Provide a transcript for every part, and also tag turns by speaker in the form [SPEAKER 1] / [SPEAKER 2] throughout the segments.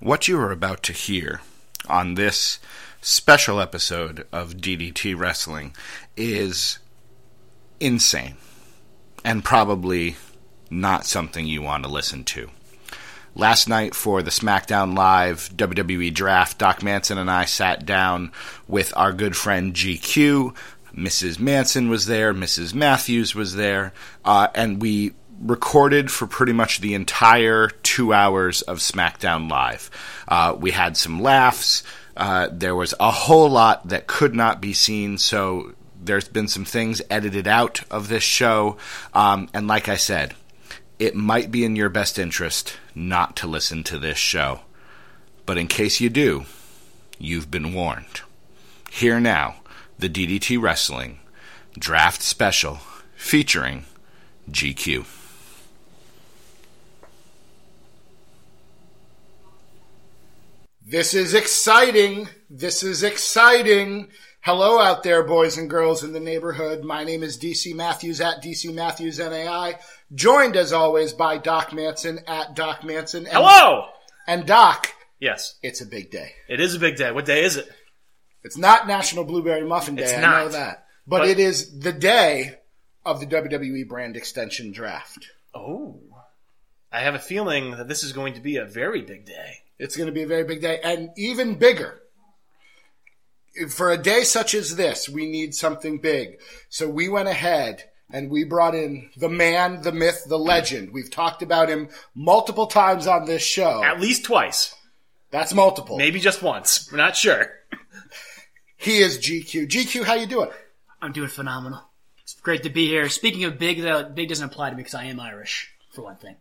[SPEAKER 1] What you are about to hear on this special episode of DDT Wrestling is insane and probably not something you want to listen to. Last night for the SmackDown Live WWE draft, Doc Manson and I sat down with our good friend GQ. Mrs. Manson was there, Mrs. Matthews was there, uh, and we recorded for pretty much the entire two hours of SmackDown Live. Uh, we had some laughs. Uh, there was a whole lot that could not be seen, so there's been some things edited out of this show. Um, and like I said, it might be in your best interest not to listen to this show. But in case you do, you've been warned. Here now, the DDT Wrestling Draft Special featuring GQ.
[SPEAKER 2] This is exciting. This is exciting. Hello out there, boys and girls in the neighborhood. My name is DC Matthews at DC Matthews NAI, joined as always by Doc Manson at Doc Manson.
[SPEAKER 3] Um,
[SPEAKER 2] And,
[SPEAKER 3] Hello.
[SPEAKER 2] And Doc,
[SPEAKER 3] Yes,
[SPEAKER 2] it's a big day.
[SPEAKER 3] it is a big day. What day is it?
[SPEAKER 2] It's not National Blueberry Muffin Day.
[SPEAKER 3] It's
[SPEAKER 2] I know
[SPEAKER 3] not.
[SPEAKER 2] that. But,
[SPEAKER 3] But-
[SPEAKER 2] it is the day of the WWE brand extension draft.
[SPEAKER 3] Oh, I have a feeling that this is going to be a very big day.
[SPEAKER 2] It's going to be a very big day and even bigger. For a day such as this, we need something big. So we went ahead and we brought in the man, the myth, the legend. We've talked about him multiple times on this show.
[SPEAKER 3] At least twice,
[SPEAKER 2] That's multiple.
[SPEAKER 3] maybe just once. We're not sure.
[SPEAKER 2] He is GQ. GQ, how you doing?
[SPEAKER 4] I'm doing phenomenal. It's great to be here. Speaking of big, though, big doesn't apply to me because I am Irish, for one thing.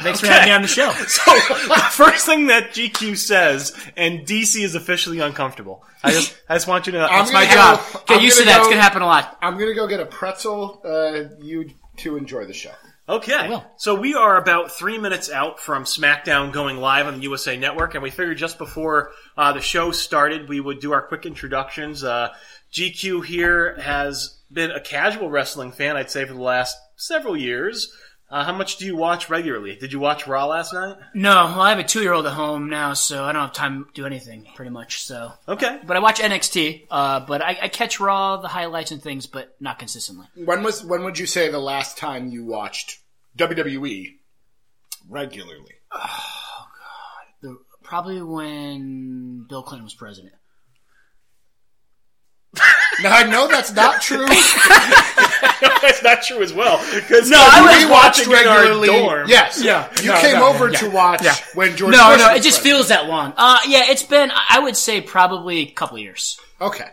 [SPEAKER 4] Thanks for having me on the show.
[SPEAKER 3] So the first thing that GQ says, and DC is officially uncomfortable. I just, I just want you to know that's
[SPEAKER 2] I'm
[SPEAKER 3] my
[SPEAKER 2] gonna
[SPEAKER 3] job.
[SPEAKER 2] have-
[SPEAKER 4] Get
[SPEAKER 2] I'm
[SPEAKER 4] used to
[SPEAKER 2] gonna
[SPEAKER 4] that. It's
[SPEAKER 2] go-
[SPEAKER 4] going to happen a lot.
[SPEAKER 2] I'm going to go get a pretzel. Uh, you two enjoy the show.
[SPEAKER 3] Okay.
[SPEAKER 4] will.
[SPEAKER 3] So we are about three minutes out from SmackDown going live on the USA Network, and we figured just before uh, the show started, we would do our quick introductions. Uh, GQ here has been a casual wrestling fan, I'd say, for the last several years. Uh, how much do you watch regularly? Did you watch Raw last night?
[SPEAKER 4] No, well, I have a two-year-old at home now, so I don't have time to do anything, pretty much. So,
[SPEAKER 3] Okay.
[SPEAKER 4] but I watch NXT. Uh, but I, I catch Raw, the highlights and things, but not consistently.
[SPEAKER 2] When was when would you say the last time you watched WWE regularly?
[SPEAKER 4] The, probably when Bill Clinton was president.
[SPEAKER 2] Now I know that's not true.
[SPEAKER 3] That's not true as well. Because no,
[SPEAKER 4] I
[SPEAKER 2] we watched regularly. Yes.
[SPEAKER 4] Yeah.
[SPEAKER 2] You
[SPEAKER 4] No,
[SPEAKER 2] came
[SPEAKER 4] no,
[SPEAKER 2] over
[SPEAKER 4] yeah,
[SPEAKER 2] to
[SPEAKER 4] yeah,
[SPEAKER 2] watch
[SPEAKER 4] yeah.
[SPEAKER 2] when George.
[SPEAKER 4] No,
[SPEAKER 2] Bush
[SPEAKER 4] no,
[SPEAKER 2] was
[SPEAKER 4] it just
[SPEAKER 2] president.
[SPEAKER 4] feels that long. Uh, yeah, it's been, I would say, probably a couple years.
[SPEAKER 2] okay.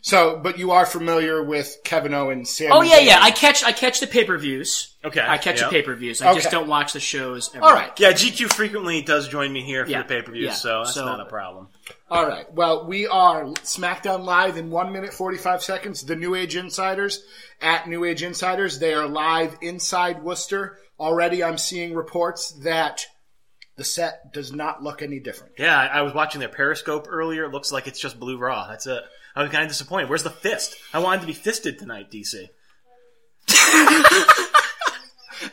[SPEAKER 2] So, but you are familiar with Kevin Owens? Sami
[SPEAKER 4] Oh yeah,
[SPEAKER 2] Zayn.
[SPEAKER 4] yeah. I catch I catch the pay per views.
[SPEAKER 3] Okay,
[SPEAKER 4] I catch
[SPEAKER 3] yeah.
[SPEAKER 4] the pay per views. I
[SPEAKER 2] Okay.
[SPEAKER 4] just don't watch the shows. Every
[SPEAKER 2] All right.
[SPEAKER 3] Yeah, GQ frequently does join me here for
[SPEAKER 4] Yeah,
[SPEAKER 3] the pay per view,
[SPEAKER 4] yeah,
[SPEAKER 3] so that's
[SPEAKER 4] so-
[SPEAKER 3] not a problem.
[SPEAKER 2] All right. Well, we are SmackDown Live in 1 minute 45 seconds. The New Age Insiders at New Age Insiders. They are live inside Worcester. Already I'm seeing reports that the set does not look any different.
[SPEAKER 3] Yeah, I, I was watching their Periscope earlier. It looks like it's just Blue Raw. That's it. I was kind of disappointed. Where's the fist? I wanted to be fisted tonight, DC.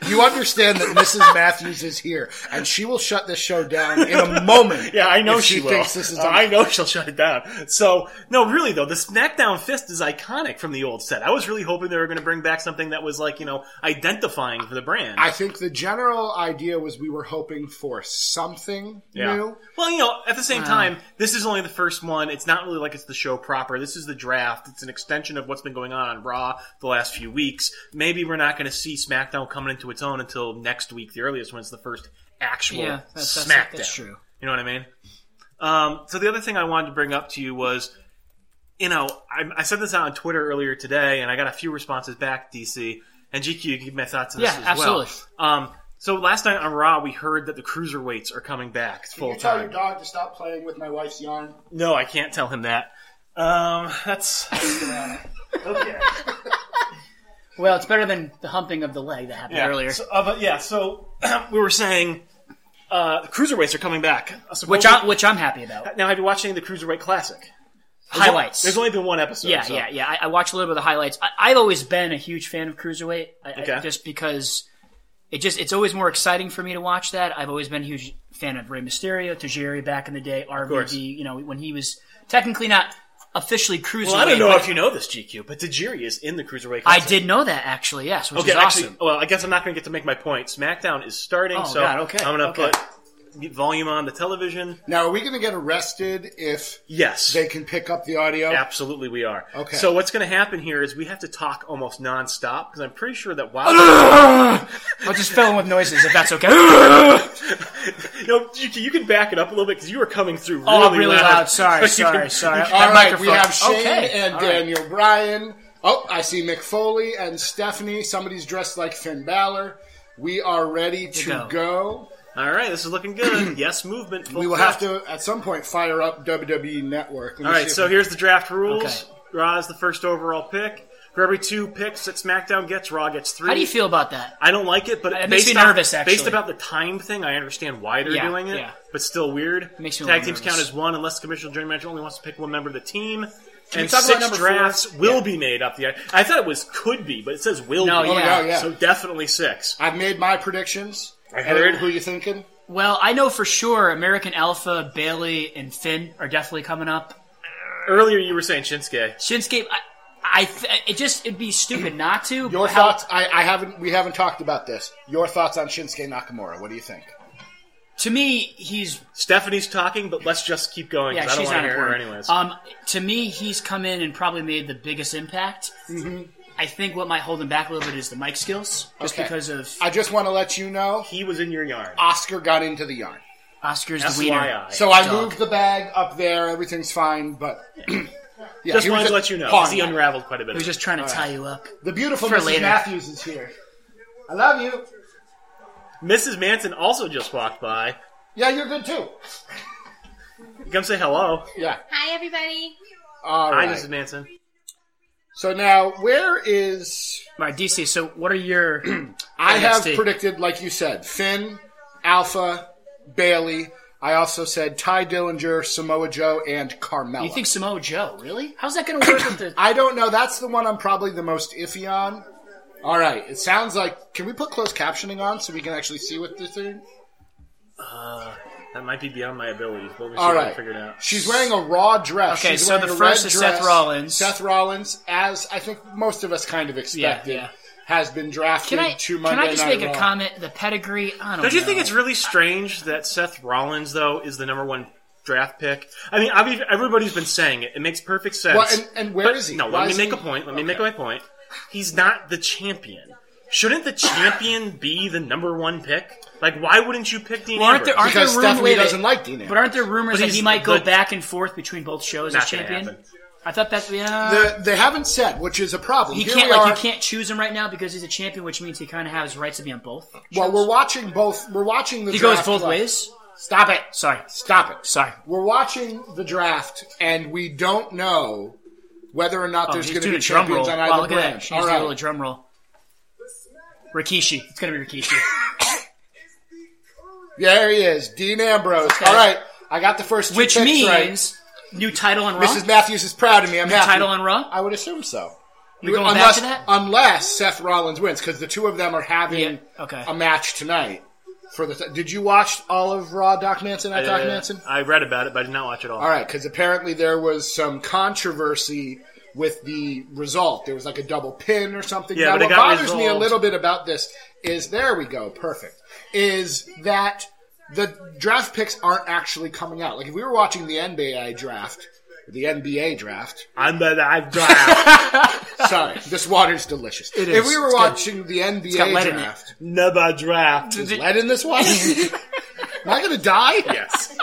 [SPEAKER 2] You understand that Mrs. Matthews is here and she will shut this show down in a moment.
[SPEAKER 3] Yeah, I know
[SPEAKER 2] if
[SPEAKER 3] she, will.
[SPEAKER 2] thinks this is
[SPEAKER 3] Uh, I know she'll shut it down. So, no, really though, the SmackDown fist is iconic from the old set. I was really hoping they were going to bring back something that was like you know identifying for the brand.
[SPEAKER 2] I think the general idea was we were hoping for something new.
[SPEAKER 3] Well, you know, at the
[SPEAKER 4] Uh.
[SPEAKER 3] same time, this is only the first one. It's not really like it's the show proper. This is the draft. It's an extension of what's been going on on Raw the last few weeks. Maybe we're not going to see SmackDown coming into its own until next week, the earliest when it's the first actual
[SPEAKER 4] Yeah, that's, that's,
[SPEAKER 3] SmackDown.
[SPEAKER 4] that's true.
[SPEAKER 3] You know what I mean? Um, so the other thing I wanted to bring up to you was, you know, I, I said this out on Twitter earlier today, and I got a few responses back, DC and GQ. You can give my thoughts on
[SPEAKER 4] Yeah,
[SPEAKER 3] this as
[SPEAKER 4] absolutely.
[SPEAKER 3] well. Um, so last night on Raw, we heard that the cruiserweights are coming back full
[SPEAKER 2] You tell your
[SPEAKER 3] time.
[SPEAKER 2] dog to stop playing with my wife's yarn.
[SPEAKER 3] No, I can't tell him that. Um, that's okay.
[SPEAKER 4] Well, it's better than the humping of the leg that happened
[SPEAKER 3] Yeah.
[SPEAKER 4] earlier.
[SPEAKER 3] So, uh, but yeah, so we were saying uh, the cruiserweights are coming back. Uh, So
[SPEAKER 4] which
[SPEAKER 3] what
[SPEAKER 4] I which I'm happy about.
[SPEAKER 3] we- now have you watched any of the cruiserweight classic
[SPEAKER 4] Highlights.
[SPEAKER 3] There's only been one episode.
[SPEAKER 4] yeah,
[SPEAKER 3] so-
[SPEAKER 4] yeah, yeah. I, I watch a little bit of the highlights. I, I've always been a huge fan of cruiserweight, I, I-
[SPEAKER 3] Okay.
[SPEAKER 4] just because it just it's always more exciting for me to watch that. I've always been a huge fan of Rey Mysterio, Tajiri back in the day,
[SPEAKER 3] course.
[SPEAKER 4] RVD. You know when he was technically not officially cruiserweight.
[SPEAKER 3] Well, I don't know
[SPEAKER 4] but
[SPEAKER 3] if you know this, GQ, but Tajiri is in the cruiserweight.
[SPEAKER 4] I
[SPEAKER 3] contest.
[SPEAKER 4] did know that actually. Yes, which
[SPEAKER 3] Okay,
[SPEAKER 4] is
[SPEAKER 3] actually,
[SPEAKER 4] awesome.
[SPEAKER 3] well, I guess I'm not going to get to make my point. SmackDown is starting,
[SPEAKER 4] Oh,
[SPEAKER 3] so
[SPEAKER 4] God, okay,
[SPEAKER 3] I'm going to
[SPEAKER 4] okay.
[SPEAKER 3] put volume on the television.
[SPEAKER 2] Now, are we going to get arrested if
[SPEAKER 3] Yes.
[SPEAKER 2] they can pick up the audio?
[SPEAKER 3] Absolutely, we are.
[SPEAKER 2] Okay.
[SPEAKER 3] So what's going to happen here is we have to talk almost nonstop because I'm pretty sure that Wilder,
[SPEAKER 4] I'll just fill in with noises if that's okay. oh,
[SPEAKER 3] no, you, can- you can back it up a little bit because you were coming through really,
[SPEAKER 4] I'm Oh, really
[SPEAKER 3] loud.
[SPEAKER 4] loud. Sorry,
[SPEAKER 3] So you
[SPEAKER 4] sorry,
[SPEAKER 3] can-
[SPEAKER 4] sorry.
[SPEAKER 2] All
[SPEAKER 4] That
[SPEAKER 2] right, we
[SPEAKER 4] microphone.
[SPEAKER 2] have Shane
[SPEAKER 4] Okay,
[SPEAKER 2] and
[SPEAKER 4] all right.
[SPEAKER 2] Daniel Bryan. Oh, I see Mick Foley and Stephanie. Somebody's dressed like Finn Balor. We are ready to
[SPEAKER 4] go.
[SPEAKER 2] go.
[SPEAKER 3] All right, this is looking good. yes, movement.
[SPEAKER 2] We will have to, at some point, fire up WWE Network.
[SPEAKER 3] All right, so here's the draft rules.
[SPEAKER 4] Okay.
[SPEAKER 3] Raw is the first overall pick. For every two picks that SmackDown gets, Raw gets three.
[SPEAKER 4] How do you feel about that?
[SPEAKER 3] I don't like it, but
[SPEAKER 4] It makes
[SPEAKER 3] based
[SPEAKER 4] me
[SPEAKER 3] on-
[SPEAKER 4] nervous, actually.
[SPEAKER 3] based about the time thing, I understand why they're
[SPEAKER 4] Yeah,
[SPEAKER 3] doing it,
[SPEAKER 4] yeah.
[SPEAKER 3] but still weird.
[SPEAKER 4] Makes me a
[SPEAKER 3] Tag
[SPEAKER 4] little
[SPEAKER 3] teams count
[SPEAKER 4] nervous.
[SPEAKER 3] as one unless the commissioner during the match only wants to pick one member of the team. and
[SPEAKER 4] talk about
[SPEAKER 3] six
[SPEAKER 4] number four?
[SPEAKER 3] drafts will be made up. The I thought it was could be, but it says will
[SPEAKER 4] No,
[SPEAKER 3] be.
[SPEAKER 4] yeah.
[SPEAKER 2] Oh yeah, yeah.
[SPEAKER 3] So definitely six.
[SPEAKER 2] I've made my predictions.
[SPEAKER 3] I heard.
[SPEAKER 2] Who you thinking?
[SPEAKER 4] Well, I know for sure American Alpha, Bailey, and Finn are definitely coming up.
[SPEAKER 3] Earlier you were saying Shinsuke.
[SPEAKER 4] Shinsuke, I, I th- it just it'd be stupid not to.
[SPEAKER 2] Your
[SPEAKER 4] but how-
[SPEAKER 2] thoughts? I, I haven't. We haven't talked about this. Your thoughts on Shinsuke Nakamura? What do you think?
[SPEAKER 4] to me, he's
[SPEAKER 3] Stephanie's talking, but let's just keep going. 'cause
[SPEAKER 4] yeah,
[SPEAKER 3] I don't
[SPEAKER 4] she's
[SPEAKER 3] want to
[SPEAKER 4] not
[SPEAKER 3] hear her
[SPEAKER 4] important.
[SPEAKER 3] anyways.
[SPEAKER 4] Um, to me, he's come in and probably made the biggest impact. I think what might hold him back a little bit is the mic skills, just
[SPEAKER 2] Mm-hmm. Okay.
[SPEAKER 4] because of
[SPEAKER 2] I just want to let you know,
[SPEAKER 3] he was in your yarn.
[SPEAKER 4] uh,
[SPEAKER 2] Oscar got into the yarn.
[SPEAKER 4] Oscar's the wiener.
[SPEAKER 3] FYI.
[SPEAKER 2] So uh, I
[SPEAKER 4] Dog.
[SPEAKER 2] moved the bag up there. Everything's fine, but yeah,
[SPEAKER 3] just
[SPEAKER 2] he was
[SPEAKER 3] wanted to let you know. 'cause
[SPEAKER 2] pawing
[SPEAKER 3] He
[SPEAKER 2] it.
[SPEAKER 3] unraveled quite a bit.
[SPEAKER 4] He was just trying to tie you up.
[SPEAKER 2] the beautiful
[SPEAKER 4] for
[SPEAKER 2] Mrs.
[SPEAKER 4] later.
[SPEAKER 2] Matthews is here. I love you.
[SPEAKER 3] Mrs. Manson also just walked by.
[SPEAKER 2] Yeah, you're good too.
[SPEAKER 3] Come say hello.
[SPEAKER 2] Yeah.
[SPEAKER 5] Hi, everybody.
[SPEAKER 2] All
[SPEAKER 3] Hi,
[SPEAKER 2] right.
[SPEAKER 3] Mrs. Manson.
[SPEAKER 2] So now, where is
[SPEAKER 4] All right, DC. So what are your?
[SPEAKER 2] I have
[SPEAKER 4] NXT.
[SPEAKER 2] predicted, like you said, Finn, Alpha, Bailey. I also said Ty Dillinger, Samoa Joe, and Carmella.
[SPEAKER 4] you think Samoa Joe? Really? How's that going to work with the?
[SPEAKER 2] I don't know. That's the one I'm probably the most iffy on. All right. It sounds like. Can we put closed captioning on so we can actually see what they're doing?
[SPEAKER 3] That might be beyond my ability. Let me see
[SPEAKER 2] All
[SPEAKER 3] if I
[SPEAKER 2] right.
[SPEAKER 3] can figure it out.
[SPEAKER 2] She's wearing a raw dress.
[SPEAKER 4] Okay,
[SPEAKER 2] She's
[SPEAKER 4] so
[SPEAKER 2] wearing
[SPEAKER 4] the
[SPEAKER 2] a
[SPEAKER 4] first
[SPEAKER 2] red
[SPEAKER 4] is Seth
[SPEAKER 2] dress.
[SPEAKER 4] Rollins.
[SPEAKER 2] Seth Rollins, as I think most of us kind of expected,
[SPEAKER 4] yeah.
[SPEAKER 2] has been drafted
[SPEAKER 4] Can I?
[SPEAKER 2] to
[SPEAKER 4] Can
[SPEAKER 2] Monday
[SPEAKER 4] I just
[SPEAKER 2] Night
[SPEAKER 4] make a
[SPEAKER 2] Raw.
[SPEAKER 4] comment? The pedigree. I don't.
[SPEAKER 3] Don't you
[SPEAKER 4] know.
[SPEAKER 3] think it's really strange that Seth Rollins, though, is the number one draft pick? I mean, I've, even- everybody's been saying it. It makes perfect sense.
[SPEAKER 2] Well, and- and where
[SPEAKER 3] But-
[SPEAKER 2] is he?
[SPEAKER 3] No,
[SPEAKER 2] Why
[SPEAKER 3] let me
[SPEAKER 2] is
[SPEAKER 3] make
[SPEAKER 2] he-
[SPEAKER 3] a point. Let me make my point. He's not the champion. Shouldn't the champion be the number one pick? Like, why wouldn't you pick Dean
[SPEAKER 4] Well,
[SPEAKER 3] Ambrose?
[SPEAKER 4] aren't there- aren't
[SPEAKER 2] Because
[SPEAKER 4] Room- wait
[SPEAKER 2] Stephanie
[SPEAKER 4] a minute.
[SPEAKER 2] doesn't like Dean Ambrose.
[SPEAKER 4] But aren't there rumors
[SPEAKER 3] But
[SPEAKER 4] that
[SPEAKER 3] he's
[SPEAKER 4] he might go
[SPEAKER 3] the-
[SPEAKER 4] back and forth between both shows as
[SPEAKER 3] Not gonna
[SPEAKER 4] champion?
[SPEAKER 3] happen.
[SPEAKER 4] I thought that yeah.
[SPEAKER 2] The- they haven't said, which is a problem.
[SPEAKER 4] he
[SPEAKER 2] Here
[SPEAKER 4] can't
[SPEAKER 2] we
[SPEAKER 4] like
[SPEAKER 2] are-
[SPEAKER 4] you can't choose him right now because he's a champion, which means he kind of has rights to be on both.
[SPEAKER 2] Well, we're watching both. We're watching the.
[SPEAKER 4] He goes
[SPEAKER 2] draft
[SPEAKER 4] both
[SPEAKER 2] live.
[SPEAKER 4] ways.
[SPEAKER 2] Stop it!
[SPEAKER 4] Sorry,
[SPEAKER 2] Stop it!
[SPEAKER 4] sorry.
[SPEAKER 2] We're watching the draft, and we don't know whether or not
[SPEAKER 4] Oh,
[SPEAKER 2] there's
[SPEAKER 4] he's
[SPEAKER 2] going to
[SPEAKER 4] doing
[SPEAKER 2] be
[SPEAKER 4] a drum
[SPEAKER 2] champions
[SPEAKER 4] roll.
[SPEAKER 2] on
[SPEAKER 4] Wow,
[SPEAKER 2] either
[SPEAKER 4] look at that.
[SPEAKER 2] branch.
[SPEAKER 4] She's
[SPEAKER 2] All
[SPEAKER 4] doing a little
[SPEAKER 2] right.
[SPEAKER 4] drum roll. Rikishi. It's gonna be Rikishi.
[SPEAKER 2] There he is, Dean Ambrose. All right, I got the first two
[SPEAKER 4] Which
[SPEAKER 2] picks
[SPEAKER 4] means
[SPEAKER 2] right.
[SPEAKER 4] new title on Raw.
[SPEAKER 2] Mrs. Matthews is proud of me. I'm happy.
[SPEAKER 4] title on Raw.
[SPEAKER 2] I would assume so.
[SPEAKER 4] We going back
[SPEAKER 2] unless,
[SPEAKER 4] to that?
[SPEAKER 2] unless Seth Rollins wins, because the two of them are having
[SPEAKER 4] Yeah, okay.
[SPEAKER 2] a match tonight. For the did you watch all of Raw Doc Manson at Doc
[SPEAKER 3] Uh,
[SPEAKER 2] Manson?
[SPEAKER 3] I read about it, but I did not watch it all.
[SPEAKER 2] All right, because apparently there was some controversy with the result. There was like a double pin or something.
[SPEAKER 3] Yeah,
[SPEAKER 2] now,
[SPEAKER 3] but it
[SPEAKER 2] what
[SPEAKER 3] got
[SPEAKER 2] bothers me a
[SPEAKER 3] resolved.
[SPEAKER 2] little bit about this is there we go, perfect. Is that the draft picks aren't actually coming out? Like if we were watching the NBA draft, the NBA draft.
[SPEAKER 3] I'm the I've draft.
[SPEAKER 2] Sorry, this water's delicious. It
[SPEAKER 4] is.
[SPEAKER 2] If we were
[SPEAKER 4] It's good.
[SPEAKER 2] watching the
[SPEAKER 4] got
[SPEAKER 2] NBA
[SPEAKER 4] lead in it.
[SPEAKER 2] draft,
[SPEAKER 3] Never draft.
[SPEAKER 2] there's lead in this water. Am I gonna die?
[SPEAKER 3] Yes.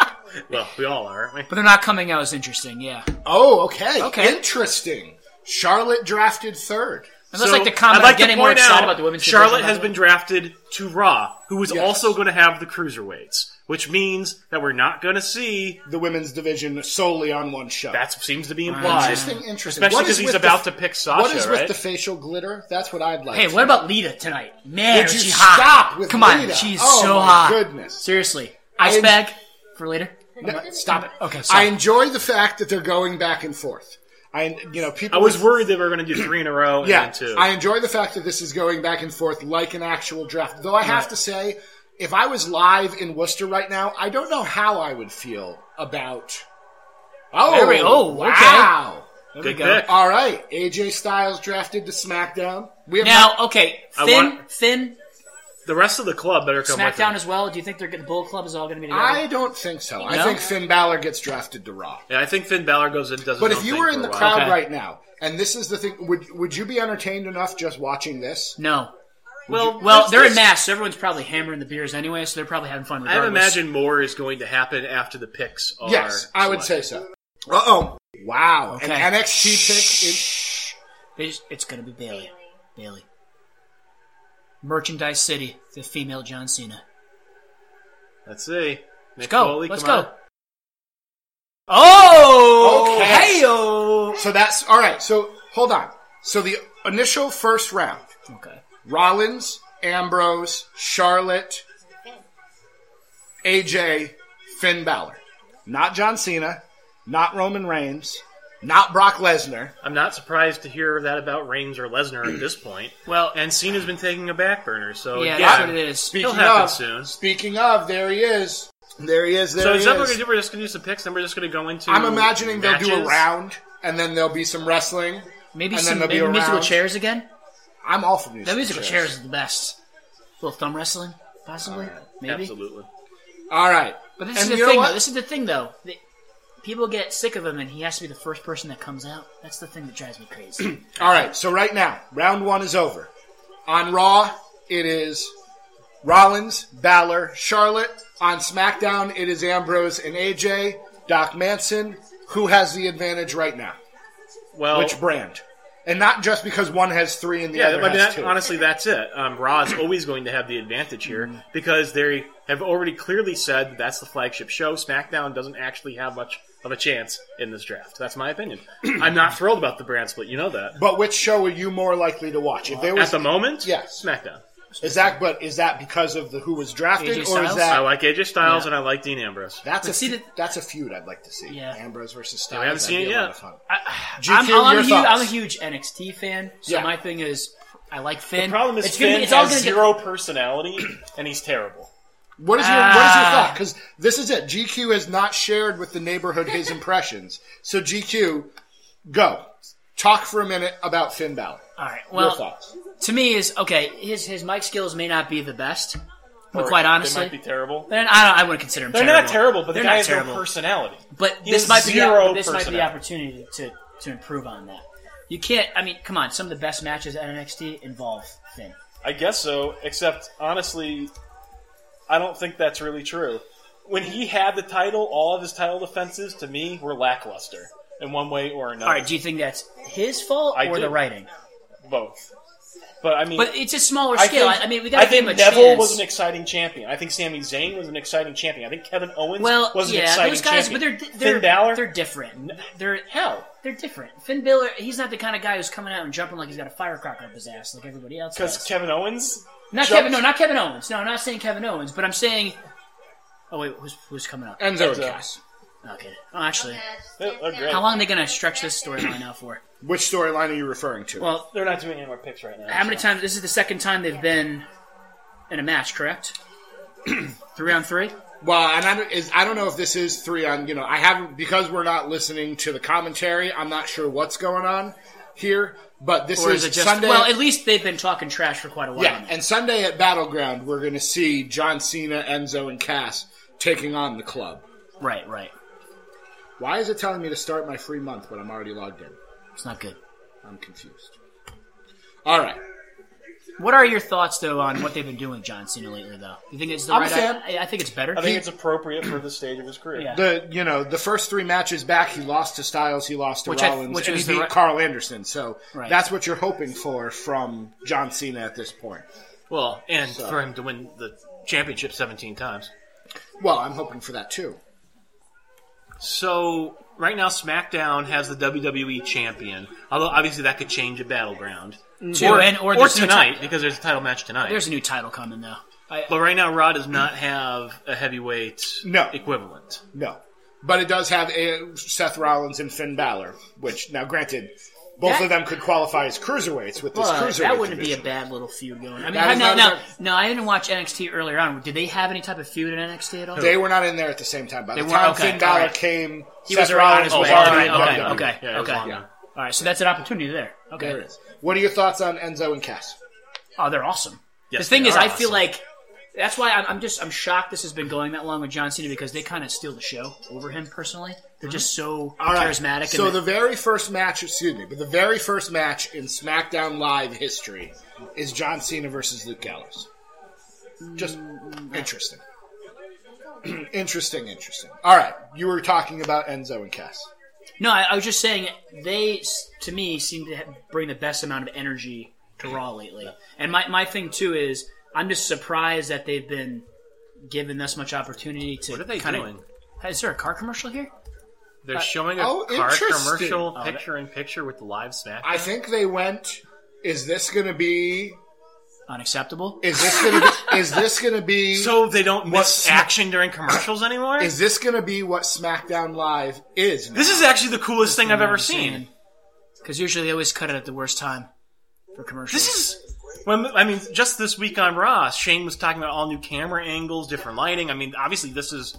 [SPEAKER 3] Well, we all are, aren't we?
[SPEAKER 4] But they're not coming out as interesting, yeah.
[SPEAKER 2] Oh, okay.
[SPEAKER 4] Okay.
[SPEAKER 2] Interesting. Charlotte drafted third.
[SPEAKER 4] Unless
[SPEAKER 3] So,
[SPEAKER 4] like the comment
[SPEAKER 3] I'd like
[SPEAKER 4] getting
[SPEAKER 3] to
[SPEAKER 4] more
[SPEAKER 3] point
[SPEAKER 4] excited
[SPEAKER 3] out,
[SPEAKER 4] about the women's division,
[SPEAKER 3] Charlotte
[SPEAKER 4] by
[SPEAKER 3] has
[SPEAKER 4] the
[SPEAKER 3] been
[SPEAKER 4] way.
[SPEAKER 3] drafted to Raw, who is
[SPEAKER 2] Yes.
[SPEAKER 3] also going to have the cruiserweights, which means that we're not going to see.
[SPEAKER 2] the women's division solely on one show.
[SPEAKER 3] That seems to be implied,
[SPEAKER 2] interesting. Interesting.
[SPEAKER 3] especially
[SPEAKER 2] What is
[SPEAKER 3] because he's
[SPEAKER 2] with
[SPEAKER 3] about
[SPEAKER 2] the,
[SPEAKER 3] to pick Sasha,
[SPEAKER 2] What is with
[SPEAKER 3] right?
[SPEAKER 2] the facial glitter? That's what I'd like.
[SPEAKER 4] Hey,
[SPEAKER 2] to
[SPEAKER 4] what
[SPEAKER 2] know.
[SPEAKER 4] about Lita tonight? Man,
[SPEAKER 2] Would you
[SPEAKER 4] is she hot.
[SPEAKER 2] stop with
[SPEAKER 4] Come on,
[SPEAKER 2] Lita?
[SPEAKER 4] she's
[SPEAKER 2] Oh,
[SPEAKER 4] so
[SPEAKER 2] my
[SPEAKER 4] hot.
[SPEAKER 2] goodness.
[SPEAKER 4] Seriously. Ice
[SPEAKER 2] I-
[SPEAKER 4] bag for later.
[SPEAKER 2] No, stop it.
[SPEAKER 4] Okay,
[SPEAKER 2] I
[SPEAKER 4] sorry.
[SPEAKER 2] enjoy the fact that they're going back and forth. I you know people
[SPEAKER 3] I was worried they were going to do three in a row and
[SPEAKER 2] yeah,
[SPEAKER 3] then two.
[SPEAKER 2] I enjoy the fact that this is going back and forth like an actual draft. Though I have to say, if I was live in Worcester right now, I don't know how I would feel about. Oh,
[SPEAKER 4] There we- oh, okay.
[SPEAKER 2] wow!
[SPEAKER 4] There we
[SPEAKER 3] Good
[SPEAKER 4] go.
[SPEAKER 3] pick.
[SPEAKER 2] All right, AJ Styles drafted to SmackDown. We have not-
[SPEAKER 4] Now, okay,
[SPEAKER 3] I
[SPEAKER 4] Finn,
[SPEAKER 3] want-
[SPEAKER 4] Finn,
[SPEAKER 3] The rest of the club better come with
[SPEAKER 4] SmackDown
[SPEAKER 3] it.
[SPEAKER 4] as well. Do you think they're gonna- the Bull Club is all going to be together?
[SPEAKER 2] I don't think so. I
[SPEAKER 4] No?
[SPEAKER 2] think Finn Balor gets drafted to Raw.
[SPEAKER 3] Yeah, I think Finn Balor goes in. Does his
[SPEAKER 2] But
[SPEAKER 3] own
[SPEAKER 2] if you
[SPEAKER 3] thing
[SPEAKER 2] were
[SPEAKER 3] for
[SPEAKER 2] in
[SPEAKER 3] a
[SPEAKER 2] the
[SPEAKER 3] while.
[SPEAKER 2] crowd
[SPEAKER 4] Okay.
[SPEAKER 2] right now, and this is the thing, would would you be entertained enough just watching this?
[SPEAKER 4] no.
[SPEAKER 3] well,
[SPEAKER 4] Well, they're in
[SPEAKER 3] match.
[SPEAKER 4] mass, so everyone's probably hammering the beers anyway, so they're probably having fun.
[SPEAKER 3] I
[SPEAKER 4] Regardless.
[SPEAKER 3] imagine more is going to happen after the picks are.
[SPEAKER 2] Yes, I would say
[SPEAKER 3] selected.
[SPEAKER 2] so. Uh oh! Wow,
[SPEAKER 4] Okay.
[SPEAKER 2] an NXT
[SPEAKER 4] They just- it's going to be Bailey. Bailey. Merchandise City, the female John Cena.
[SPEAKER 3] Let's see.
[SPEAKER 4] Let's go. Let's go. Oh,
[SPEAKER 2] Okay.
[SPEAKER 4] heyo.
[SPEAKER 2] pick. So that's all right. So hold on. So the initial first round:
[SPEAKER 4] Okay.
[SPEAKER 2] Rollins, Ambrose, Charlotte, AJ, Finn Balor. Not John Cena. Not Roman Reigns. Not Brock Lesnar.
[SPEAKER 3] I'm not surprised to hear that about Reigns or Lesnar at this point.
[SPEAKER 4] Well,
[SPEAKER 3] And Cena's been taking a back burner, so
[SPEAKER 4] yeah,
[SPEAKER 3] yeah.
[SPEAKER 4] that's what it is.
[SPEAKER 3] He'll
[SPEAKER 2] Speaking
[SPEAKER 3] happen
[SPEAKER 2] of,
[SPEAKER 3] soon.
[SPEAKER 2] Speaking of, there he is. There he is. There
[SPEAKER 3] So
[SPEAKER 2] he
[SPEAKER 3] is
[SPEAKER 2] is.
[SPEAKER 3] that what we're gonna do? We're just gonna do some picks, then we're just gonna go into.
[SPEAKER 2] I'm imagining they'll do a
[SPEAKER 3] matches?
[SPEAKER 2] round, and then there'll be some wrestling.
[SPEAKER 4] Maybe
[SPEAKER 2] and then
[SPEAKER 4] some
[SPEAKER 2] there'll be
[SPEAKER 4] maybe
[SPEAKER 2] a
[SPEAKER 4] musical
[SPEAKER 2] round.
[SPEAKER 4] chairs again.
[SPEAKER 2] I'm all for musical,
[SPEAKER 4] That musical chairs is the best. little thumb wrestling, possibly, maybe.
[SPEAKER 3] Absolutely.
[SPEAKER 2] All right,
[SPEAKER 4] But this
[SPEAKER 2] And
[SPEAKER 4] is
[SPEAKER 2] you
[SPEAKER 4] the
[SPEAKER 2] know
[SPEAKER 4] thing,
[SPEAKER 2] what?
[SPEAKER 4] though. This is the thing, though. The- people get sick of him, and he has to be the first person that comes out. That's the thing that drives me crazy.
[SPEAKER 2] All right, so right now, round one is over. On Raw, it is Rollins, Balor, Charlotte. On SmackDown, it is Ambrose and AJ, Doc Manson. Who has the advantage right now?
[SPEAKER 3] Well,
[SPEAKER 2] Which brand? And not just because one has three and
[SPEAKER 3] Oh.
[SPEAKER 2] the
[SPEAKER 3] yeah,
[SPEAKER 2] other
[SPEAKER 3] I mean,
[SPEAKER 2] has
[SPEAKER 3] that,
[SPEAKER 2] two.
[SPEAKER 3] honestly, that's it. Um, Raw is always going to have the advantage here
[SPEAKER 2] Mm-hmm.
[SPEAKER 3] because they have already clearly said that that's the flagship show. SmackDown doesn't actually have much of a chance in this draft. That's my opinion. I'm not thrilled about the brand split. You know that.
[SPEAKER 2] but which show are you more likely to watch? If there
[SPEAKER 3] At
[SPEAKER 2] was,
[SPEAKER 3] the moment,
[SPEAKER 2] Yes.
[SPEAKER 3] SmackDown.
[SPEAKER 2] is that but is that because of the who was drafted,
[SPEAKER 4] AJ
[SPEAKER 2] or is
[SPEAKER 4] Styles?
[SPEAKER 2] that
[SPEAKER 3] I like AJ Styles and I like Dean Ambrose.
[SPEAKER 2] That's a
[SPEAKER 4] But see
[SPEAKER 2] fe-
[SPEAKER 4] that-
[SPEAKER 2] that's a feud I'd like to see.
[SPEAKER 4] Yeah.
[SPEAKER 2] Ambrose versus
[SPEAKER 3] we
[SPEAKER 2] Styles.
[SPEAKER 3] haven't
[SPEAKER 2] that'd
[SPEAKER 3] seen
[SPEAKER 2] be
[SPEAKER 3] it
[SPEAKER 2] a
[SPEAKER 3] yet.
[SPEAKER 2] lot of fun. GQ,
[SPEAKER 4] I'm, I'm,
[SPEAKER 2] your
[SPEAKER 4] a huge, I'm a
[SPEAKER 2] thoughts?
[SPEAKER 4] huge NXT fan, so
[SPEAKER 2] Yeah.
[SPEAKER 4] my thing is, I like Finn.
[SPEAKER 3] The problem is
[SPEAKER 4] it's
[SPEAKER 3] Finn
[SPEAKER 4] gonna be, it's all
[SPEAKER 3] has
[SPEAKER 4] gonna get-
[SPEAKER 3] zero personality, and he's terrible.
[SPEAKER 2] What is your what is your
[SPEAKER 4] Ah.
[SPEAKER 2] thought? Because this is it. GQ has not shared with the neighborhood his impressions. So GQ, go talk for a minute about Finn Balor.
[SPEAKER 4] all right.
[SPEAKER 2] Your
[SPEAKER 4] Well,
[SPEAKER 2] thoughts?
[SPEAKER 4] to me is okay. His his mic skills may not be the best, but
[SPEAKER 3] Or
[SPEAKER 4] quite
[SPEAKER 3] they
[SPEAKER 4] honestly,
[SPEAKER 3] might be terrible.
[SPEAKER 4] then I don't, I wouldn't consider him.
[SPEAKER 3] They're
[SPEAKER 4] terrible.
[SPEAKER 3] not terrible, but the
[SPEAKER 4] They're
[SPEAKER 3] guy
[SPEAKER 4] not
[SPEAKER 3] has no
[SPEAKER 4] terrible.
[SPEAKER 3] personality.
[SPEAKER 4] But
[SPEAKER 3] He
[SPEAKER 4] this
[SPEAKER 3] has
[SPEAKER 4] might be
[SPEAKER 3] zero
[SPEAKER 4] the, this might be the
[SPEAKER 3] personality.
[SPEAKER 4] opportunity to to improve on that. You can't. I mean, come on. Some of the best matches at NXT involve Finn.
[SPEAKER 3] I guess so, except honestly, I don't think that's really true. When he had the title, all of his title defenses to me were lackluster in one way or another.
[SPEAKER 4] All right. Do you think that's his fault
[SPEAKER 3] Uh, I
[SPEAKER 4] or the
[SPEAKER 3] do.
[SPEAKER 4] writing?
[SPEAKER 3] both. But I mean,
[SPEAKER 4] But it's a smaller
[SPEAKER 3] I
[SPEAKER 4] scale.
[SPEAKER 3] think,
[SPEAKER 4] I, I mean, we got to
[SPEAKER 3] I think
[SPEAKER 4] give him a
[SPEAKER 3] Neville
[SPEAKER 4] chance.
[SPEAKER 3] was an exciting champion. I think Sami Zayn was an exciting champion. I think Kevin Owens
[SPEAKER 4] well,
[SPEAKER 3] was an
[SPEAKER 4] yeah,
[SPEAKER 3] exciting
[SPEAKER 4] those guys,
[SPEAKER 3] champion.
[SPEAKER 4] but they're they're
[SPEAKER 3] Finn Balor.
[SPEAKER 4] they're different. They're hell. They're different. Finn Balor, he's not the kind of guy who's coming out and jumping like he's got a firecracker up his ass like everybody else.
[SPEAKER 3] because
[SPEAKER 4] Does.
[SPEAKER 3] Kevin Owens
[SPEAKER 4] Not
[SPEAKER 3] jumped-
[SPEAKER 4] Kevin. No, not Kevin Owens. No, I'm not saying Kevin Owens, but I'm saying. Oh wait, who's who's coming up?
[SPEAKER 2] Enzo and
[SPEAKER 3] Enzo.
[SPEAKER 2] Cass.
[SPEAKER 4] Okay. Oh, actually.
[SPEAKER 3] They're- they're great.
[SPEAKER 4] How long are they going to stretch this storyline out for?
[SPEAKER 2] Which storyline are you referring to?
[SPEAKER 4] Well,
[SPEAKER 3] They're not doing any more picks right now.
[SPEAKER 4] how many
[SPEAKER 3] so.
[SPEAKER 4] times? This is the second time they've been in a match, correct? three on three.
[SPEAKER 2] Well, and I don't, is, I don't know if this is three on, you know, I haven't, because we're not listening to the commentary, I'm not sure what's going on here, but this
[SPEAKER 4] Or
[SPEAKER 2] is,
[SPEAKER 4] is it just?
[SPEAKER 2] Sunday.
[SPEAKER 4] Well, at least they've been talking trash for quite a while.
[SPEAKER 2] yeah,
[SPEAKER 4] now.
[SPEAKER 2] and Sunday at Battleground, we're going to see John Cena, Enzo, and Cass taking on the club.
[SPEAKER 4] right, right.
[SPEAKER 2] Why is it telling me to start my free month when I'm already logged in?
[SPEAKER 4] It's not good.
[SPEAKER 2] I'm confused. All right.
[SPEAKER 4] What are your thoughts though on what they've been doing, with John Cena lately? Though you think it's the
[SPEAKER 2] I'm a
[SPEAKER 4] right?
[SPEAKER 2] fan.
[SPEAKER 4] I, I think it's better.
[SPEAKER 3] I think it's appropriate for the stage of his career.
[SPEAKER 4] Yeah.
[SPEAKER 2] The you know the first three matches back, he lost to Styles, he lost to
[SPEAKER 4] Which I-
[SPEAKER 2] Rollins,
[SPEAKER 4] which
[SPEAKER 2] and he
[SPEAKER 4] is the
[SPEAKER 2] beat
[SPEAKER 4] right-
[SPEAKER 2] Carl Anderson. So
[SPEAKER 4] Right.
[SPEAKER 2] that's what you're hoping for from John Cena at this point.
[SPEAKER 3] Well, and for him to win the championship 17 times.
[SPEAKER 2] Well, I'm hoping for that too.
[SPEAKER 3] So right now, SmackDown has the WWE champion. Although obviously that could change at Battleground
[SPEAKER 4] Two, and- or there's no
[SPEAKER 3] tonight
[SPEAKER 4] ti-
[SPEAKER 3] because there's a title match tonight.
[SPEAKER 4] There's a new title coming though. I,
[SPEAKER 3] but right now, Raw does not have a heavyweight
[SPEAKER 2] No.
[SPEAKER 3] equivalent.
[SPEAKER 2] No, But it does have uh, Seth Rollins and Finn Balor, which now granted, both
[SPEAKER 4] That-
[SPEAKER 2] of them could qualify as cruiserweights with this
[SPEAKER 4] Well,
[SPEAKER 2] cruiserweight.
[SPEAKER 4] that wouldn't
[SPEAKER 2] division.
[SPEAKER 4] be a bad little feud going. I mean,
[SPEAKER 2] That
[SPEAKER 4] I,
[SPEAKER 2] is
[SPEAKER 4] no,
[SPEAKER 2] not
[SPEAKER 4] no,
[SPEAKER 2] a-
[SPEAKER 4] no. I didn't watch NXT earlier on. Did they have any type of feud in NXT at all?
[SPEAKER 2] They were not in there at the same time. By the
[SPEAKER 4] weren't?
[SPEAKER 2] time
[SPEAKER 4] Okay,
[SPEAKER 2] Finn Balor
[SPEAKER 4] alright.
[SPEAKER 2] came,
[SPEAKER 4] he
[SPEAKER 2] Seth
[SPEAKER 4] was already on
[SPEAKER 2] Rollins
[SPEAKER 4] his
[SPEAKER 2] was
[SPEAKER 4] way.
[SPEAKER 2] already
[SPEAKER 4] All right,
[SPEAKER 2] in
[SPEAKER 4] Oh, okay,
[SPEAKER 2] WWE.
[SPEAKER 4] okay,
[SPEAKER 3] Yeah, it was
[SPEAKER 4] okay.
[SPEAKER 3] long gone.
[SPEAKER 4] All right, so that's an opportunity there. Okay.
[SPEAKER 2] There it is. What are your thoughts on Enzo and Cass?
[SPEAKER 4] Oh, they're awesome.
[SPEAKER 3] Yes,
[SPEAKER 4] the thing
[SPEAKER 3] they
[SPEAKER 4] is,
[SPEAKER 3] are
[SPEAKER 4] I feel
[SPEAKER 3] awesome.
[SPEAKER 4] like that's why I'm, I'm just I'm shocked this has been going that long with John Cena because they kind of steal the show over him personally. They're just so charismatic.
[SPEAKER 2] So
[SPEAKER 4] and
[SPEAKER 2] the very first match, excuse me, but the very first match in SmackDown Live history is John Cena versus Luke Gallows. Just interesting. interesting, interesting. All right, you were talking about Enzo and Cass.
[SPEAKER 4] no, I, I was just saying they s- to me seem to ha- bring the best amount of energy to Raw lately. And my my thing too is I'm just surprised that they've been given this much opportunity to.
[SPEAKER 3] What are they
[SPEAKER 4] kinda,
[SPEAKER 3] doing?
[SPEAKER 4] Is there a car commercial here? Uh,
[SPEAKER 3] They're showing a
[SPEAKER 2] oh,
[SPEAKER 3] car
[SPEAKER 2] interesting.
[SPEAKER 3] commercial
[SPEAKER 4] Oh,
[SPEAKER 3] picture in picture with the live SmackDown.
[SPEAKER 2] I think they went. Is this going to be?
[SPEAKER 4] Unacceptable.
[SPEAKER 2] Is this going to be? is this going to be?
[SPEAKER 3] so they don't miss
[SPEAKER 2] What's-
[SPEAKER 3] action during commercials anymore.
[SPEAKER 2] is this going to be what SmackDown Live is? Now?
[SPEAKER 3] this is actually the coolest thing I've ever seen.
[SPEAKER 4] Because usually they always cut it at the worst time for commercials.
[SPEAKER 3] This is when I mean, just this week on Raw, Shane was talking about all new camera angles, different lighting. I mean, obviously this is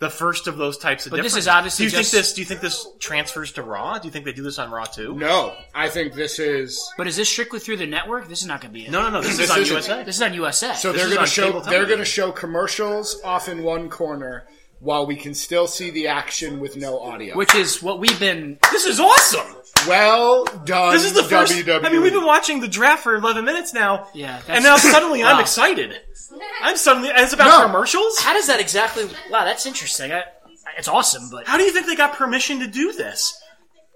[SPEAKER 3] the first of those types of.
[SPEAKER 4] But this
[SPEAKER 3] different-
[SPEAKER 4] is obviously
[SPEAKER 3] Do you
[SPEAKER 4] just-
[SPEAKER 3] think this? Do you think this transfers to Raw? Do you think they do this on Raw too?
[SPEAKER 2] no. I think this is.
[SPEAKER 4] But is this strictly through the network? This is not going to be it.
[SPEAKER 3] no, no. no this,
[SPEAKER 2] This
[SPEAKER 3] is on
[SPEAKER 2] isn't.
[SPEAKER 3] USA.
[SPEAKER 4] This is on USA.
[SPEAKER 2] So
[SPEAKER 3] This
[SPEAKER 2] they're
[SPEAKER 3] is
[SPEAKER 2] going
[SPEAKER 3] on
[SPEAKER 2] to show
[SPEAKER 3] cable
[SPEAKER 2] they're
[SPEAKER 3] television.
[SPEAKER 2] going to show commercials off in one corner while we can still see the action with no audio.
[SPEAKER 4] which is what we've been.
[SPEAKER 3] this is awesome.
[SPEAKER 2] well done,
[SPEAKER 3] This is the first.
[SPEAKER 2] WWE.
[SPEAKER 3] I mean, we've been watching the draft for 11 minutes now.
[SPEAKER 4] E. Yeah, that's-
[SPEAKER 3] And now suddenly I'm
[SPEAKER 4] Wow.
[SPEAKER 3] excited. I'm suddenly. And it's about
[SPEAKER 2] No.
[SPEAKER 3] commercials?
[SPEAKER 4] How does that exactly? Wow, that's interesting. I, it's awesome, but
[SPEAKER 3] How do you think they got permission to do this?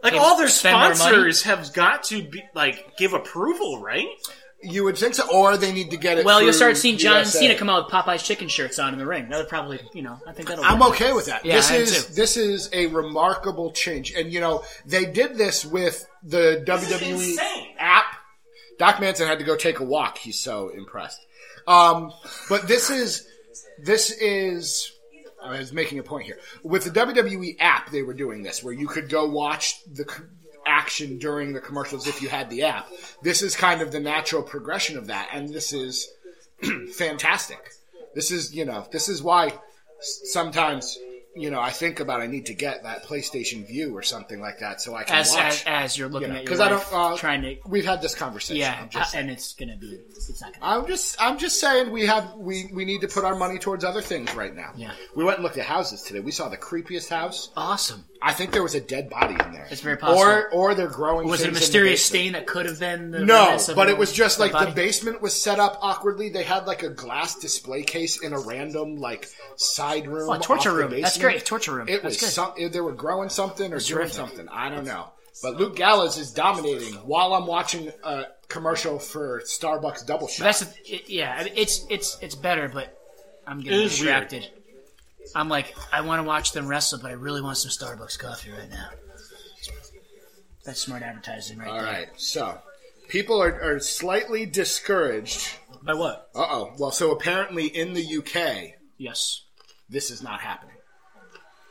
[SPEAKER 3] Like,
[SPEAKER 4] They
[SPEAKER 3] all their
[SPEAKER 4] spend their money?
[SPEAKER 3] sponsors have got to, be, like, give approval, right?
[SPEAKER 2] E. you would think so, or they need to get it.
[SPEAKER 4] well, you'll
[SPEAKER 2] through
[SPEAKER 4] start seeing John
[SPEAKER 2] USA.
[SPEAKER 4] Cena come out with Popeye's chicken shirts on in the ring. That'll probably, you know, I think that'll.
[SPEAKER 2] I'm
[SPEAKER 4] work.
[SPEAKER 2] okay with that.
[SPEAKER 4] Yeah,
[SPEAKER 2] this
[SPEAKER 4] I am
[SPEAKER 2] is
[SPEAKER 4] too.
[SPEAKER 2] this is a remarkable change, and you know they did this with the WWE
[SPEAKER 3] insane.
[SPEAKER 2] app. Doc Manson had to go take a walk. He's so impressed. Um, but this is this is. I was making a point here with the WWE app. They were doing this where you could go watch the c- action during the commercials if you had the app. This is kind of the natural progression of that, and this is fantastic. This is you know this is why sometimes you know I think about I need to get that PlayStation View or something like that so I can
[SPEAKER 4] As, as
[SPEAKER 2] watch
[SPEAKER 4] as you're looking at your
[SPEAKER 2] because I don't uh,
[SPEAKER 4] trying to.
[SPEAKER 2] We've had this conversation.
[SPEAKER 4] Yeah, uh,
[SPEAKER 2] I'm just,
[SPEAKER 4] and it's gonna be. It's not gonna.
[SPEAKER 2] I'm just I'm just saying we have we we need to put our money towards other things right now.
[SPEAKER 4] Yeah.
[SPEAKER 2] we went and looked at houses today. We saw the creepiest house.
[SPEAKER 4] awesome.
[SPEAKER 2] I think there was a dead body in there.
[SPEAKER 4] It's very possible.
[SPEAKER 2] Or or they're growing.
[SPEAKER 4] Was it a
[SPEAKER 2] things in the
[SPEAKER 4] mysterious
[SPEAKER 2] basement.
[SPEAKER 4] stain that could have been? The
[SPEAKER 2] No,
[SPEAKER 4] remnants of
[SPEAKER 2] but
[SPEAKER 4] a-
[SPEAKER 2] it was just like
[SPEAKER 4] body?
[SPEAKER 2] the basement was set up awkwardly. They had like a glass display case in a random like side room,
[SPEAKER 4] Oh, torture
[SPEAKER 2] off the
[SPEAKER 4] room. That's
[SPEAKER 2] basement.
[SPEAKER 4] great, torture room.
[SPEAKER 2] It
[SPEAKER 4] That's
[SPEAKER 2] was
[SPEAKER 4] good.
[SPEAKER 2] some. They were growing something or doing
[SPEAKER 4] terrific.
[SPEAKER 2] something. I don't know. But Luke Gallows is dominating while I'm watching a commercial for Starbucks Double Shot.
[SPEAKER 4] That's the, it, yeah. I mean, It's it's it's better, but I'm getting
[SPEAKER 3] It is
[SPEAKER 4] distracted. I'm like, I want to watch them wrestle, but I really want some Starbucks coffee right now. That's smart advertising, right
[SPEAKER 2] All
[SPEAKER 4] there.
[SPEAKER 2] right, so people are, are slightly discouraged.
[SPEAKER 4] By what?
[SPEAKER 2] Uh oh. Well, so apparently in the UK,
[SPEAKER 4] Yes.
[SPEAKER 2] this is not happening.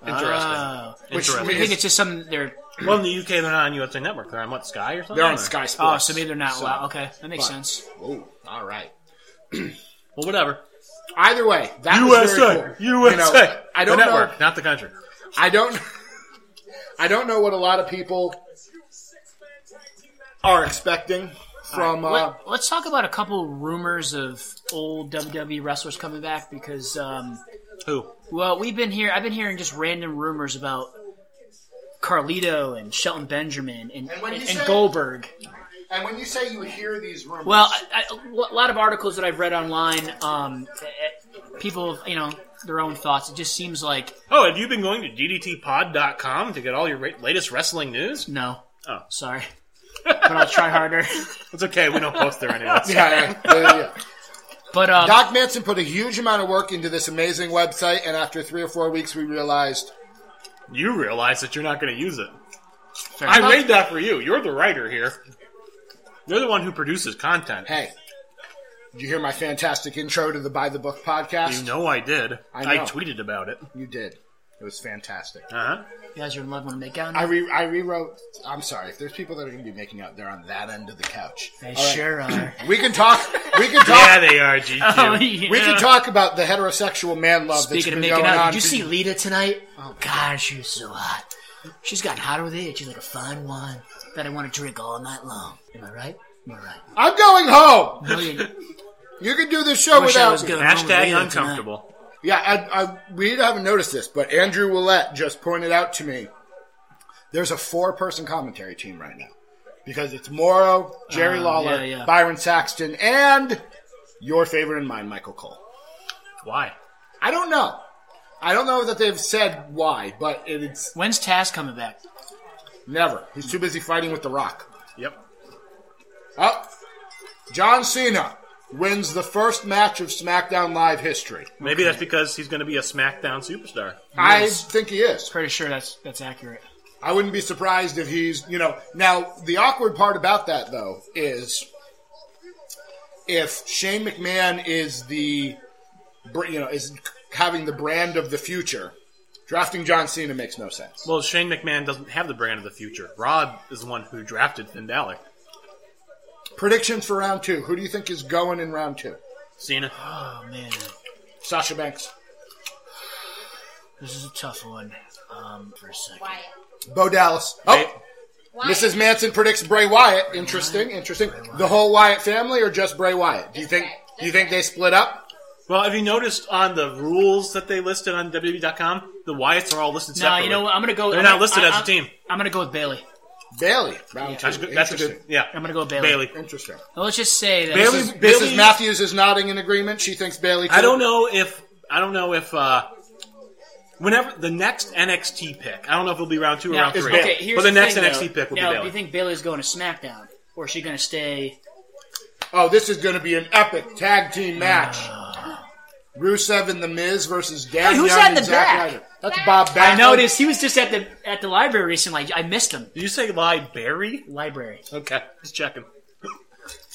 [SPEAKER 4] Oh,
[SPEAKER 2] Which
[SPEAKER 3] Interesting.
[SPEAKER 4] I think it's just some they're.
[SPEAKER 3] Well, in the UK, they're not on USA Network. They're on what, Sky or something?
[SPEAKER 2] they're on
[SPEAKER 3] Or-
[SPEAKER 2] Sky
[SPEAKER 4] Oh,
[SPEAKER 2] Sports.
[SPEAKER 4] so maybe they're not
[SPEAKER 2] So-
[SPEAKER 4] allowed. Okay, that makes
[SPEAKER 2] but-
[SPEAKER 4] sense.
[SPEAKER 2] Oh, all right.
[SPEAKER 3] Well, whatever.
[SPEAKER 2] Either way, that was very
[SPEAKER 3] USA!
[SPEAKER 2] cool. You know,
[SPEAKER 3] USA!
[SPEAKER 2] I don't
[SPEAKER 3] the
[SPEAKER 2] know.
[SPEAKER 3] network, not the country.
[SPEAKER 2] I don't. I don't know what a lot of people are expecting from. Uh,
[SPEAKER 4] Let, us talk about a couple rumors of old WWE wrestlers coming back because, um,
[SPEAKER 3] Who?
[SPEAKER 4] well, we've been here. I've been hearing just random rumors about Carlito and Shelton Benjamin and,
[SPEAKER 2] And when you
[SPEAKER 4] and- and
[SPEAKER 2] say-
[SPEAKER 4] Goldberg.
[SPEAKER 2] and when you say you hear these rumors,
[SPEAKER 4] Well, I, I, a lot of articles that I've read online, um, eh, people, you know, their own thoughts. It just seems like
[SPEAKER 3] Oh, have you been going to DDTpod.com to get all your ra- latest wrestling news?
[SPEAKER 4] no.
[SPEAKER 3] Oh.
[SPEAKER 4] sorry, but I'll try harder.
[SPEAKER 3] It's okay. We don't post there anyway.
[SPEAKER 2] yeah, yeah, yeah, yeah.
[SPEAKER 4] But um,
[SPEAKER 2] Doc Manson put a huge amount of work into this amazing website, and after three or four weeks, we realized
[SPEAKER 3] You realize that you're not going to use it.
[SPEAKER 4] fair
[SPEAKER 3] I
[SPEAKER 4] enough.
[SPEAKER 3] made that for you. You're the writer here. You're the one who produces content.
[SPEAKER 2] Hey, did you hear my fantastic intro to the By the Book podcast?
[SPEAKER 3] You know I did.
[SPEAKER 2] I know.
[SPEAKER 3] tweeted about it.
[SPEAKER 2] You did. It was fantastic.
[SPEAKER 3] Uh-huh.
[SPEAKER 4] You guys are in love when they got
[SPEAKER 2] I
[SPEAKER 4] it.
[SPEAKER 2] re- I rewrote. I'm sorry if there's people that are going to be making out. They're on that end of the couch.
[SPEAKER 4] They
[SPEAKER 2] All right.
[SPEAKER 4] sure are.
[SPEAKER 2] We can talk. We can talk.
[SPEAKER 3] Yeah, they are, GQ.
[SPEAKER 4] Oh, yeah.
[SPEAKER 2] We can talk about the heterosexual man love
[SPEAKER 4] Speaking
[SPEAKER 2] that's been
[SPEAKER 4] of making
[SPEAKER 2] going
[SPEAKER 4] out,
[SPEAKER 2] on.
[SPEAKER 4] did you
[SPEAKER 2] for-
[SPEAKER 4] see Lita tonight? Oh God, she was so hot. She's gotten hotter with age. She's like a fine wine that I want to drink all night long. Am I right? Am I right?
[SPEAKER 2] I'm going home.
[SPEAKER 4] No, you-
[SPEAKER 2] You can do this show
[SPEAKER 4] wish I
[SPEAKER 2] without
[SPEAKER 4] was
[SPEAKER 2] me.
[SPEAKER 4] going home with Lita
[SPEAKER 3] Hashtag
[SPEAKER 4] tonight.
[SPEAKER 3] uncomfortable.
[SPEAKER 2] Yeah, I, I, we haven't noticed this, but Andrew Willette just pointed out to me there's a four person commentary team right now because it's Morrow, Jerry
[SPEAKER 4] Uh,
[SPEAKER 2] Lawler,
[SPEAKER 4] yeah, yeah.
[SPEAKER 2] Byron Saxton, and your favorite and mine, Michael Cole.
[SPEAKER 3] Why?
[SPEAKER 2] I don't know. I don't know that they've said why, but it's
[SPEAKER 4] When's Taz coming back?
[SPEAKER 2] never. He's too busy fighting with The Rock.
[SPEAKER 3] Yep.
[SPEAKER 2] Oh, John Cena wins the first match of SmackDown Live history.
[SPEAKER 3] Maybe that's because he's going to be a SmackDown superstar.
[SPEAKER 2] I think he is.
[SPEAKER 4] Pretty sure that's that's accurate.
[SPEAKER 2] I wouldn't be surprised if he's, you know. Now, the awkward part about that, though, is if Shane McMahon is the, br- you know, is having the brand of the future, drafting John Cena makes no sense.
[SPEAKER 3] Well, Shane McMahon doesn't have the brand of the future. Rod is the one who drafted Finn Balor.
[SPEAKER 2] Predictions for round two. Who do you think is going in round two?
[SPEAKER 3] Cena.
[SPEAKER 4] Oh man,
[SPEAKER 2] Sasha Banks.
[SPEAKER 4] this is a tough one. Um, for a second,
[SPEAKER 5] Wyatt.
[SPEAKER 2] Bo Dallas. Oh,
[SPEAKER 5] Wyatt.
[SPEAKER 2] Mrs. Manson predicts Bray Wyatt. Interesting, interesting. The whole Wyatt family or just Bray Wyatt? Do you think? Do you think they split up?
[SPEAKER 3] Well, have you noticed on the rules that they listed on WWE.com, the Wyatts are all listed
[SPEAKER 4] no,
[SPEAKER 3] separately.
[SPEAKER 4] you know what? I'm gonna go.
[SPEAKER 3] They're
[SPEAKER 4] I'm
[SPEAKER 3] not
[SPEAKER 4] gonna-
[SPEAKER 3] listed
[SPEAKER 4] I-
[SPEAKER 3] as a
[SPEAKER 4] I'm-
[SPEAKER 3] team.
[SPEAKER 4] I'm gonna go with Bailey.
[SPEAKER 2] Bailey, round two.
[SPEAKER 3] That's good. That's a good.
[SPEAKER 2] Interesting.
[SPEAKER 3] Yeah.
[SPEAKER 4] I'm gonna go with Bailey.
[SPEAKER 3] Bailey.
[SPEAKER 2] Interesting.
[SPEAKER 4] Now, let's just say that
[SPEAKER 3] Bailey-
[SPEAKER 2] Mrs.
[SPEAKER 3] Bailey-
[SPEAKER 2] Mrs. Matthews is nodding in agreement. She thinks Bailey.
[SPEAKER 3] I don't know if I don't know if uh, whenever the next NXT pick, I don't know if it'll be round two or
[SPEAKER 4] Now,
[SPEAKER 3] round three.
[SPEAKER 4] okay, here's
[SPEAKER 3] but the, next
[SPEAKER 4] thing,
[SPEAKER 3] NXT
[SPEAKER 4] though.
[SPEAKER 3] pick will
[SPEAKER 4] now,
[SPEAKER 3] be
[SPEAKER 4] do
[SPEAKER 3] Bailey.
[SPEAKER 4] you think Bailey's going to SmackDown, or is she gonna stay?
[SPEAKER 2] Oh, this is going to be an epic tag team match. Rusev and The Miz versus Dan
[SPEAKER 4] Hey, who's
[SPEAKER 2] Young
[SPEAKER 4] that
[SPEAKER 2] and
[SPEAKER 4] in the
[SPEAKER 2] Zack
[SPEAKER 4] back?
[SPEAKER 2] Ryder. That's Bob Backlund.
[SPEAKER 4] I noticed he was just at the at the library recently. I missed him.
[SPEAKER 3] Did you say Lie Barry?
[SPEAKER 4] Library,
[SPEAKER 3] Okay, just checking.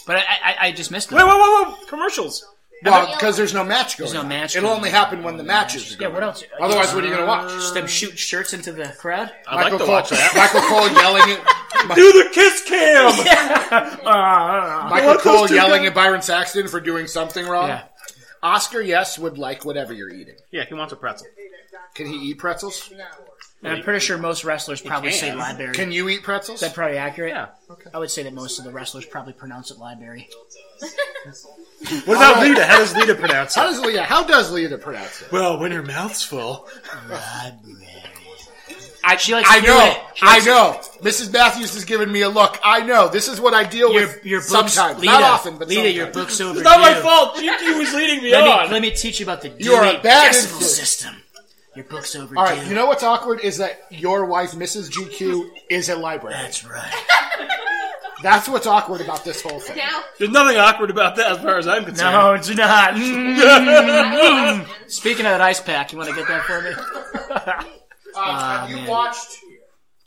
[SPEAKER 4] but I I, I just missed him.
[SPEAKER 3] Wait, wait, wait, wait! Commercials.
[SPEAKER 2] Well, because there's no match going
[SPEAKER 4] There's no
[SPEAKER 2] on.
[SPEAKER 4] match
[SPEAKER 2] It'll
[SPEAKER 4] going
[SPEAKER 2] only
[SPEAKER 4] on.
[SPEAKER 2] happen when the matches are
[SPEAKER 4] yeah,
[SPEAKER 2] going
[SPEAKER 4] what
[SPEAKER 2] on.
[SPEAKER 4] else?
[SPEAKER 2] Otherwise, what are you going to watch?
[SPEAKER 4] Just them shoot shirts into the crowd.
[SPEAKER 3] I'd
[SPEAKER 2] Michael
[SPEAKER 3] like to
[SPEAKER 2] Cole,
[SPEAKER 3] watch that.
[SPEAKER 2] Michael Cole yelling at... Mi-
[SPEAKER 3] Do the kiss cam. Uh,
[SPEAKER 2] Michael
[SPEAKER 3] want those
[SPEAKER 2] Cole
[SPEAKER 3] two
[SPEAKER 2] yelling
[SPEAKER 3] guys-
[SPEAKER 2] at Byron Saxton for doing something wrong.
[SPEAKER 4] Yeah.
[SPEAKER 2] Oscar, yes, would like whatever you're eating.
[SPEAKER 3] yeah, he wants a pretzel.
[SPEAKER 2] Can he eat pretzels?
[SPEAKER 4] And I'm pretty sure most wrestlers probably
[SPEAKER 3] can.
[SPEAKER 4] say library.
[SPEAKER 2] Can you eat pretzels?
[SPEAKER 4] Is that probably accurate?
[SPEAKER 3] Yeah.
[SPEAKER 4] I would say that most of the wrestlers probably pronounce it library.
[SPEAKER 3] What about Lita? How does Lita pronounce
[SPEAKER 2] How
[SPEAKER 3] it?
[SPEAKER 2] does Leah? How does Leah pronounce it?
[SPEAKER 3] Well, when her mouth's full.
[SPEAKER 4] Library. I, she likes
[SPEAKER 2] I
[SPEAKER 4] to do
[SPEAKER 2] know.
[SPEAKER 4] it. She
[SPEAKER 2] I
[SPEAKER 4] likes-
[SPEAKER 2] know. Mrs. Matthews has given me a look. I know. This is what I deal
[SPEAKER 4] Your,
[SPEAKER 2] with
[SPEAKER 4] your books,
[SPEAKER 2] sometimes.
[SPEAKER 4] Lita,
[SPEAKER 2] Not often, but
[SPEAKER 4] Lita,
[SPEAKER 2] sometimes.
[SPEAKER 4] your book's over.
[SPEAKER 3] Not my fault. GQ was leading me
[SPEAKER 4] Let me,
[SPEAKER 3] on.
[SPEAKER 4] let me teach you about the
[SPEAKER 2] You are a
[SPEAKER 4] Dewey
[SPEAKER 2] bad
[SPEAKER 4] Decimal
[SPEAKER 2] influence.
[SPEAKER 4] System. Your book's overdue.
[SPEAKER 2] All right. You know what's awkward is that your wife, Mrs. GQ, is a librarian.
[SPEAKER 4] That's right.
[SPEAKER 2] That's what's awkward about this whole thing.
[SPEAKER 5] Now,
[SPEAKER 3] There's nothing awkward about that, as far as I'm concerned.
[SPEAKER 4] No, it's not. Mm.
[SPEAKER 5] Wyatt.
[SPEAKER 4] Speaking of that ice pack, you want to get that for me? Oh,
[SPEAKER 2] have Uh, you watched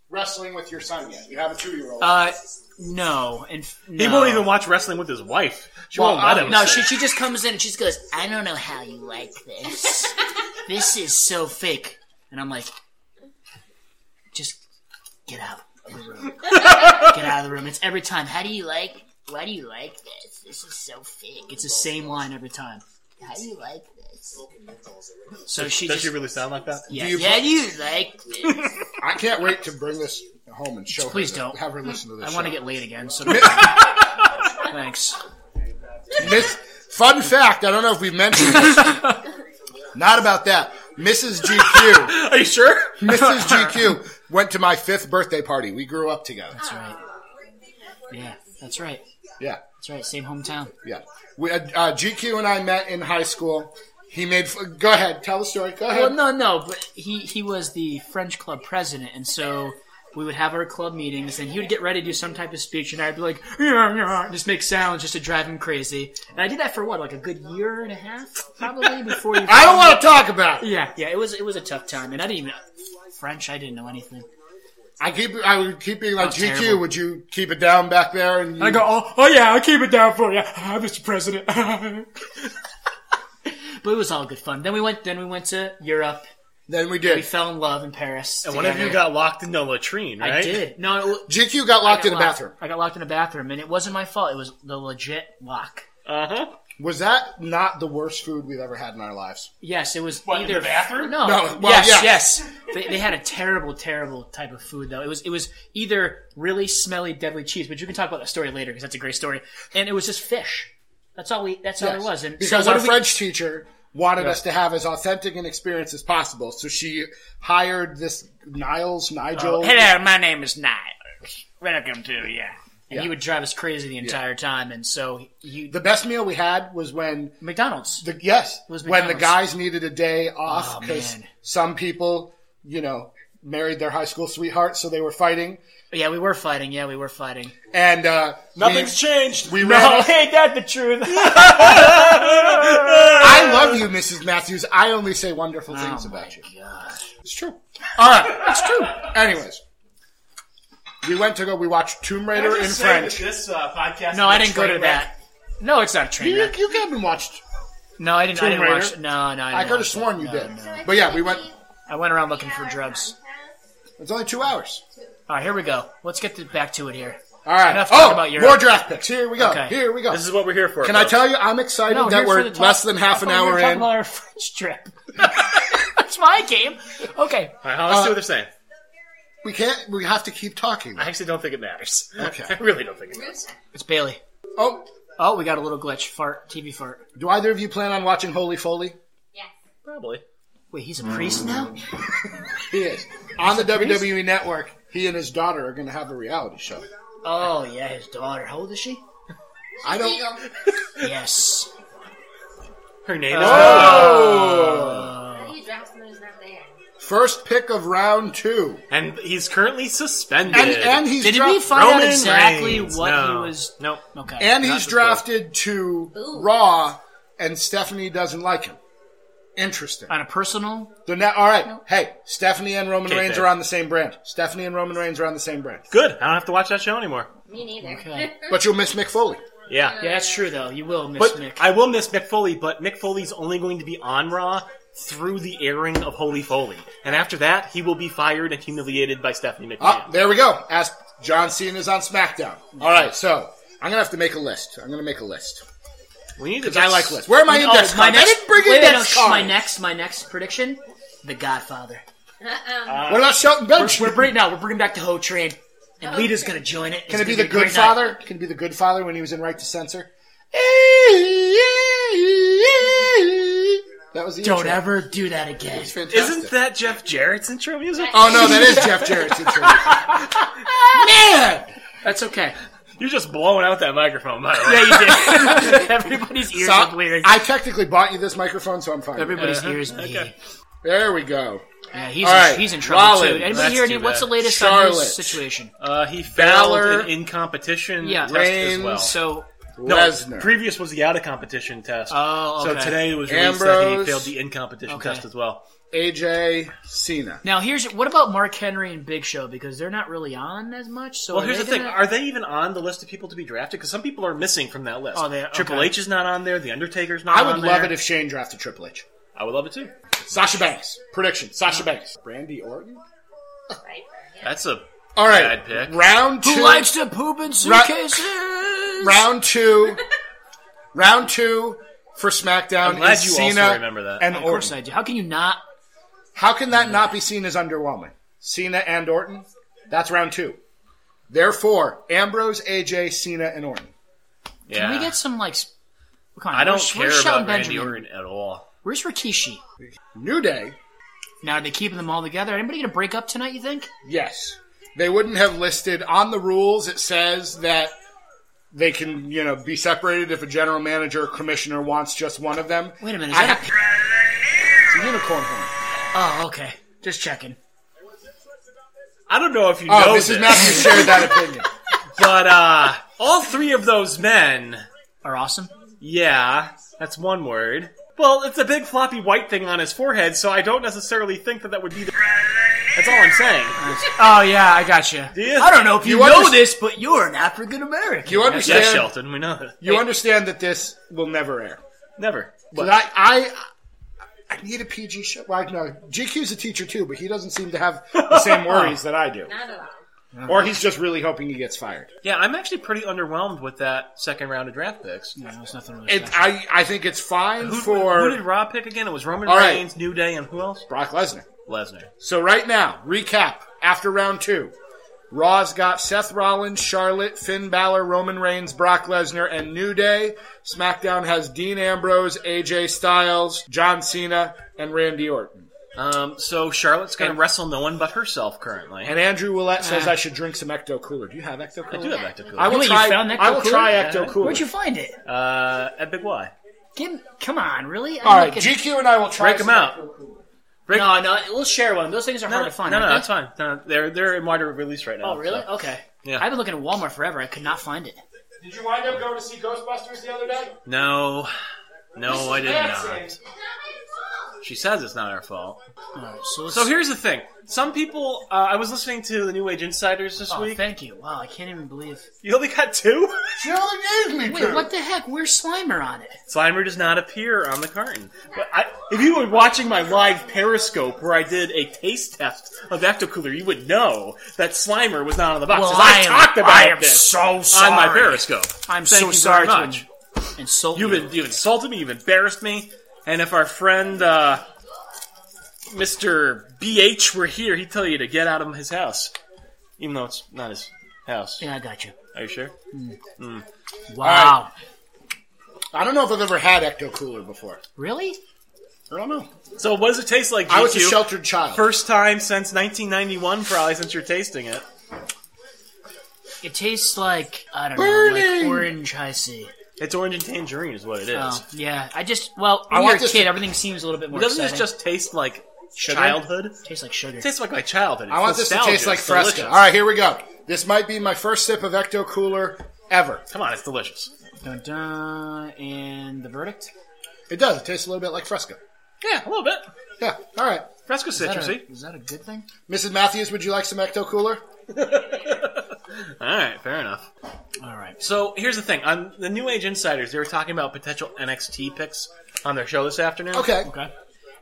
[SPEAKER 2] Wrestling with your son yet? You have a two-year-old.
[SPEAKER 4] Uh, no. And f-
[SPEAKER 3] He
[SPEAKER 4] no. uh,
[SPEAKER 3] won't even watch wrestling with his wife. She
[SPEAKER 2] Well,
[SPEAKER 3] won't let
[SPEAKER 2] I'm-
[SPEAKER 3] him.
[SPEAKER 4] No, she, she just comes in and she just goes, I don't know how you like this. this is so fake. And I'm like, just get out of the room. get out of the room. It's every time. How do you like, why do you like this? This is so fake. It's the same line every time. How do you like this? So she
[SPEAKER 3] Does
[SPEAKER 4] just,
[SPEAKER 3] she really sound like that?
[SPEAKER 4] yeah,
[SPEAKER 2] Do you-
[SPEAKER 4] yeah, do you like this?
[SPEAKER 2] I can't wait to bring this home and show.
[SPEAKER 4] Please
[SPEAKER 2] her
[SPEAKER 4] don't.
[SPEAKER 2] have her listen to this.
[SPEAKER 4] I want to
[SPEAKER 2] show.
[SPEAKER 4] get laid again, so thanks.
[SPEAKER 2] Miss, fun fact. I don't know if we mentioned this. Not about that. Mrs. GQ.
[SPEAKER 3] Are you sure?
[SPEAKER 2] Mrs. GQ went to my fifth birthday party. We grew up together.
[SPEAKER 4] That's right. Yeah, that's right.
[SPEAKER 2] Yeah,
[SPEAKER 4] That's right. Same hometown.
[SPEAKER 2] yeah. We, uh, uh, GQ and I met in high school. He made. f- Go ahead, tell the story. Go
[SPEAKER 4] Well,
[SPEAKER 2] ahead.
[SPEAKER 4] no, no, but he he was the French club president, and so we would have our club meetings, and he would get ready to do some type of speech, and I'd be like, yeah, yeah, and just make sounds just to drive him crazy. And I did that for what, like a good year and a half, probably before you.
[SPEAKER 2] I don't want to talk about it.
[SPEAKER 4] Yeah, yeah, it was it was a tough time, and I didn't even French. I didn't know anything.
[SPEAKER 2] I keep. I would keep being like
[SPEAKER 4] That was
[SPEAKER 2] GQ.
[SPEAKER 4] Oh, terrible.
[SPEAKER 2] Would you keep it down back there? And you,
[SPEAKER 4] I go, oh, oh yeah, I'll keep it down for you, Mr. President. but it was all good fun. Then we went. Then we went to Europe.
[SPEAKER 2] Then we
[SPEAKER 4] We
[SPEAKER 2] did.
[SPEAKER 4] fell in love in Paris.
[SPEAKER 3] And one of you
[SPEAKER 4] together.
[SPEAKER 3] got locked in the latrine, right?
[SPEAKER 4] I did. No, it, w-
[SPEAKER 2] GQ got locked
[SPEAKER 4] I got
[SPEAKER 2] in a
[SPEAKER 4] locked-
[SPEAKER 2] bathroom.
[SPEAKER 4] I got locked in a bathroom, and it wasn't my fault. It was the legit lock.
[SPEAKER 3] Uh huh.
[SPEAKER 2] Was that not the worst food we've ever had in our lives?
[SPEAKER 4] Yes, it was
[SPEAKER 5] What, in
[SPEAKER 4] either
[SPEAKER 5] the bathroom?
[SPEAKER 4] No,
[SPEAKER 2] No, well,
[SPEAKER 4] yes,
[SPEAKER 2] yeah.
[SPEAKER 4] yes. They, they had a terrible, terrible type of food though. It was it was either really smelly, deadly cheese, but you can talk about that story later because that's a great story. And it was just fish. That's all we. That's all it
[SPEAKER 2] Yes.
[SPEAKER 4] was. And
[SPEAKER 2] because
[SPEAKER 4] so what
[SPEAKER 2] our
[SPEAKER 4] do we-
[SPEAKER 2] French teacher wanted us to have as authentic an experience as possible, so she hired this Niles Nigel.
[SPEAKER 4] Hello, my name is Niles.
[SPEAKER 5] Welcome to, yeah.
[SPEAKER 4] And he would drive us crazy the entire time, and so he,
[SPEAKER 2] the best meal we had was when
[SPEAKER 4] McDonald's.
[SPEAKER 2] the yes
[SPEAKER 4] was
[SPEAKER 2] when the
[SPEAKER 4] McDonald's.
[SPEAKER 2] guys needed a day off
[SPEAKER 4] Oh,
[SPEAKER 2] because
[SPEAKER 4] man.
[SPEAKER 2] some people, you know, married their high school sweetheart, so they were fighting.
[SPEAKER 4] yeah, we were fighting. Yeah, we were fighting.
[SPEAKER 2] And uh,
[SPEAKER 5] Nothing's changed.
[SPEAKER 2] We, we ran.
[SPEAKER 4] ain't that the truth?
[SPEAKER 2] I love you, Mrs. Matthews. I only say
[SPEAKER 4] Oh,
[SPEAKER 2] wonderful things about you. It's true.
[SPEAKER 4] all right, it's true.
[SPEAKER 2] Anyways, we went to go. We watched Tomb Raider in French.
[SPEAKER 5] This uh, podcast.
[SPEAKER 4] No, I didn't go to that. No, it's not a train
[SPEAKER 2] You,
[SPEAKER 4] wreck.
[SPEAKER 2] you haven't watched.
[SPEAKER 4] No, I didn't. I didn't
[SPEAKER 2] Tomb Raider?
[SPEAKER 4] watch. No, no, I, didn't
[SPEAKER 2] I could have
[SPEAKER 4] watch that.
[SPEAKER 2] sworn you
[SPEAKER 4] No,
[SPEAKER 2] did.
[SPEAKER 4] no.
[SPEAKER 2] But yeah, we went.
[SPEAKER 4] I went around looking for drugs.
[SPEAKER 2] It's only two hours.
[SPEAKER 4] All right, here we go. Let's get to, back to it here.
[SPEAKER 2] All right.
[SPEAKER 4] Enough
[SPEAKER 2] oh,
[SPEAKER 4] talk about Europe.
[SPEAKER 2] more draft picks. Here we go.
[SPEAKER 4] Okay.
[SPEAKER 2] Here we go.
[SPEAKER 3] This is what we're here for.
[SPEAKER 2] Can I
[SPEAKER 3] folks.
[SPEAKER 2] tell you? I'm excited that
[SPEAKER 4] here for
[SPEAKER 2] we're
[SPEAKER 4] the talk-
[SPEAKER 2] less than half
[SPEAKER 4] I
[SPEAKER 2] an
[SPEAKER 4] thought we
[SPEAKER 2] hour
[SPEAKER 4] were Talking
[SPEAKER 2] in.
[SPEAKER 4] about our French trip. That's my game. Okay.
[SPEAKER 3] All right, let's see what they're saying.
[SPEAKER 2] We can't. We have to keep talking.
[SPEAKER 3] I actually don't think it matters.
[SPEAKER 2] Okay.
[SPEAKER 3] I really don't think it matters.
[SPEAKER 4] It's Bailey.
[SPEAKER 2] Oh,
[SPEAKER 4] Oh, we got a little glitch. Fart. TV fart.
[SPEAKER 2] do either of you plan on watching Holy Foley?
[SPEAKER 3] Probably.
[SPEAKER 4] Wait, he's a priest now?
[SPEAKER 2] He is on the WWE Network. He and his daughter are going to have a reality show.
[SPEAKER 4] Oh, yeah, his daughter. How old is she?
[SPEAKER 2] I don't.
[SPEAKER 4] Yes.
[SPEAKER 3] Her name
[SPEAKER 2] First pick of round two,
[SPEAKER 3] is. And he's currently suspended.
[SPEAKER 2] and and he's
[SPEAKER 4] Did
[SPEAKER 2] dra-
[SPEAKER 4] we find
[SPEAKER 3] Roman
[SPEAKER 4] out exactly
[SPEAKER 3] Reigns.
[SPEAKER 4] what
[SPEAKER 3] no.
[SPEAKER 4] he was?
[SPEAKER 3] No.
[SPEAKER 4] Okay.
[SPEAKER 2] and
[SPEAKER 3] Not
[SPEAKER 2] he's
[SPEAKER 3] before.
[SPEAKER 2] drafted to Raw, and Stephanie doesn't like him. Interesting.
[SPEAKER 4] On a personal?
[SPEAKER 2] They're not all right. Hey, Stephanie and Roman
[SPEAKER 3] Kayfabe.
[SPEAKER 2] Reigns are on the same brand. Stephanie and Roman Reigns are on the same brand.
[SPEAKER 3] Good. I don't have to watch that show anymore.
[SPEAKER 6] Me neither.
[SPEAKER 4] Okay.
[SPEAKER 2] But you'll miss Mick Foley.
[SPEAKER 3] Yeah.
[SPEAKER 4] Yeah, that's true, though. You will miss
[SPEAKER 3] But
[SPEAKER 4] Mick.
[SPEAKER 3] I will miss Mick Foley, but Mick Foley's only going to be on Raw through the airing of Holy Foley. And after that, he will be fired and humiliated by Stephanie
[SPEAKER 2] Ah,
[SPEAKER 3] McMahon.
[SPEAKER 2] there we go. Ask John Cena's on SmackDown. All right, so I'm gonna have to make a list. I'm gonna make a list
[SPEAKER 3] we need to
[SPEAKER 2] because I like lists. Where are my index cards? I didn't bring
[SPEAKER 4] Oh, wait, no,
[SPEAKER 2] index
[SPEAKER 4] sh-
[SPEAKER 2] cards.
[SPEAKER 4] my next, my next prediction: The Godfather.
[SPEAKER 2] What about Shelton Benjamin?
[SPEAKER 4] We're bringing no, we're bringing back the whole train, and Lita's gonna join it.
[SPEAKER 2] Can it be the good father? Can it be the good father when he was in Right to Censor? That was the
[SPEAKER 4] Don't
[SPEAKER 2] intro.
[SPEAKER 4] ever do that again.
[SPEAKER 2] It's fantastic.
[SPEAKER 3] Isn't that Jeff Jarrett's intro music?
[SPEAKER 2] Oh no, that is Jeff Jarrett's intro. Man,
[SPEAKER 4] That's okay.
[SPEAKER 3] You're just blowing out that microphone, by the way.
[SPEAKER 4] Yeah, you did. Everybody's ears
[SPEAKER 2] So,
[SPEAKER 4] are bleeding.
[SPEAKER 2] I technically bought you this microphone, so I'm fine.
[SPEAKER 4] Everybody's ears bleeding.
[SPEAKER 2] There we go.
[SPEAKER 4] Yeah, he's
[SPEAKER 2] All right,
[SPEAKER 4] in, he's in trouble
[SPEAKER 2] Rollins.
[SPEAKER 4] too. Anybody
[SPEAKER 3] That's
[SPEAKER 4] hear
[SPEAKER 3] too
[SPEAKER 4] any? What's
[SPEAKER 3] bad.
[SPEAKER 4] the latest on
[SPEAKER 2] Charlotte.
[SPEAKER 4] his situation?
[SPEAKER 3] Uh, he
[SPEAKER 2] Balor.
[SPEAKER 3] failed an in competition
[SPEAKER 4] Yeah.
[SPEAKER 3] test as well.
[SPEAKER 4] So
[SPEAKER 3] no,
[SPEAKER 2] Lesnar.
[SPEAKER 3] previous was the out of competition test.
[SPEAKER 4] Oh, okay.
[SPEAKER 3] So today it was released that he
[SPEAKER 2] Ambrose.
[SPEAKER 3] failed the in competition
[SPEAKER 4] Okay.
[SPEAKER 3] test as well.
[SPEAKER 2] AJ Cena.
[SPEAKER 4] now here's what about Mark Henry and Big Show because they're not really on as much. So
[SPEAKER 3] Well,
[SPEAKER 4] are
[SPEAKER 3] here's
[SPEAKER 4] they
[SPEAKER 3] the thing:
[SPEAKER 4] gonna-
[SPEAKER 3] are they even on the list of people to be drafted? Because some people are missing from that list.
[SPEAKER 4] Oh, they-
[SPEAKER 3] Triple
[SPEAKER 4] okay.
[SPEAKER 3] H is not on there. The Undertaker's not.
[SPEAKER 2] I would
[SPEAKER 4] Oh,
[SPEAKER 3] on
[SPEAKER 2] love
[SPEAKER 3] there.
[SPEAKER 2] it if Shane drafted Triple H.
[SPEAKER 3] I would love it too.
[SPEAKER 2] Sasha Banks. Prediction. Sasha Banks. Randy Orton.
[SPEAKER 3] That's a
[SPEAKER 2] All
[SPEAKER 3] Bad
[SPEAKER 2] right.
[SPEAKER 3] pick.
[SPEAKER 2] Round two.
[SPEAKER 4] who likes to poop in suitcases?
[SPEAKER 2] round two. round two for SmackDown.
[SPEAKER 3] I'm glad
[SPEAKER 2] is
[SPEAKER 3] you also
[SPEAKER 2] Cena
[SPEAKER 3] remember that.
[SPEAKER 2] And
[SPEAKER 4] Of
[SPEAKER 2] Orton.
[SPEAKER 4] course I do. How can you not?
[SPEAKER 2] How can that not be seen as underwhelming? Cena and Orton. That's round two. Therefore, Ambrose, AJ, Cena, and Orton.
[SPEAKER 3] yeah.
[SPEAKER 4] Can we get some like? s- Come on,
[SPEAKER 3] I don't
[SPEAKER 4] where's-
[SPEAKER 3] care
[SPEAKER 4] where's Shelton
[SPEAKER 3] about Randy
[SPEAKER 4] Benjamin?
[SPEAKER 3] Orton at all.
[SPEAKER 4] Where's Rikishi?
[SPEAKER 2] New Day.
[SPEAKER 4] Now are they keeping them all together? Anybody gonna break up tonight? You think?
[SPEAKER 2] Yes. They wouldn't have listed on the rules it says that they can, you know, be separated if a general manager or commissioner wants just one of them.
[SPEAKER 4] Wait a minute. Is
[SPEAKER 2] I
[SPEAKER 4] that
[SPEAKER 2] have
[SPEAKER 4] a
[SPEAKER 2] it's a unicorn horn.
[SPEAKER 4] Oh, okay. Just checking.
[SPEAKER 3] I don't know if you
[SPEAKER 2] Oh,
[SPEAKER 3] know
[SPEAKER 2] Mrs. Matthews shared that opinion.
[SPEAKER 3] but uh, all three of those men.
[SPEAKER 4] Are awesome.
[SPEAKER 3] Yeah, that's one word. Well, it's a big floppy white thing on his forehead, so I don't necessarily think that that would be the. That's all I'm saying.
[SPEAKER 4] Oh yeah, I got you.
[SPEAKER 3] Yeah.
[SPEAKER 4] I don't know if you,
[SPEAKER 2] You
[SPEAKER 4] know
[SPEAKER 2] underst-
[SPEAKER 4] this, but you're an African American.
[SPEAKER 2] You
[SPEAKER 3] Yeah,
[SPEAKER 2] understand?
[SPEAKER 3] Shelton, we know that.
[SPEAKER 2] you understand that this will never air.
[SPEAKER 3] Never.
[SPEAKER 2] But I, I, I need a PG show. Well, no, GQ's a teacher too, but he doesn't seem to have the same worries that I do.
[SPEAKER 6] Not at all.
[SPEAKER 2] Or he's just really hoping he gets fired.
[SPEAKER 3] Yeah, I'm actually pretty underwhelmed with that second round of draft picks.
[SPEAKER 4] There's nothing really.
[SPEAKER 2] It, I, I think it's fine
[SPEAKER 3] Who,
[SPEAKER 2] for
[SPEAKER 3] who did Rob pick again? It was Roman
[SPEAKER 2] All right.
[SPEAKER 3] Reigns, New Day, and who else?
[SPEAKER 2] Brock Lesnar.
[SPEAKER 3] Lesnar.
[SPEAKER 2] So right now, recap after round two. Raw's got Seth Rollins, Charlotte, Finn Balor, Roman Reigns, Brock Lesnar, and New Day. SmackDown has Dean Ambrose, AJ Styles, John Cena, and Randy Orton.
[SPEAKER 3] Um, so Charlotte's going
[SPEAKER 2] And-
[SPEAKER 3] to wrestle no one but herself currently.
[SPEAKER 2] And Andrew Willette says I should drink some Ecto Cooler. Do you have Ecto
[SPEAKER 3] I
[SPEAKER 2] Cooler?
[SPEAKER 3] do have that to cool.
[SPEAKER 2] I will
[SPEAKER 4] Ah. Wait, you
[SPEAKER 2] try.
[SPEAKER 4] found Ecto
[SPEAKER 2] I will
[SPEAKER 4] Cooler?
[SPEAKER 2] try
[SPEAKER 3] Yeah.
[SPEAKER 2] Ecto Cooler.
[SPEAKER 4] Where'd you find it?
[SPEAKER 3] Uh, at Big Y.
[SPEAKER 4] Give, come on, really? I'm
[SPEAKER 2] All right,
[SPEAKER 4] looking-
[SPEAKER 2] GQ and I will try.
[SPEAKER 3] Break them
[SPEAKER 2] some-
[SPEAKER 3] out.
[SPEAKER 4] No, no, we'll share one. Those things are
[SPEAKER 3] No,
[SPEAKER 4] hard
[SPEAKER 3] no,
[SPEAKER 4] to find.
[SPEAKER 3] no,
[SPEAKER 4] aren't
[SPEAKER 3] that's
[SPEAKER 4] they?
[SPEAKER 3] fine. No, no, they're they're in wider release right now.
[SPEAKER 4] Oh, really?
[SPEAKER 3] so.
[SPEAKER 4] Okay.
[SPEAKER 3] Yeah.
[SPEAKER 4] I've been looking at Walmart forever. I could not find it.
[SPEAKER 2] Did you wind up going to see Ghostbusters the other day?
[SPEAKER 3] No, no, I did not.
[SPEAKER 2] Nancy.
[SPEAKER 6] It's not my fault.
[SPEAKER 3] She says it's not our fault.
[SPEAKER 4] All right, so let's.
[SPEAKER 3] So here's the thing: some people. Uh, I was listening to the New Age Insiders this
[SPEAKER 4] Oh,
[SPEAKER 3] week.
[SPEAKER 4] thank you. Wow, I can't even believe.
[SPEAKER 3] you only got two.
[SPEAKER 2] She only gave me
[SPEAKER 4] Wait,
[SPEAKER 2] two.
[SPEAKER 4] what the heck? Where's Slimer on it?
[SPEAKER 3] Slimer does not appear on the carton. But I, if you were watching my live Periscope where I did a taste test of Ectocooler, you would know that Slimer was not on the box. 'cause I, talked about
[SPEAKER 4] I am
[SPEAKER 3] this
[SPEAKER 4] so
[SPEAKER 3] on
[SPEAKER 4] sorry.
[SPEAKER 3] my Periscope.
[SPEAKER 4] I'm
[SPEAKER 3] Thank
[SPEAKER 4] so
[SPEAKER 3] you
[SPEAKER 4] sorry
[SPEAKER 3] very
[SPEAKER 4] to
[SPEAKER 3] much.
[SPEAKER 4] Insult
[SPEAKER 3] You've,
[SPEAKER 4] you.
[SPEAKER 3] been, you've insulted me. You've embarrassed me. And if our friend uh, Mr. BH were here, he'd tell you to get out of his house, even though it's not his house.
[SPEAKER 4] Yeah, I got you.
[SPEAKER 3] Are you sure?
[SPEAKER 4] Wow.
[SPEAKER 2] I don't know if I've ever had Ecto Cooler before.
[SPEAKER 4] Really?
[SPEAKER 2] I don't know.
[SPEAKER 3] So, what does it taste like?
[SPEAKER 2] I was a
[SPEAKER 3] GQ?
[SPEAKER 2] sheltered child.
[SPEAKER 3] First time since 1991, probably since you're tasting it.
[SPEAKER 4] It tastes like I don't know, like
[SPEAKER 2] Burning!
[SPEAKER 4] orange. I see.
[SPEAKER 3] It's orange and tangerine, is what it is.
[SPEAKER 4] Oh, yeah. I just well,
[SPEAKER 2] I
[SPEAKER 4] when
[SPEAKER 2] want
[SPEAKER 4] you're a
[SPEAKER 2] this
[SPEAKER 4] kid,
[SPEAKER 2] to-
[SPEAKER 4] everything seems a little bit more.
[SPEAKER 3] Doesn't this
[SPEAKER 4] exciting.
[SPEAKER 3] just taste like
[SPEAKER 2] Sugar?
[SPEAKER 3] childhood? It
[SPEAKER 4] tastes like sugar?
[SPEAKER 3] tastes like my childhood. It's
[SPEAKER 2] I want this to
[SPEAKER 3] nostalgia.
[SPEAKER 2] taste like
[SPEAKER 3] It's
[SPEAKER 2] Fresca.
[SPEAKER 3] delicious.
[SPEAKER 2] All right, here we go. This might be my first sip of Ecto Cooler ever.
[SPEAKER 3] Come on, it's delicious.
[SPEAKER 4] Dun, dun, and the verdict.
[SPEAKER 2] It does. It tastes a little bit like Fresca.
[SPEAKER 3] Yeah, a little bit.
[SPEAKER 2] Yeah. All right.
[SPEAKER 3] Fresco
[SPEAKER 4] Is that,
[SPEAKER 3] citrusy.
[SPEAKER 4] a, is that a good thing?
[SPEAKER 2] Mrs. Matthews, would you like some Ecto Cooler?
[SPEAKER 3] All right, fair enough.
[SPEAKER 4] All right.
[SPEAKER 3] So here's the thing: on the New Age Insiders, they were talking about potential NXT picks on their show this afternoon.
[SPEAKER 2] Okay.
[SPEAKER 4] Okay.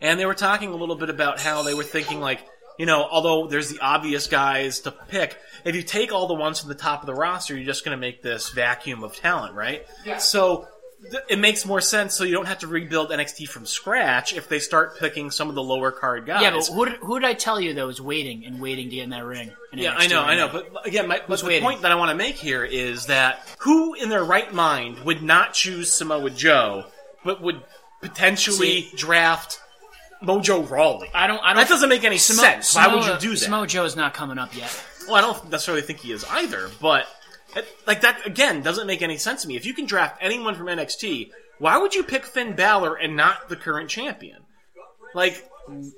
[SPEAKER 3] and they were talking a little bit about how they were thinking like you know although there's the obvious guys to pick if you take all the ones from the top of the roster you're just going to make this vacuum of talent right yeah. so th- it makes more sense so you don't have to rebuild nxt from scratch if they start picking some of the lower card guys
[SPEAKER 4] Yeah, but who did, who did I tell you that was waiting and waiting to get in that ring? in
[SPEAKER 3] yeah,
[SPEAKER 4] NXT
[SPEAKER 3] I know,
[SPEAKER 4] right
[SPEAKER 3] I know.
[SPEAKER 4] now?
[SPEAKER 3] But again, my, but the
[SPEAKER 4] waiting?
[SPEAKER 3] point that I want to make here is that who in their right mind would not choose Samoa Joe, but would potentially
[SPEAKER 4] See-
[SPEAKER 3] draft Mojo Rawley?
[SPEAKER 4] I don't. I don't.
[SPEAKER 3] That doesn't make any
[SPEAKER 4] Samo-
[SPEAKER 3] sense. Why would you
[SPEAKER 4] Samoa-
[SPEAKER 3] do that?
[SPEAKER 4] Samoa Joe is not coming up yet.
[SPEAKER 3] Well, I don't necessarily think he is either, but it, like that again doesn't make any sense to me. If you can draft anyone from NXT, why would you pick Finn Balor and not the current champion? Like,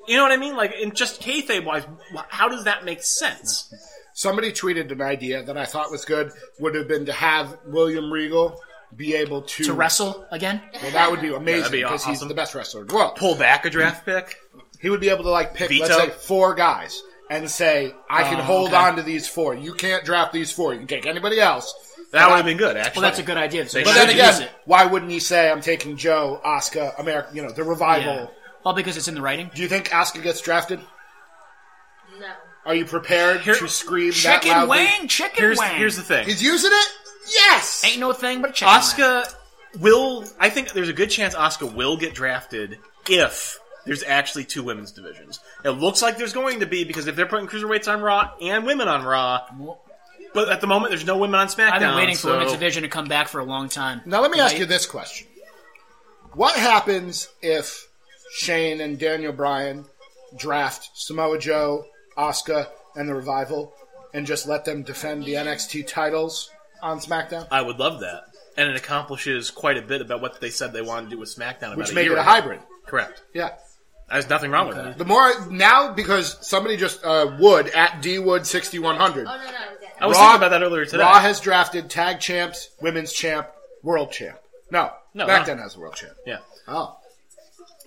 [SPEAKER 3] you know what I mean? Like, in just kayfabe wise, wh- how does that make sense?
[SPEAKER 2] Somebody tweeted an idea that I thought was good. Would have been to have William Regal be able to,
[SPEAKER 4] To wrestle again?
[SPEAKER 2] Well, that would be amazing
[SPEAKER 3] that'd be
[SPEAKER 2] because he's
[SPEAKER 3] awesome.
[SPEAKER 2] the best wrestler in the world.
[SPEAKER 3] Pull back a draft pick.
[SPEAKER 2] He would be able to like pick, let's
[SPEAKER 3] Veto?
[SPEAKER 2] say, four guys and say, "I can
[SPEAKER 4] Oh,
[SPEAKER 2] hold
[SPEAKER 4] okay.
[SPEAKER 2] on to these four. You can't draft these four. You can take anybody else."
[SPEAKER 3] That would have been good, actually.
[SPEAKER 4] Well, that's a good idea. So
[SPEAKER 2] But
[SPEAKER 4] why
[SPEAKER 2] then
[SPEAKER 4] would you use
[SPEAKER 2] again,
[SPEAKER 4] it?
[SPEAKER 2] why wouldn't he say, "I'm taking Joe, Asuka, America"? You know, the revival.
[SPEAKER 4] yeah. Well, because it's in the writing.
[SPEAKER 2] Do you think Asuka gets drafted?
[SPEAKER 6] No.
[SPEAKER 2] Are you prepared
[SPEAKER 3] Here-
[SPEAKER 2] to scream that loudly?
[SPEAKER 4] chicken
[SPEAKER 3] here's here's the thing.
[SPEAKER 2] He's using it. Yes.
[SPEAKER 4] Ain't no thing but a chicken wing.
[SPEAKER 3] Oscar will. I think there's a good chance Oscar will get drafted if there's actually two women's divisions. It looks like there's going to be because if they're putting cruiserweights on Raw and women on Raw, but at the moment there's no women on SmackDown.
[SPEAKER 4] I've been waiting for
[SPEAKER 3] so-
[SPEAKER 4] women's division to come back for a long time.
[SPEAKER 2] Now let me ask you this question: What happens if Shane and Daniel Bryan draft Samoa Joe, Asuka, and the Revival, and just let them defend the NXT titles on SmackDown,
[SPEAKER 3] I would love that, and it accomplishes quite a bit about what they said they wanted to do with SmackDown. About
[SPEAKER 2] which
[SPEAKER 3] a
[SPEAKER 2] make
[SPEAKER 3] year
[SPEAKER 2] it a
[SPEAKER 3] ago.
[SPEAKER 2] hybrid?
[SPEAKER 3] Correct.
[SPEAKER 2] Yeah.
[SPEAKER 3] There's nothing wrong with that.
[SPEAKER 2] The more I- now because somebody just uh, Wood at D Wood sixty one hundred.
[SPEAKER 6] Oh, no, no, I was at
[SPEAKER 3] I was
[SPEAKER 2] Raw-
[SPEAKER 3] thinking about that earlier today.
[SPEAKER 2] Raw has drafted tag champs, women's champ, world champ. No,
[SPEAKER 3] No,
[SPEAKER 2] SmackDown
[SPEAKER 3] no.
[SPEAKER 2] has a world champ.
[SPEAKER 3] yeah.
[SPEAKER 2] Oh,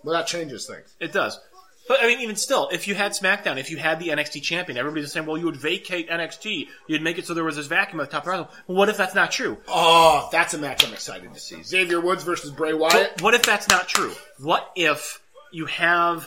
[SPEAKER 2] well that changes things.
[SPEAKER 3] It does. But I mean, even still, if you had SmackDown, if you had the NXT champion, everybody's saying, "Well, you would vacate NXT, you'd make it so there was this vacuum at the top of the roster." Well, what if that's not true?
[SPEAKER 2] Oh, that's a match I'm excited to see. Xavier Woods versus Bray Wyatt.
[SPEAKER 3] What if that's not true? What if you have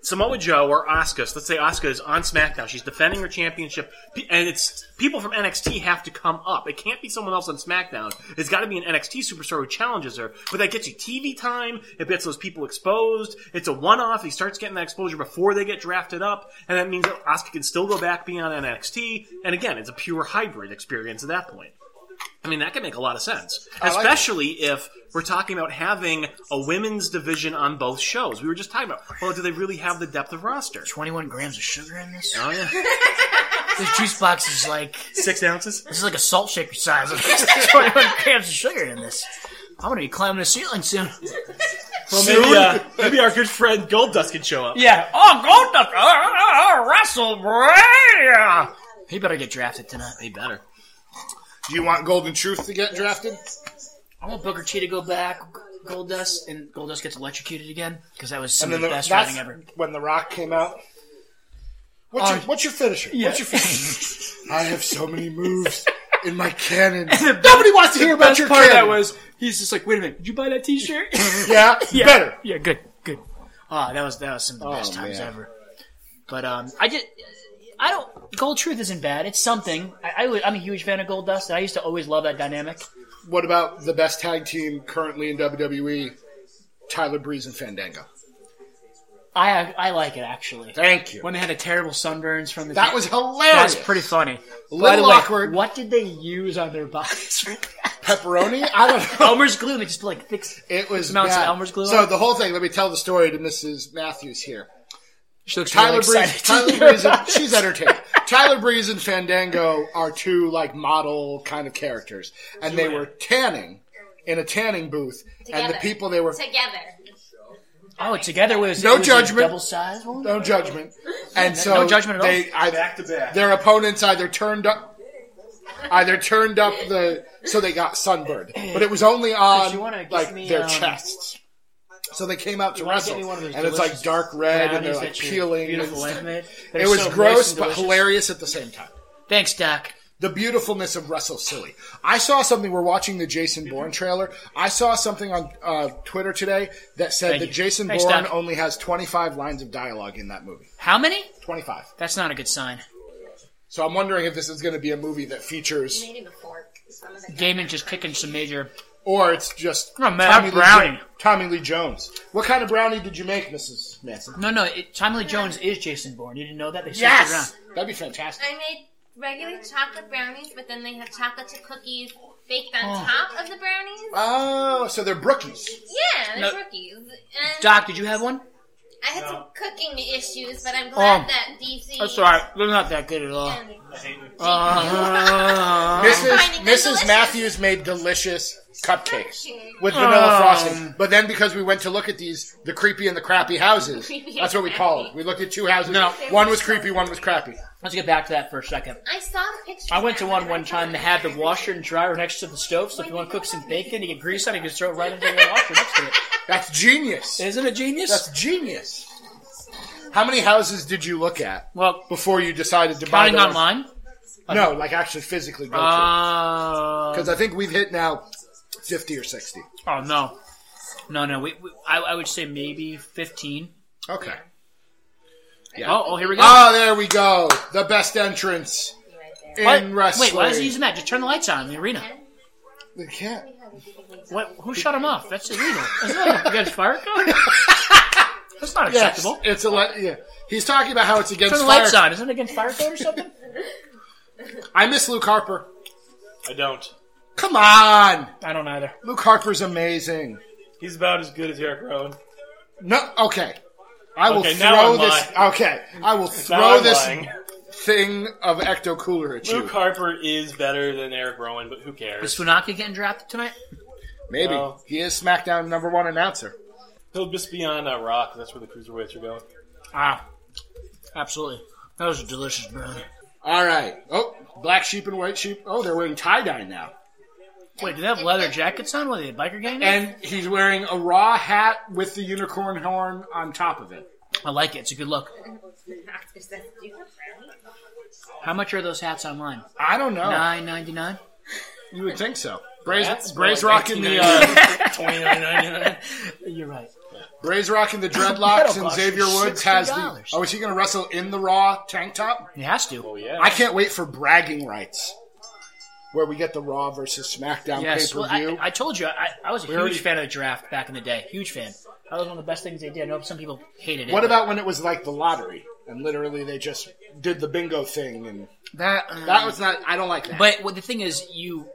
[SPEAKER 3] Samoa Joe or Asuka. So let's say Asuka is on SmackDown. She's defending her championship, P- and it's people from NXT have to come up. It can't be someone else on SmackDown. It's got to be an NXT superstar who challenges her. But that gets you TV time. It gets those people exposed. It's a one-off. He starts getting that exposure before they get drafted up, and that means that Asuka can still go back beyond NXT. And again, it's a pure hybrid experience at that point. I mean, that could make a lot of sense,
[SPEAKER 2] like
[SPEAKER 3] especially if we're talking about having a women's division on both shows. We were just talking about, well, do they really have the depth of roster?
[SPEAKER 4] 21 grams of sugar in this?
[SPEAKER 3] Oh yeah,
[SPEAKER 4] This juice box is like, this
[SPEAKER 3] six ounces.
[SPEAKER 4] is like a salt shaker size. There's 21 grams of sugar in this. I'm gonna be climbing a ceiling soon.
[SPEAKER 3] Well, maybe, uh, maybe our good friend Gold Dust can show up.
[SPEAKER 4] Yeah. Oh, go to WrestleMania! He better get drafted tonight.
[SPEAKER 3] He better.
[SPEAKER 2] Do you want Golden Truth to get drafted?
[SPEAKER 4] I want Booker T to go back, Goldust, and Goldust gets electrocuted again because that was some of
[SPEAKER 2] And
[SPEAKER 4] the
[SPEAKER 2] then
[SPEAKER 4] best
[SPEAKER 2] that's
[SPEAKER 4] writing ever.
[SPEAKER 2] when The Rock came out. What's, your, what's your finisher? What's your finisher? I have so many moves in my cannon. Nobody wants to hear about
[SPEAKER 4] best
[SPEAKER 2] your
[SPEAKER 4] part of
[SPEAKER 2] cannon.
[SPEAKER 4] that was he's just like, wait a minute, did you buy that T-shirt?
[SPEAKER 2] yeah, better. Oh,
[SPEAKER 4] yeah, good, good. Ah, that was that was some of the best times
[SPEAKER 2] man.
[SPEAKER 4] ever. But um, I just. I don't. Gold Truth isn't bad. It's something. I, I, am a huge fan of Gold Dust, and I used to always love that dynamic.
[SPEAKER 2] What about the best tag team currently in WWE? Tyler Breeze and Fandango.
[SPEAKER 4] I I like it actually.
[SPEAKER 2] Thank you.
[SPEAKER 4] When they had the terrible sunburns from the
[SPEAKER 2] That was hilarious.
[SPEAKER 4] that's pretty funny. By the
[SPEAKER 2] little
[SPEAKER 4] way,
[SPEAKER 2] awkward.
[SPEAKER 4] what did they use on their bodies?
[SPEAKER 2] Pepperoni? I don't know.
[SPEAKER 4] Elmer's glue. They just put like thick.
[SPEAKER 2] It was
[SPEAKER 4] Mounts of
[SPEAKER 2] bad.
[SPEAKER 4] Elmer's glue
[SPEAKER 2] So
[SPEAKER 4] on?
[SPEAKER 2] the whole thing. Let me tell the story to Mrs. Matthews here.
[SPEAKER 4] She looks
[SPEAKER 2] Tyler
[SPEAKER 4] really
[SPEAKER 2] Breeze.
[SPEAKER 4] excited to
[SPEAKER 2] Tyler
[SPEAKER 4] hear
[SPEAKER 2] Breeze.
[SPEAKER 4] about
[SPEAKER 2] And, she's entertained. Tyler Breeze and Fandango are two like model kind of characters, and they were tanning in a tanning booth, and the
[SPEAKER 6] Together.
[SPEAKER 2] people they were
[SPEAKER 6] Together.
[SPEAKER 4] Oh, together was
[SPEAKER 2] No
[SPEAKER 4] it was a
[SPEAKER 2] judgment.
[SPEAKER 4] double size one.
[SPEAKER 2] no judgment, and so
[SPEAKER 4] no judgment at all.
[SPEAKER 2] they I,
[SPEAKER 5] Back to back.
[SPEAKER 2] their opponents either turned up either turned up the so they got sunburned but it was only on
[SPEAKER 4] you wanna give
[SPEAKER 2] like
[SPEAKER 4] me,
[SPEAKER 2] their
[SPEAKER 4] um,
[SPEAKER 2] chests so they came out to
[SPEAKER 4] wanna get
[SPEAKER 2] wrestle
[SPEAKER 4] me one of those
[SPEAKER 2] and it's like
[SPEAKER 4] delicious
[SPEAKER 2] dark red and they're
[SPEAKER 4] brownies
[SPEAKER 2] like
[SPEAKER 4] that your
[SPEAKER 2] peeling and
[SPEAKER 4] Beautiful
[SPEAKER 2] stuff.
[SPEAKER 4] wife made. They're
[SPEAKER 2] it was
[SPEAKER 4] so moist
[SPEAKER 2] gross
[SPEAKER 4] and
[SPEAKER 2] but
[SPEAKER 4] delicious.
[SPEAKER 2] hilarious at the same time
[SPEAKER 4] Thanks, Doc.
[SPEAKER 2] the beautifulness of Russell Silly. I saw something. We're watching the Jason
[SPEAKER 4] Mm-hmm.
[SPEAKER 2] Bourne trailer. I saw something on uh, Twitter today that said
[SPEAKER 4] Thank
[SPEAKER 2] that
[SPEAKER 4] you.
[SPEAKER 2] Jason
[SPEAKER 4] Thanks,
[SPEAKER 2] Bourne
[SPEAKER 4] Doc.
[SPEAKER 2] only has 25 lines of dialogue in that movie.
[SPEAKER 4] How many?
[SPEAKER 2] 25.
[SPEAKER 4] That's not a good sign.
[SPEAKER 2] So I'm wondering if this is going to be a movie that features,
[SPEAKER 6] Maybe the fork. Some of the
[SPEAKER 4] Damon just kicking some major.
[SPEAKER 2] or it's just
[SPEAKER 4] No, man, I'm
[SPEAKER 2] Lee
[SPEAKER 4] brownie.
[SPEAKER 2] Jo- Tommy Lee Jones. What kind of brownie did you make, Mrs. Manson?
[SPEAKER 4] No, no. It, Tommy Lee Jones is Jason Bourne. You didn't know that? They switched it around.
[SPEAKER 2] Yes, that'd be fantastic.
[SPEAKER 6] I made regular chocolate brownies, but then they have chocolate chip cookies baked on top of the brownies.
[SPEAKER 2] Oh, so they're brookies.
[SPEAKER 6] Yeah, they're
[SPEAKER 4] No.
[SPEAKER 6] cookies. And
[SPEAKER 4] Doc, did you have one?
[SPEAKER 6] I had some cooking issues, but I'm glad
[SPEAKER 4] Oh,
[SPEAKER 6] that DC.
[SPEAKER 4] That's all right. They're not that good at all.
[SPEAKER 6] and Oh.
[SPEAKER 4] Uh,
[SPEAKER 2] Mrs.
[SPEAKER 6] finding them
[SPEAKER 2] Mrs.
[SPEAKER 6] delicious.
[SPEAKER 2] Matthews made delicious cupcakes
[SPEAKER 4] Oh.
[SPEAKER 6] Cupcake.
[SPEAKER 2] with vanilla frosting. But then because we went to look at these, the creepy and the crappy houses,
[SPEAKER 6] Creepy
[SPEAKER 2] that's what we
[SPEAKER 6] and
[SPEAKER 2] call
[SPEAKER 6] crappy.
[SPEAKER 2] them. We looked at two houses.
[SPEAKER 4] No.
[SPEAKER 2] One was creepy, one was crappy.
[SPEAKER 4] let's get back to that for a second.
[SPEAKER 6] I saw the picture.
[SPEAKER 4] I went to one one time that had the washer and dryer next to the stove, so if you want to cook some bacon, you get grease on it, you just throw it right into the washer next to it.
[SPEAKER 2] That's genius.
[SPEAKER 4] Isn't it genius?
[SPEAKER 2] That's genius. How many houses did you look at
[SPEAKER 4] well,
[SPEAKER 2] before you decided to buy
[SPEAKER 4] counting
[SPEAKER 2] the one-
[SPEAKER 4] online.
[SPEAKER 2] No, like actually physically go to.
[SPEAKER 4] Uh,
[SPEAKER 2] Because I think we've hit now fifty or sixty.
[SPEAKER 4] oh no, no, no. We, we, I, I would say maybe fifteen.
[SPEAKER 2] Okay.
[SPEAKER 4] Oh, oh, here we go.
[SPEAKER 2] Oh, there we go. The best entrance in
[SPEAKER 4] Why-
[SPEAKER 2] wrestling.
[SPEAKER 4] Wait, why is he using that? Just turn the lights on in the arena.
[SPEAKER 2] They can't.
[SPEAKER 4] What? Who shut him off? That's illegal. That's not you guys fire code? That's not
[SPEAKER 2] Yes,
[SPEAKER 4] acceptable.
[SPEAKER 2] it's a le- yeah. He's talking about how it's against
[SPEAKER 4] Turn the
[SPEAKER 2] fire.
[SPEAKER 4] lights on. Isn't it against fire code or something?
[SPEAKER 2] I miss Luke Harper.
[SPEAKER 5] I don't.
[SPEAKER 2] Come on,
[SPEAKER 4] I don't either.
[SPEAKER 2] Luke Harper's amazing.
[SPEAKER 5] He's about as good as Eric Rowan.
[SPEAKER 2] No, okay. I will
[SPEAKER 5] Okay, now
[SPEAKER 2] throw
[SPEAKER 5] I'm
[SPEAKER 2] this. Okay, I will
[SPEAKER 5] Now
[SPEAKER 2] throw
[SPEAKER 5] I'm
[SPEAKER 2] this
[SPEAKER 5] lying.
[SPEAKER 2] thing of Ecto Cooler at you.
[SPEAKER 5] Luke Harper is better than Eric Rowan, but who
[SPEAKER 4] Is
[SPEAKER 5] cares?
[SPEAKER 4] Funaki getting drafted tonight?
[SPEAKER 2] Maybe
[SPEAKER 5] No.
[SPEAKER 2] he is SmackDown number one announcer.
[SPEAKER 5] He'll just be on uh, Rock. That's where the cruiserweights are going.
[SPEAKER 4] Ah, absolutely. That was a delicious brownie.
[SPEAKER 2] All right. Oh, black sheep and white sheep. Oh, they're wearing tie dye now,
[SPEAKER 4] Wait, do they have leather jackets on? Were they a biker gang?
[SPEAKER 2] and he's wearing a raw hat with the unicorn horn on top of it.
[SPEAKER 4] I like it. It's a good look. How much are those hats online?
[SPEAKER 2] I don't know.
[SPEAKER 4] Nine ninety nine.
[SPEAKER 2] You would think so. Bray's,
[SPEAKER 5] That's
[SPEAKER 2] Bray's
[SPEAKER 5] more like
[SPEAKER 2] rocking the. Uh,
[SPEAKER 5] Twenty nine ninety nine.
[SPEAKER 4] You're right.
[SPEAKER 2] Bray's rocking the dreadlocks,
[SPEAKER 4] That'll
[SPEAKER 2] and
[SPEAKER 4] cost
[SPEAKER 2] Xavier
[SPEAKER 4] you
[SPEAKER 2] Woods has the.
[SPEAKER 4] $60.
[SPEAKER 2] Oh, is he going to wrestle in the Raw tank top?
[SPEAKER 4] He has to. Oh,
[SPEAKER 5] Yeah.
[SPEAKER 2] I can't wait for bragging rights, where we get the Raw versus SmackDown
[SPEAKER 4] Yes,
[SPEAKER 2] pay
[SPEAKER 4] well,
[SPEAKER 2] per view.
[SPEAKER 4] I, I told you, I, I was a huge
[SPEAKER 2] already-
[SPEAKER 4] fan of the draft back in the day. Huge fan. That was one of the best things they did. I know some people hated it.
[SPEAKER 2] what
[SPEAKER 4] but
[SPEAKER 2] about when it was like the lottery, and literally they just did the bingo thing, and
[SPEAKER 4] that?
[SPEAKER 2] that was not. I don't like that.
[SPEAKER 4] But well, the thing is, you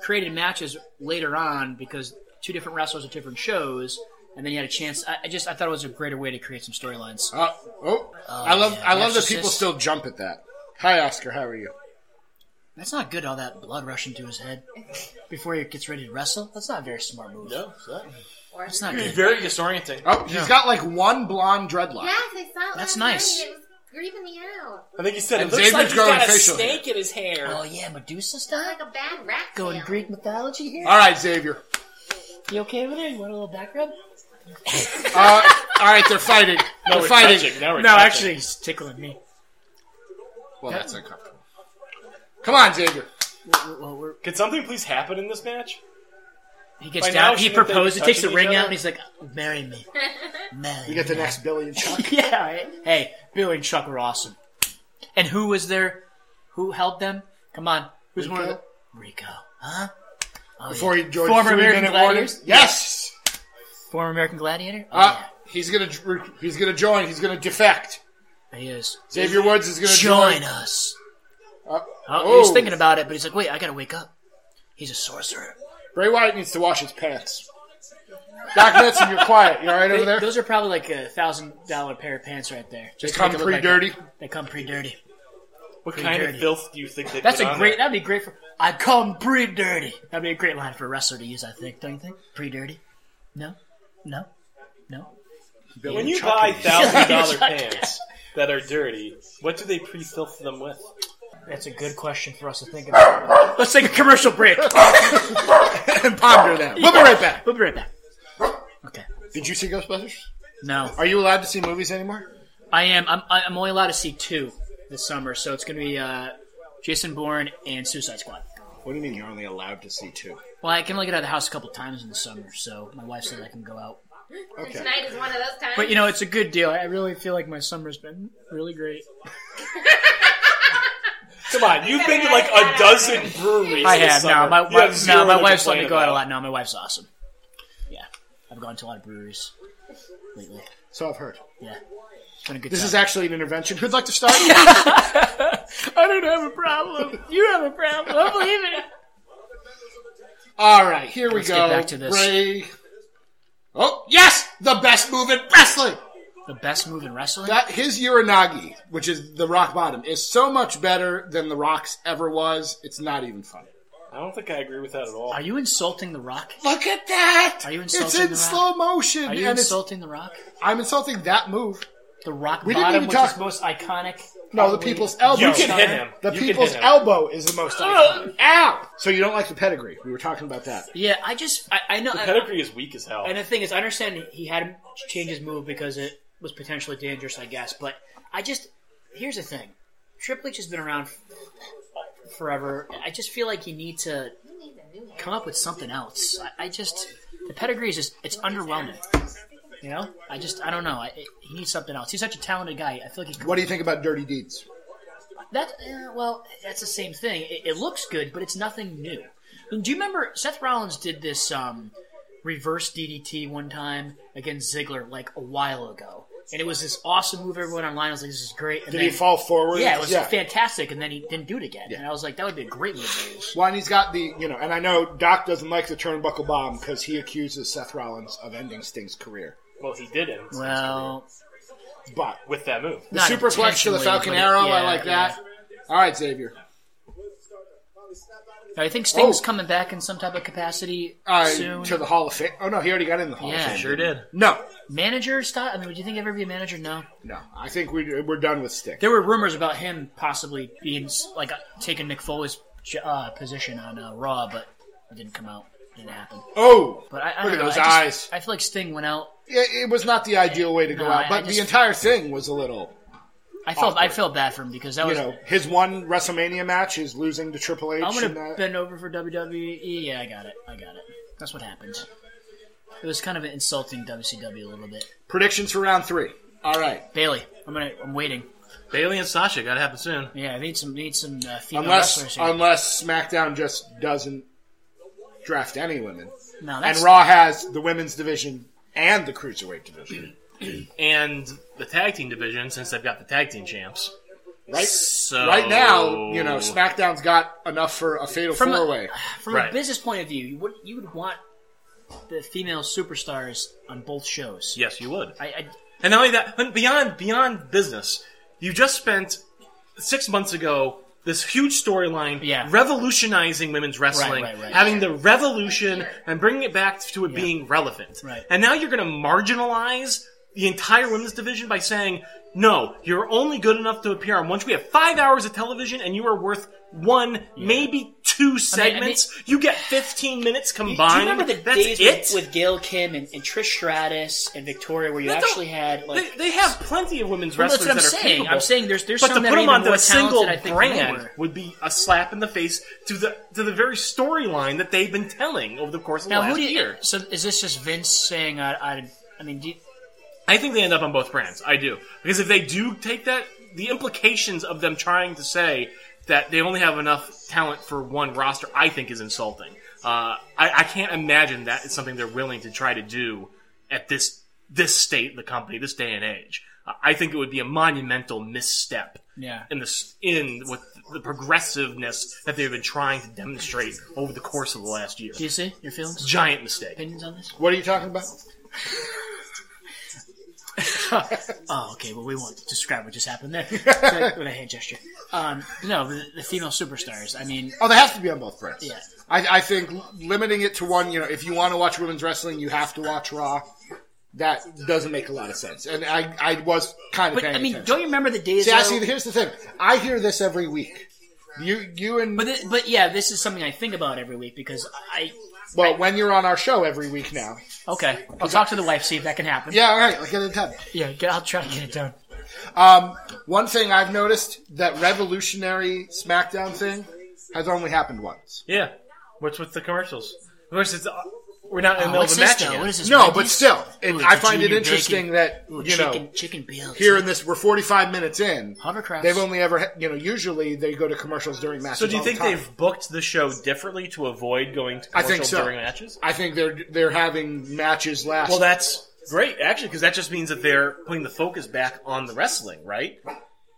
[SPEAKER 4] created matches later on because two different wrestlers at different shows, and then you had a chance. I, I just I thought it was a greater way to create some storylines.
[SPEAKER 2] Uh, oh, I love
[SPEAKER 4] yeah,
[SPEAKER 2] I love that
[SPEAKER 4] Narcissist.
[SPEAKER 2] people still jump at that. Hi, Oscar. How are you?
[SPEAKER 4] That's not good. All that blood rushing to his head before he gets ready to wrestle. That's not a very smart move.
[SPEAKER 5] No, it's not.
[SPEAKER 4] That's not good.
[SPEAKER 5] Very disorienting.
[SPEAKER 2] Oh, he's got like one blonde dreadlock.
[SPEAKER 6] Yes, I saw it
[SPEAKER 4] That's
[SPEAKER 6] last
[SPEAKER 4] nice.
[SPEAKER 6] night. It was creeping me out.
[SPEAKER 5] I think he said
[SPEAKER 2] And
[SPEAKER 5] it looks
[SPEAKER 2] Xavier's
[SPEAKER 5] like he's got
[SPEAKER 2] growing
[SPEAKER 5] a
[SPEAKER 2] facial hair.
[SPEAKER 5] snake in his hair.
[SPEAKER 4] Oh yeah, Medusa
[SPEAKER 6] It's
[SPEAKER 4] style.
[SPEAKER 6] like a bad rat.
[SPEAKER 4] Going
[SPEAKER 6] tail.
[SPEAKER 4] Greek mythology here.
[SPEAKER 2] All right, Xavier.
[SPEAKER 4] You okay with it? You want a little back rub?
[SPEAKER 2] Uh, all right, they're fighting. They're
[SPEAKER 5] we're
[SPEAKER 2] fighting.
[SPEAKER 5] touching. Now we're
[SPEAKER 4] No,
[SPEAKER 5] touching.
[SPEAKER 4] actually, he's tickling me.
[SPEAKER 2] Well, that's uncomfortable. Come on, Xavier.
[SPEAKER 4] Well, well, we're-
[SPEAKER 5] Could something please happen in this match?
[SPEAKER 4] he gets
[SPEAKER 5] By
[SPEAKER 4] down.
[SPEAKER 5] now,
[SPEAKER 4] He
[SPEAKER 5] shouldn't they be
[SPEAKER 4] proposes. He takes the
[SPEAKER 5] touching
[SPEAKER 4] ring out,
[SPEAKER 5] each other?
[SPEAKER 4] and he's like, "Marry me, marry."
[SPEAKER 2] You get the
[SPEAKER 4] me."
[SPEAKER 2] next Billy and Chuck.
[SPEAKER 4] yeah, right? Hey, Billy and Chuck were awesome. And who was there? Who helped them? Come on, who's one of
[SPEAKER 2] Rico.
[SPEAKER 4] the Rico? Huh? Oh,
[SPEAKER 2] Before
[SPEAKER 4] yeah.
[SPEAKER 2] he joined
[SPEAKER 4] former
[SPEAKER 2] three
[SPEAKER 4] American
[SPEAKER 2] minute warning.
[SPEAKER 4] Gladiators.
[SPEAKER 2] Yes.
[SPEAKER 4] Former American Gladiator. Oh,
[SPEAKER 2] Uh, he's gonna he's gonna join. He's gonna defect.
[SPEAKER 4] yeah, he is.
[SPEAKER 2] Xavier Woods is gonna join.
[SPEAKER 4] Join us.
[SPEAKER 2] Uh,
[SPEAKER 4] Oh, He's
[SPEAKER 2] oh.
[SPEAKER 4] thinking about it, but he's like, "Wait, I gotta wake up." He's a sorcerer.
[SPEAKER 2] Bray Wyatt needs to wash his pants. Doc Benson, you're quiet. You all right over
[SPEAKER 4] They-
[SPEAKER 2] there?
[SPEAKER 4] those are probably like a thousand dollar pair of pants right there. Just
[SPEAKER 2] come
[SPEAKER 4] make it look like
[SPEAKER 2] pre-dirty?
[SPEAKER 4] a- They come pre dirty.
[SPEAKER 5] What kind
[SPEAKER 4] dirty.
[SPEAKER 5] of filth do you think they
[SPEAKER 4] That's
[SPEAKER 5] put
[SPEAKER 4] a
[SPEAKER 5] on
[SPEAKER 4] great.
[SPEAKER 5] there?
[SPEAKER 4] That'd be great for. I come pre dirty. That'd be a great line for a wrestler to use. I think. Don't you think? Pre dirty. No. No. No.
[SPEAKER 2] Billy
[SPEAKER 5] When
[SPEAKER 2] and
[SPEAKER 5] you
[SPEAKER 2] Chuck.
[SPEAKER 5] buy thousand dollar
[SPEAKER 4] Chuck.
[SPEAKER 5] pants that are dirty, what do they pre-filth them with?
[SPEAKER 4] That's a good question for us to think about. Let's take a commercial break.
[SPEAKER 2] and ponder that. We'll be right back.
[SPEAKER 4] We'll be right back. Okay.
[SPEAKER 2] Did you see Ghostbusters?
[SPEAKER 4] No,
[SPEAKER 2] Are you allowed to see movies anymore?
[SPEAKER 4] I am. I'm. I'm only allowed to see two this summer, so it's gonna be uh, Jason Bourne and Suicide Squad.
[SPEAKER 2] What do you mean you're only allowed to see two?
[SPEAKER 4] Well, I can only get out of the house a couple times in the summer, so my wife says I can go out
[SPEAKER 6] And
[SPEAKER 2] Okay.
[SPEAKER 6] Tonight is one of those times.
[SPEAKER 4] But you know, it's a good deal. I really feel like my summer's been really great.
[SPEAKER 5] Come on, you've been to like a dozen breweries.
[SPEAKER 4] I
[SPEAKER 5] this
[SPEAKER 4] have
[SPEAKER 5] summer.
[SPEAKER 4] now. My
[SPEAKER 5] You have
[SPEAKER 4] wife,
[SPEAKER 5] zero
[SPEAKER 4] no, my
[SPEAKER 5] to
[SPEAKER 4] wife's let me
[SPEAKER 5] complain
[SPEAKER 4] go out a
[SPEAKER 5] about.
[SPEAKER 4] lot. No, my wife's awesome. Yeah, I've gone to a lot of breweries lately.
[SPEAKER 2] So I've heard.
[SPEAKER 4] Yeah, it's been a good.
[SPEAKER 2] This
[SPEAKER 4] time.
[SPEAKER 2] is actually an intervention. Who'd like to start?
[SPEAKER 4] I don't have a problem. You have a problem. I believe it.
[SPEAKER 2] All right, here we
[SPEAKER 4] Let's
[SPEAKER 2] go.
[SPEAKER 4] get back to this.
[SPEAKER 2] Bray. Oh yes, the best move in wrestling.
[SPEAKER 4] The best move in wrestling.
[SPEAKER 2] That his Uranagi, which is the rock bottom, is so much better than the Rock's ever was. It's not even funny.
[SPEAKER 5] I don't think I agree with that at all.
[SPEAKER 4] Are you insulting The Rock?
[SPEAKER 2] Look at that.
[SPEAKER 4] Are you
[SPEAKER 2] It's
[SPEAKER 4] insulting The
[SPEAKER 2] in
[SPEAKER 4] Rock?
[SPEAKER 2] slow motion,
[SPEAKER 4] Are you
[SPEAKER 2] and it's,
[SPEAKER 4] insulting The Rock?
[SPEAKER 2] I'm insulting that move.
[SPEAKER 4] The Rock
[SPEAKER 2] We didn't
[SPEAKER 4] bottom,
[SPEAKER 2] even
[SPEAKER 4] which
[SPEAKER 2] talk-
[SPEAKER 4] is most iconic.
[SPEAKER 2] No, the
[SPEAKER 4] probably-
[SPEAKER 2] people's elbow.
[SPEAKER 5] You can hit him.
[SPEAKER 2] The
[SPEAKER 5] You can
[SPEAKER 2] people's
[SPEAKER 5] hit him.
[SPEAKER 2] elbow is the
[SPEAKER 4] Uh,
[SPEAKER 2] most. iconic. Ow! So you don't like the pedigree? We were talking about that.
[SPEAKER 4] Yeah, I just I, I know.
[SPEAKER 5] The
[SPEAKER 4] I-
[SPEAKER 5] pedigree is weak as hell.
[SPEAKER 4] And the thing is, I understand he had him change his move because it was potentially dangerous, I guess. But I just here's the thing: Triple H has been around f- forever. I just feel like you need to come up with something else. I, I just the pedigree is just it's underwhelming. You know, I just I don't know. I, I- he needs something else. He's such a talented guy. I feel like he
[SPEAKER 2] What do you think about Dirty Deeds?
[SPEAKER 4] that uh, well, that's the same thing. It, it looks good, but it's nothing new. I mean, do you remember Seth Rollins did this um, reverse DDT one time against Ziggler like a while ago, and it was this awesome move. Everyone online was like, "This is great." And
[SPEAKER 2] Did
[SPEAKER 4] then,
[SPEAKER 2] he fall forward?
[SPEAKER 4] Yeah, it was fantastic, and then he didn't do it again. And I was like, "That would be a great move."
[SPEAKER 2] Well, and he's got the you know, and I know Doc doesn't like the turnbuckle bomb because he accuses Seth Rollins of ending Sting's career.
[SPEAKER 5] well, he did end
[SPEAKER 4] Well,
[SPEAKER 2] But
[SPEAKER 5] with that move.
[SPEAKER 2] the superplex
[SPEAKER 4] Not
[SPEAKER 2] to the
[SPEAKER 4] intentionally,
[SPEAKER 2] Falcon
[SPEAKER 4] but it-
[SPEAKER 2] Arrow, I
[SPEAKER 4] yeah,
[SPEAKER 2] like that. All right, Xavier.
[SPEAKER 4] I think Sting's
[SPEAKER 2] Oh.
[SPEAKER 4] coming back in some type of capacity
[SPEAKER 2] Uh,
[SPEAKER 4] soon.
[SPEAKER 2] to the Hall of Fame. Oh no, he already got in the Hall
[SPEAKER 4] Yeah.
[SPEAKER 2] of Fame.
[SPEAKER 5] Sure did.
[SPEAKER 2] No,
[SPEAKER 4] manager style. I mean, would you think ever be a manager? No.
[SPEAKER 2] no. I think we we're done with Sting.
[SPEAKER 4] There were rumors about him possibly being like taking Mick Foley's uh, position on uh, Raw, but it didn't come out. Didn't happen.
[SPEAKER 2] Oh,
[SPEAKER 4] But I, I
[SPEAKER 2] look
[SPEAKER 4] don't
[SPEAKER 2] at
[SPEAKER 4] know.
[SPEAKER 2] those
[SPEAKER 4] I
[SPEAKER 2] eyes.
[SPEAKER 4] just- I feel like Sting went out.
[SPEAKER 2] It, it was not the ideal way to go
[SPEAKER 4] No, I-
[SPEAKER 2] out,
[SPEAKER 4] I
[SPEAKER 2] but the
[SPEAKER 4] just-
[SPEAKER 2] entire thing was a little.
[SPEAKER 4] I felt I
[SPEAKER 2] Awkward.
[SPEAKER 4] felt bad for him because that
[SPEAKER 2] You
[SPEAKER 4] was.
[SPEAKER 2] know, his one WrestleMania match is losing to Triple H.
[SPEAKER 4] I'm
[SPEAKER 2] and
[SPEAKER 4] gonna
[SPEAKER 2] that-
[SPEAKER 4] E. bend over for WWE. Yeah, I got it. I got it. That's what happened. It was kind of insulting WCW a little bit.
[SPEAKER 2] Predictions for round three. All right.
[SPEAKER 4] Bailey, I'm gonna, I'm waiting.
[SPEAKER 3] Bailey and Sasha got to happen soon.
[SPEAKER 4] Yeah, I need some, need some uh, female wrestlers
[SPEAKER 2] Unless unless
[SPEAKER 4] here.
[SPEAKER 2] SmackDown just doesn't draft any women,
[SPEAKER 4] no,
[SPEAKER 2] and
[SPEAKER 4] that's
[SPEAKER 2] Raw has the women's division and the cruiserweight division.
[SPEAKER 3] And the tag team division, since they've got the tag team champs.
[SPEAKER 2] Right.
[SPEAKER 3] So
[SPEAKER 2] Right now, you know, SmackDown's got enough for a fatal
[SPEAKER 4] From a-
[SPEAKER 2] four way.
[SPEAKER 4] from
[SPEAKER 3] Right.
[SPEAKER 4] a business point of view. You would, you would want the female superstars on both shows.
[SPEAKER 3] Yes, you would.
[SPEAKER 4] I, I
[SPEAKER 3] And not only that, but beyond beyond business, you just spent six months ago this huge storyline,
[SPEAKER 4] Yeah.
[SPEAKER 3] revolutionizing women's wrestling,
[SPEAKER 4] right, right.
[SPEAKER 3] having the revolution and bringing it back to it being relevant.
[SPEAKER 4] Right.
[SPEAKER 3] And now you're going to marginalize the entire women's division by saying, "No, you're only good enough to appear on once. We have five hours of television, and you are worth one, maybe two segments. you get 15 minutes
[SPEAKER 4] Do you
[SPEAKER 3] combined.
[SPEAKER 4] remember the
[SPEAKER 3] That's
[SPEAKER 4] days
[SPEAKER 3] it."
[SPEAKER 4] with, with Gail Kim and, and Trish Stratus and Victoria, where you
[SPEAKER 3] That's
[SPEAKER 4] actually
[SPEAKER 3] all-
[SPEAKER 4] had like?
[SPEAKER 3] they, they have plenty of women's
[SPEAKER 4] Well,
[SPEAKER 3] wrestlers
[SPEAKER 4] that's what I'm
[SPEAKER 3] that are
[SPEAKER 4] saying.
[SPEAKER 3] capable.
[SPEAKER 4] I'm saying there's- there's
[SPEAKER 3] but
[SPEAKER 4] some
[SPEAKER 3] to
[SPEAKER 4] that
[SPEAKER 3] put
[SPEAKER 4] are
[SPEAKER 3] them
[SPEAKER 4] even
[SPEAKER 3] onto
[SPEAKER 4] more
[SPEAKER 3] a single
[SPEAKER 4] talented, I think, than they
[SPEAKER 3] brand
[SPEAKER 4] were.
[SPEAKER 3] would be a slap in the face to the to the very storyline that they've been telling over the course of the
[SPEAKER 4] Now,
[SPEAKER 3] last
[SPEAKER 4] who do you,
[SPEAKER 3] year.
[SPEAKER 4] So is this just Vince saying? I, I, I mean, do you,
[SPEAKER 3] I think they end up on both brands. I do because if they do take that, the implications of them trying to say that they only have enough talent for one roster, I think, is insulting. Uh, I, I can't imagine that is something they're willing to try to do at this this state, of the company, this day and age. Uh, I think it would be a monumental misstep
[SPEAKER 4] yeah.
[SPEAKER 3] in the in with the progressiveness that they've been trying to demonstrate over the course of the last year.
[SPEAKER 4] Do you see your feelings,
[SPEAKER 3] Giant mistake.
[SPEAKER 4] opinions on this?
[SPEAKER 2] What are you talking about?
[SPEAKER 4] Oh, okay. Well, we won't describe what just happened there with a hand gesture. Um, no, the, the female superstars. I mean,
[SPEAKER 2] Oh, they have to be on both brands.
[SPEAKER 4] Yeah.
[SPEAKER 2] I, I think limiting it to one, you know, if you want to watch women's wrestling, you have to watch Raw. That doesn't make a lot of sense. And I, I was kind of
[SPEAKER 4] but
[SPEAKER 2] paying
[SPEAKER 4] I mean,
[SPEAKER 2] attention.
[SPEAKER 4] don't you remember the days?
[SPEAKER 2] See, I
[SPEAKER 4] though-
[SPEAKER 2] see, here's the thing. I hear this every week. You, you and,
[SPEAKER 4] but thi- but yeah, this is something I think about every week because I.
[SPEAKER 2] well, when you're on our show every week now.
[SPEAKER 4] Okay, I'll talk to the wife see if that can happen.
[SPEAKER 2] Yeah, all right, I'll get it done.
[SPEAKER 4] yeah. Get, I'll try to get it done.
[SPEAKER 2] Um, one thing I've noticed, that revolutionary SmackDown thing has only happened once.
[SPEAKER 3] Yeah, what's with the commercials? Of course, it's, uh, we're not in the middle
[SPEAKER 4] Oh, What's
[SPEAKER 3] of a
[SPEAKER 4] this
[SPEAKER 3] match
[SPEAKER 4] though?
[SPEAKER 3] yet.
[SPEAKER 4] What is this?
[SPEAKER 2] No,
[SPEAKER 4] Wendy's?
[SPEAKER 2] but still, it,
[SPEAKER 4] Ooh,
[SPEAKER 2] I
[SPEAKER 4] the
[SPEAKER 2] find it
[SPEAKER 4] junior
[SPEAKER 2] interesting
[SPEAKER 4] bacon.
[SPEAKER 2] that,
[SPEAKER 4] Ooh,
[SPEAKER 2] you
[SPEAKER 4] chicken,
[SPEAKER 2] know,
[SPEAKER 4] chicken bills
[SPEAKER 2] here in this, we're 45 minutes in.
[SPEAKER 4] Hovercrafts.
[SPEAKER 2] They've only ever, ha- you know, usually they go to commercials during matches.
[SPEAKER 3] So do you
[SPEAKER 4] Oh,
[SPEAKER 2] all the
[SPEAKER 3] think
[SPEAKER 2] time.
[SPEAKER 3] they've booked the show differently to avoid going to
[SPEAKER 2] I
[SPEAKER 3] commercial
[SPEAKER 2] think so.
[SPEAKER 3] during matches?
[SPEAKER 2] I think they're they're having matches last.
[SPEAKER 3] Well, that's great actually, because that just means that they're putting the focus back on the wrestling, right?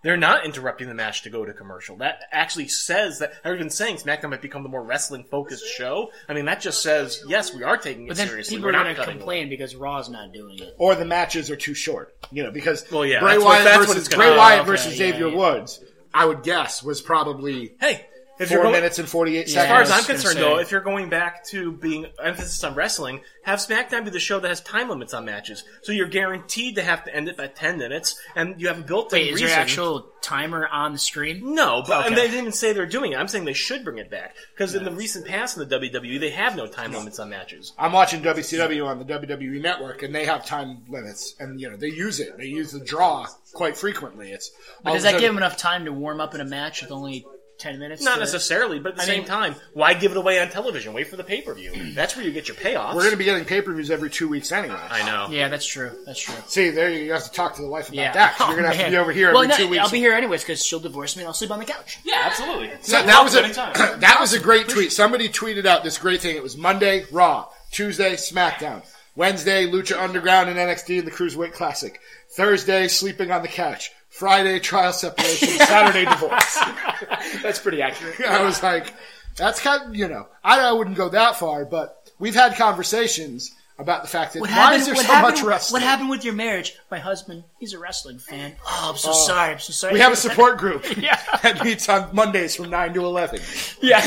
[SPEAKER 3] They're not interrupting the match to go to commercial. That actually says that I've been saying SmackDown might become the more wrestling focused show. I mean, that just says yes, we are taking it
[SPEAKER 4] But then
[SPEAKER 3] seriously.
[SPEAKER 4] people
[SPEAKER 3] We're not
[SPEAKER 4] are going to
[SPEAKER 3] cutting away.
[SPEAKER 4] complain because Raw's not doing it.
[SPEAKER 2] or the matches are too short. You know, because
[SPEAKER 3] Well, yeah,
[SPEAKER 2] Bray
[SPEAKER 3] that's what-
[SPEAKER 2] Wyatt
[SPEAKER 3] that's what
[SPEAKER 2] versus
[SPEAKER 3] it's gonna
[SPEAKER 2] Bray
[SPEAKER 3] be. Oh,
[SPEAKER 2] Wyatt
[SPEAKER 4] Okay,
[SPEAKER 2] versus
[SPEAKER 4] yeah,
[SPEAKER 2] Xavier
[SPEAKER 4] yeah.
[SPEAKER 2] Woods, I would guess, was probably
[SPEAKER 3] Hey, if you're
[SPEAKER 2] four
[SPEAKER 3] going,
[SPEAKER 2] minutes and forty eight
[SPEAKER 3] As far
[SPEAKER 2] seconds.
[SPEAKER 3] as
[SPEAKER 4] I
[SPEAKER 3] I'm
[SPEAKER 4] was gonna
[SPEAKER 3] concerned,
[SPEAKER 4] say.
[SPEAKER 3] though, if you're going back to being emphasis on wrestling, have SmackDown be the show that has time limits on matches, so you're guaranteed to have to end it by ten minutes, and you have a built-in
[SPEAKER 4] Wait, is
[SPEAKER 3] reason.
[SPEAKER 4] there actual timer on the screen?
[SPEAKER 3] no, but and
[SPEAKER 4] Okay.
[SPEAKER 3] they didn't even say they're doing it. I'm saying they should bring it back because in the recent past in the WWE, they have no time limits on matches.
[SPEAKER 2] I'm watching WCW on the WWE network, and they have time limits, and you know they use it. They use the draw quite frequently. It's
[SPEAKER 4] But
[SPEAKER 2] all
[SPEAKER 4] does
[SPEAKER 2] of a
[SPEAKER 4] that give
[SPEAKER 2] sudden-
[SPEAKER 4] him enough time to warm up in a match with only ten minutes?
[SPEAKER 3] Not
[SPEAKER 4] to-
[SPEAKER 3] necessarily, but at the
[SPEAKER 4] I
[SPEAKER 3] same
[SPEAKER 4] mean-
[SPEAKER 3] time, why give it away on television? Wait for the pay-per-view. That's where you get your payoffs.
[SPEAKER 2] We're going to be getting pay per views every two weeks anyway.
[SPEAKER 3] I know.
[SPEAKER 4] Yeah, that's true. That's true.
[SPEAKER 2] See, there you, you have to talk to the wife about
[SPEAKER 4] Yeah,
[SPEAKER 2] that. 'cause
[SPEAKER 4] Oh,
[SPEAKER 2] You're going to have to
[SPEAKER 4] man.
[SPEAKER 2] be over here
[SPEAKER 4] Well,
[SPEAKER 2] every
[SPEAKER 4] no,
[SPEAKER 2] two weeks.
[SPEAKER 4] I'll be here anyways because she'll divorce me and I'll sleep on the couch.
[SPEAKER 3] Yeah, absolutely.
[SPEAKER 2] So that was a that was a great tweet. Somebody tweeted out this great thing. It was Monday Raw, Tuesday SmackDown, Wednesday Lucha Underground and NXT and the Cruiserweight Classic, Thursday sleeping on the couch, Friday trial separation, Saturday divorce.
[SPEAKER 4] That's pretty accurate.
[SPEAKER 2] I was like, that's kind of, you know, I, I wouldn't go that far, but we've had conversations about the fact that
[SPEAKER 4] What
[SPEAKER 2] why
[SPEAKER 4] happened?
[SPEAKER 2] is there
[SPEAKER 4] what,
[SPEAKER 2] so
[SPEAKER 4] happened
[SPEAKER 2] much wrestling?
[SPEAKER 4] what happened with your marriage? My husband, he's a wrestling fan. Oh, I'm so sorry. I'm so sorry.
[SPEAKER 2] We have a support group
[SPEAKER 4] Yeah.
[SPEAKER 2] that meets on Mondays from nine to eleven.
[SPEAKER 4] Yeah.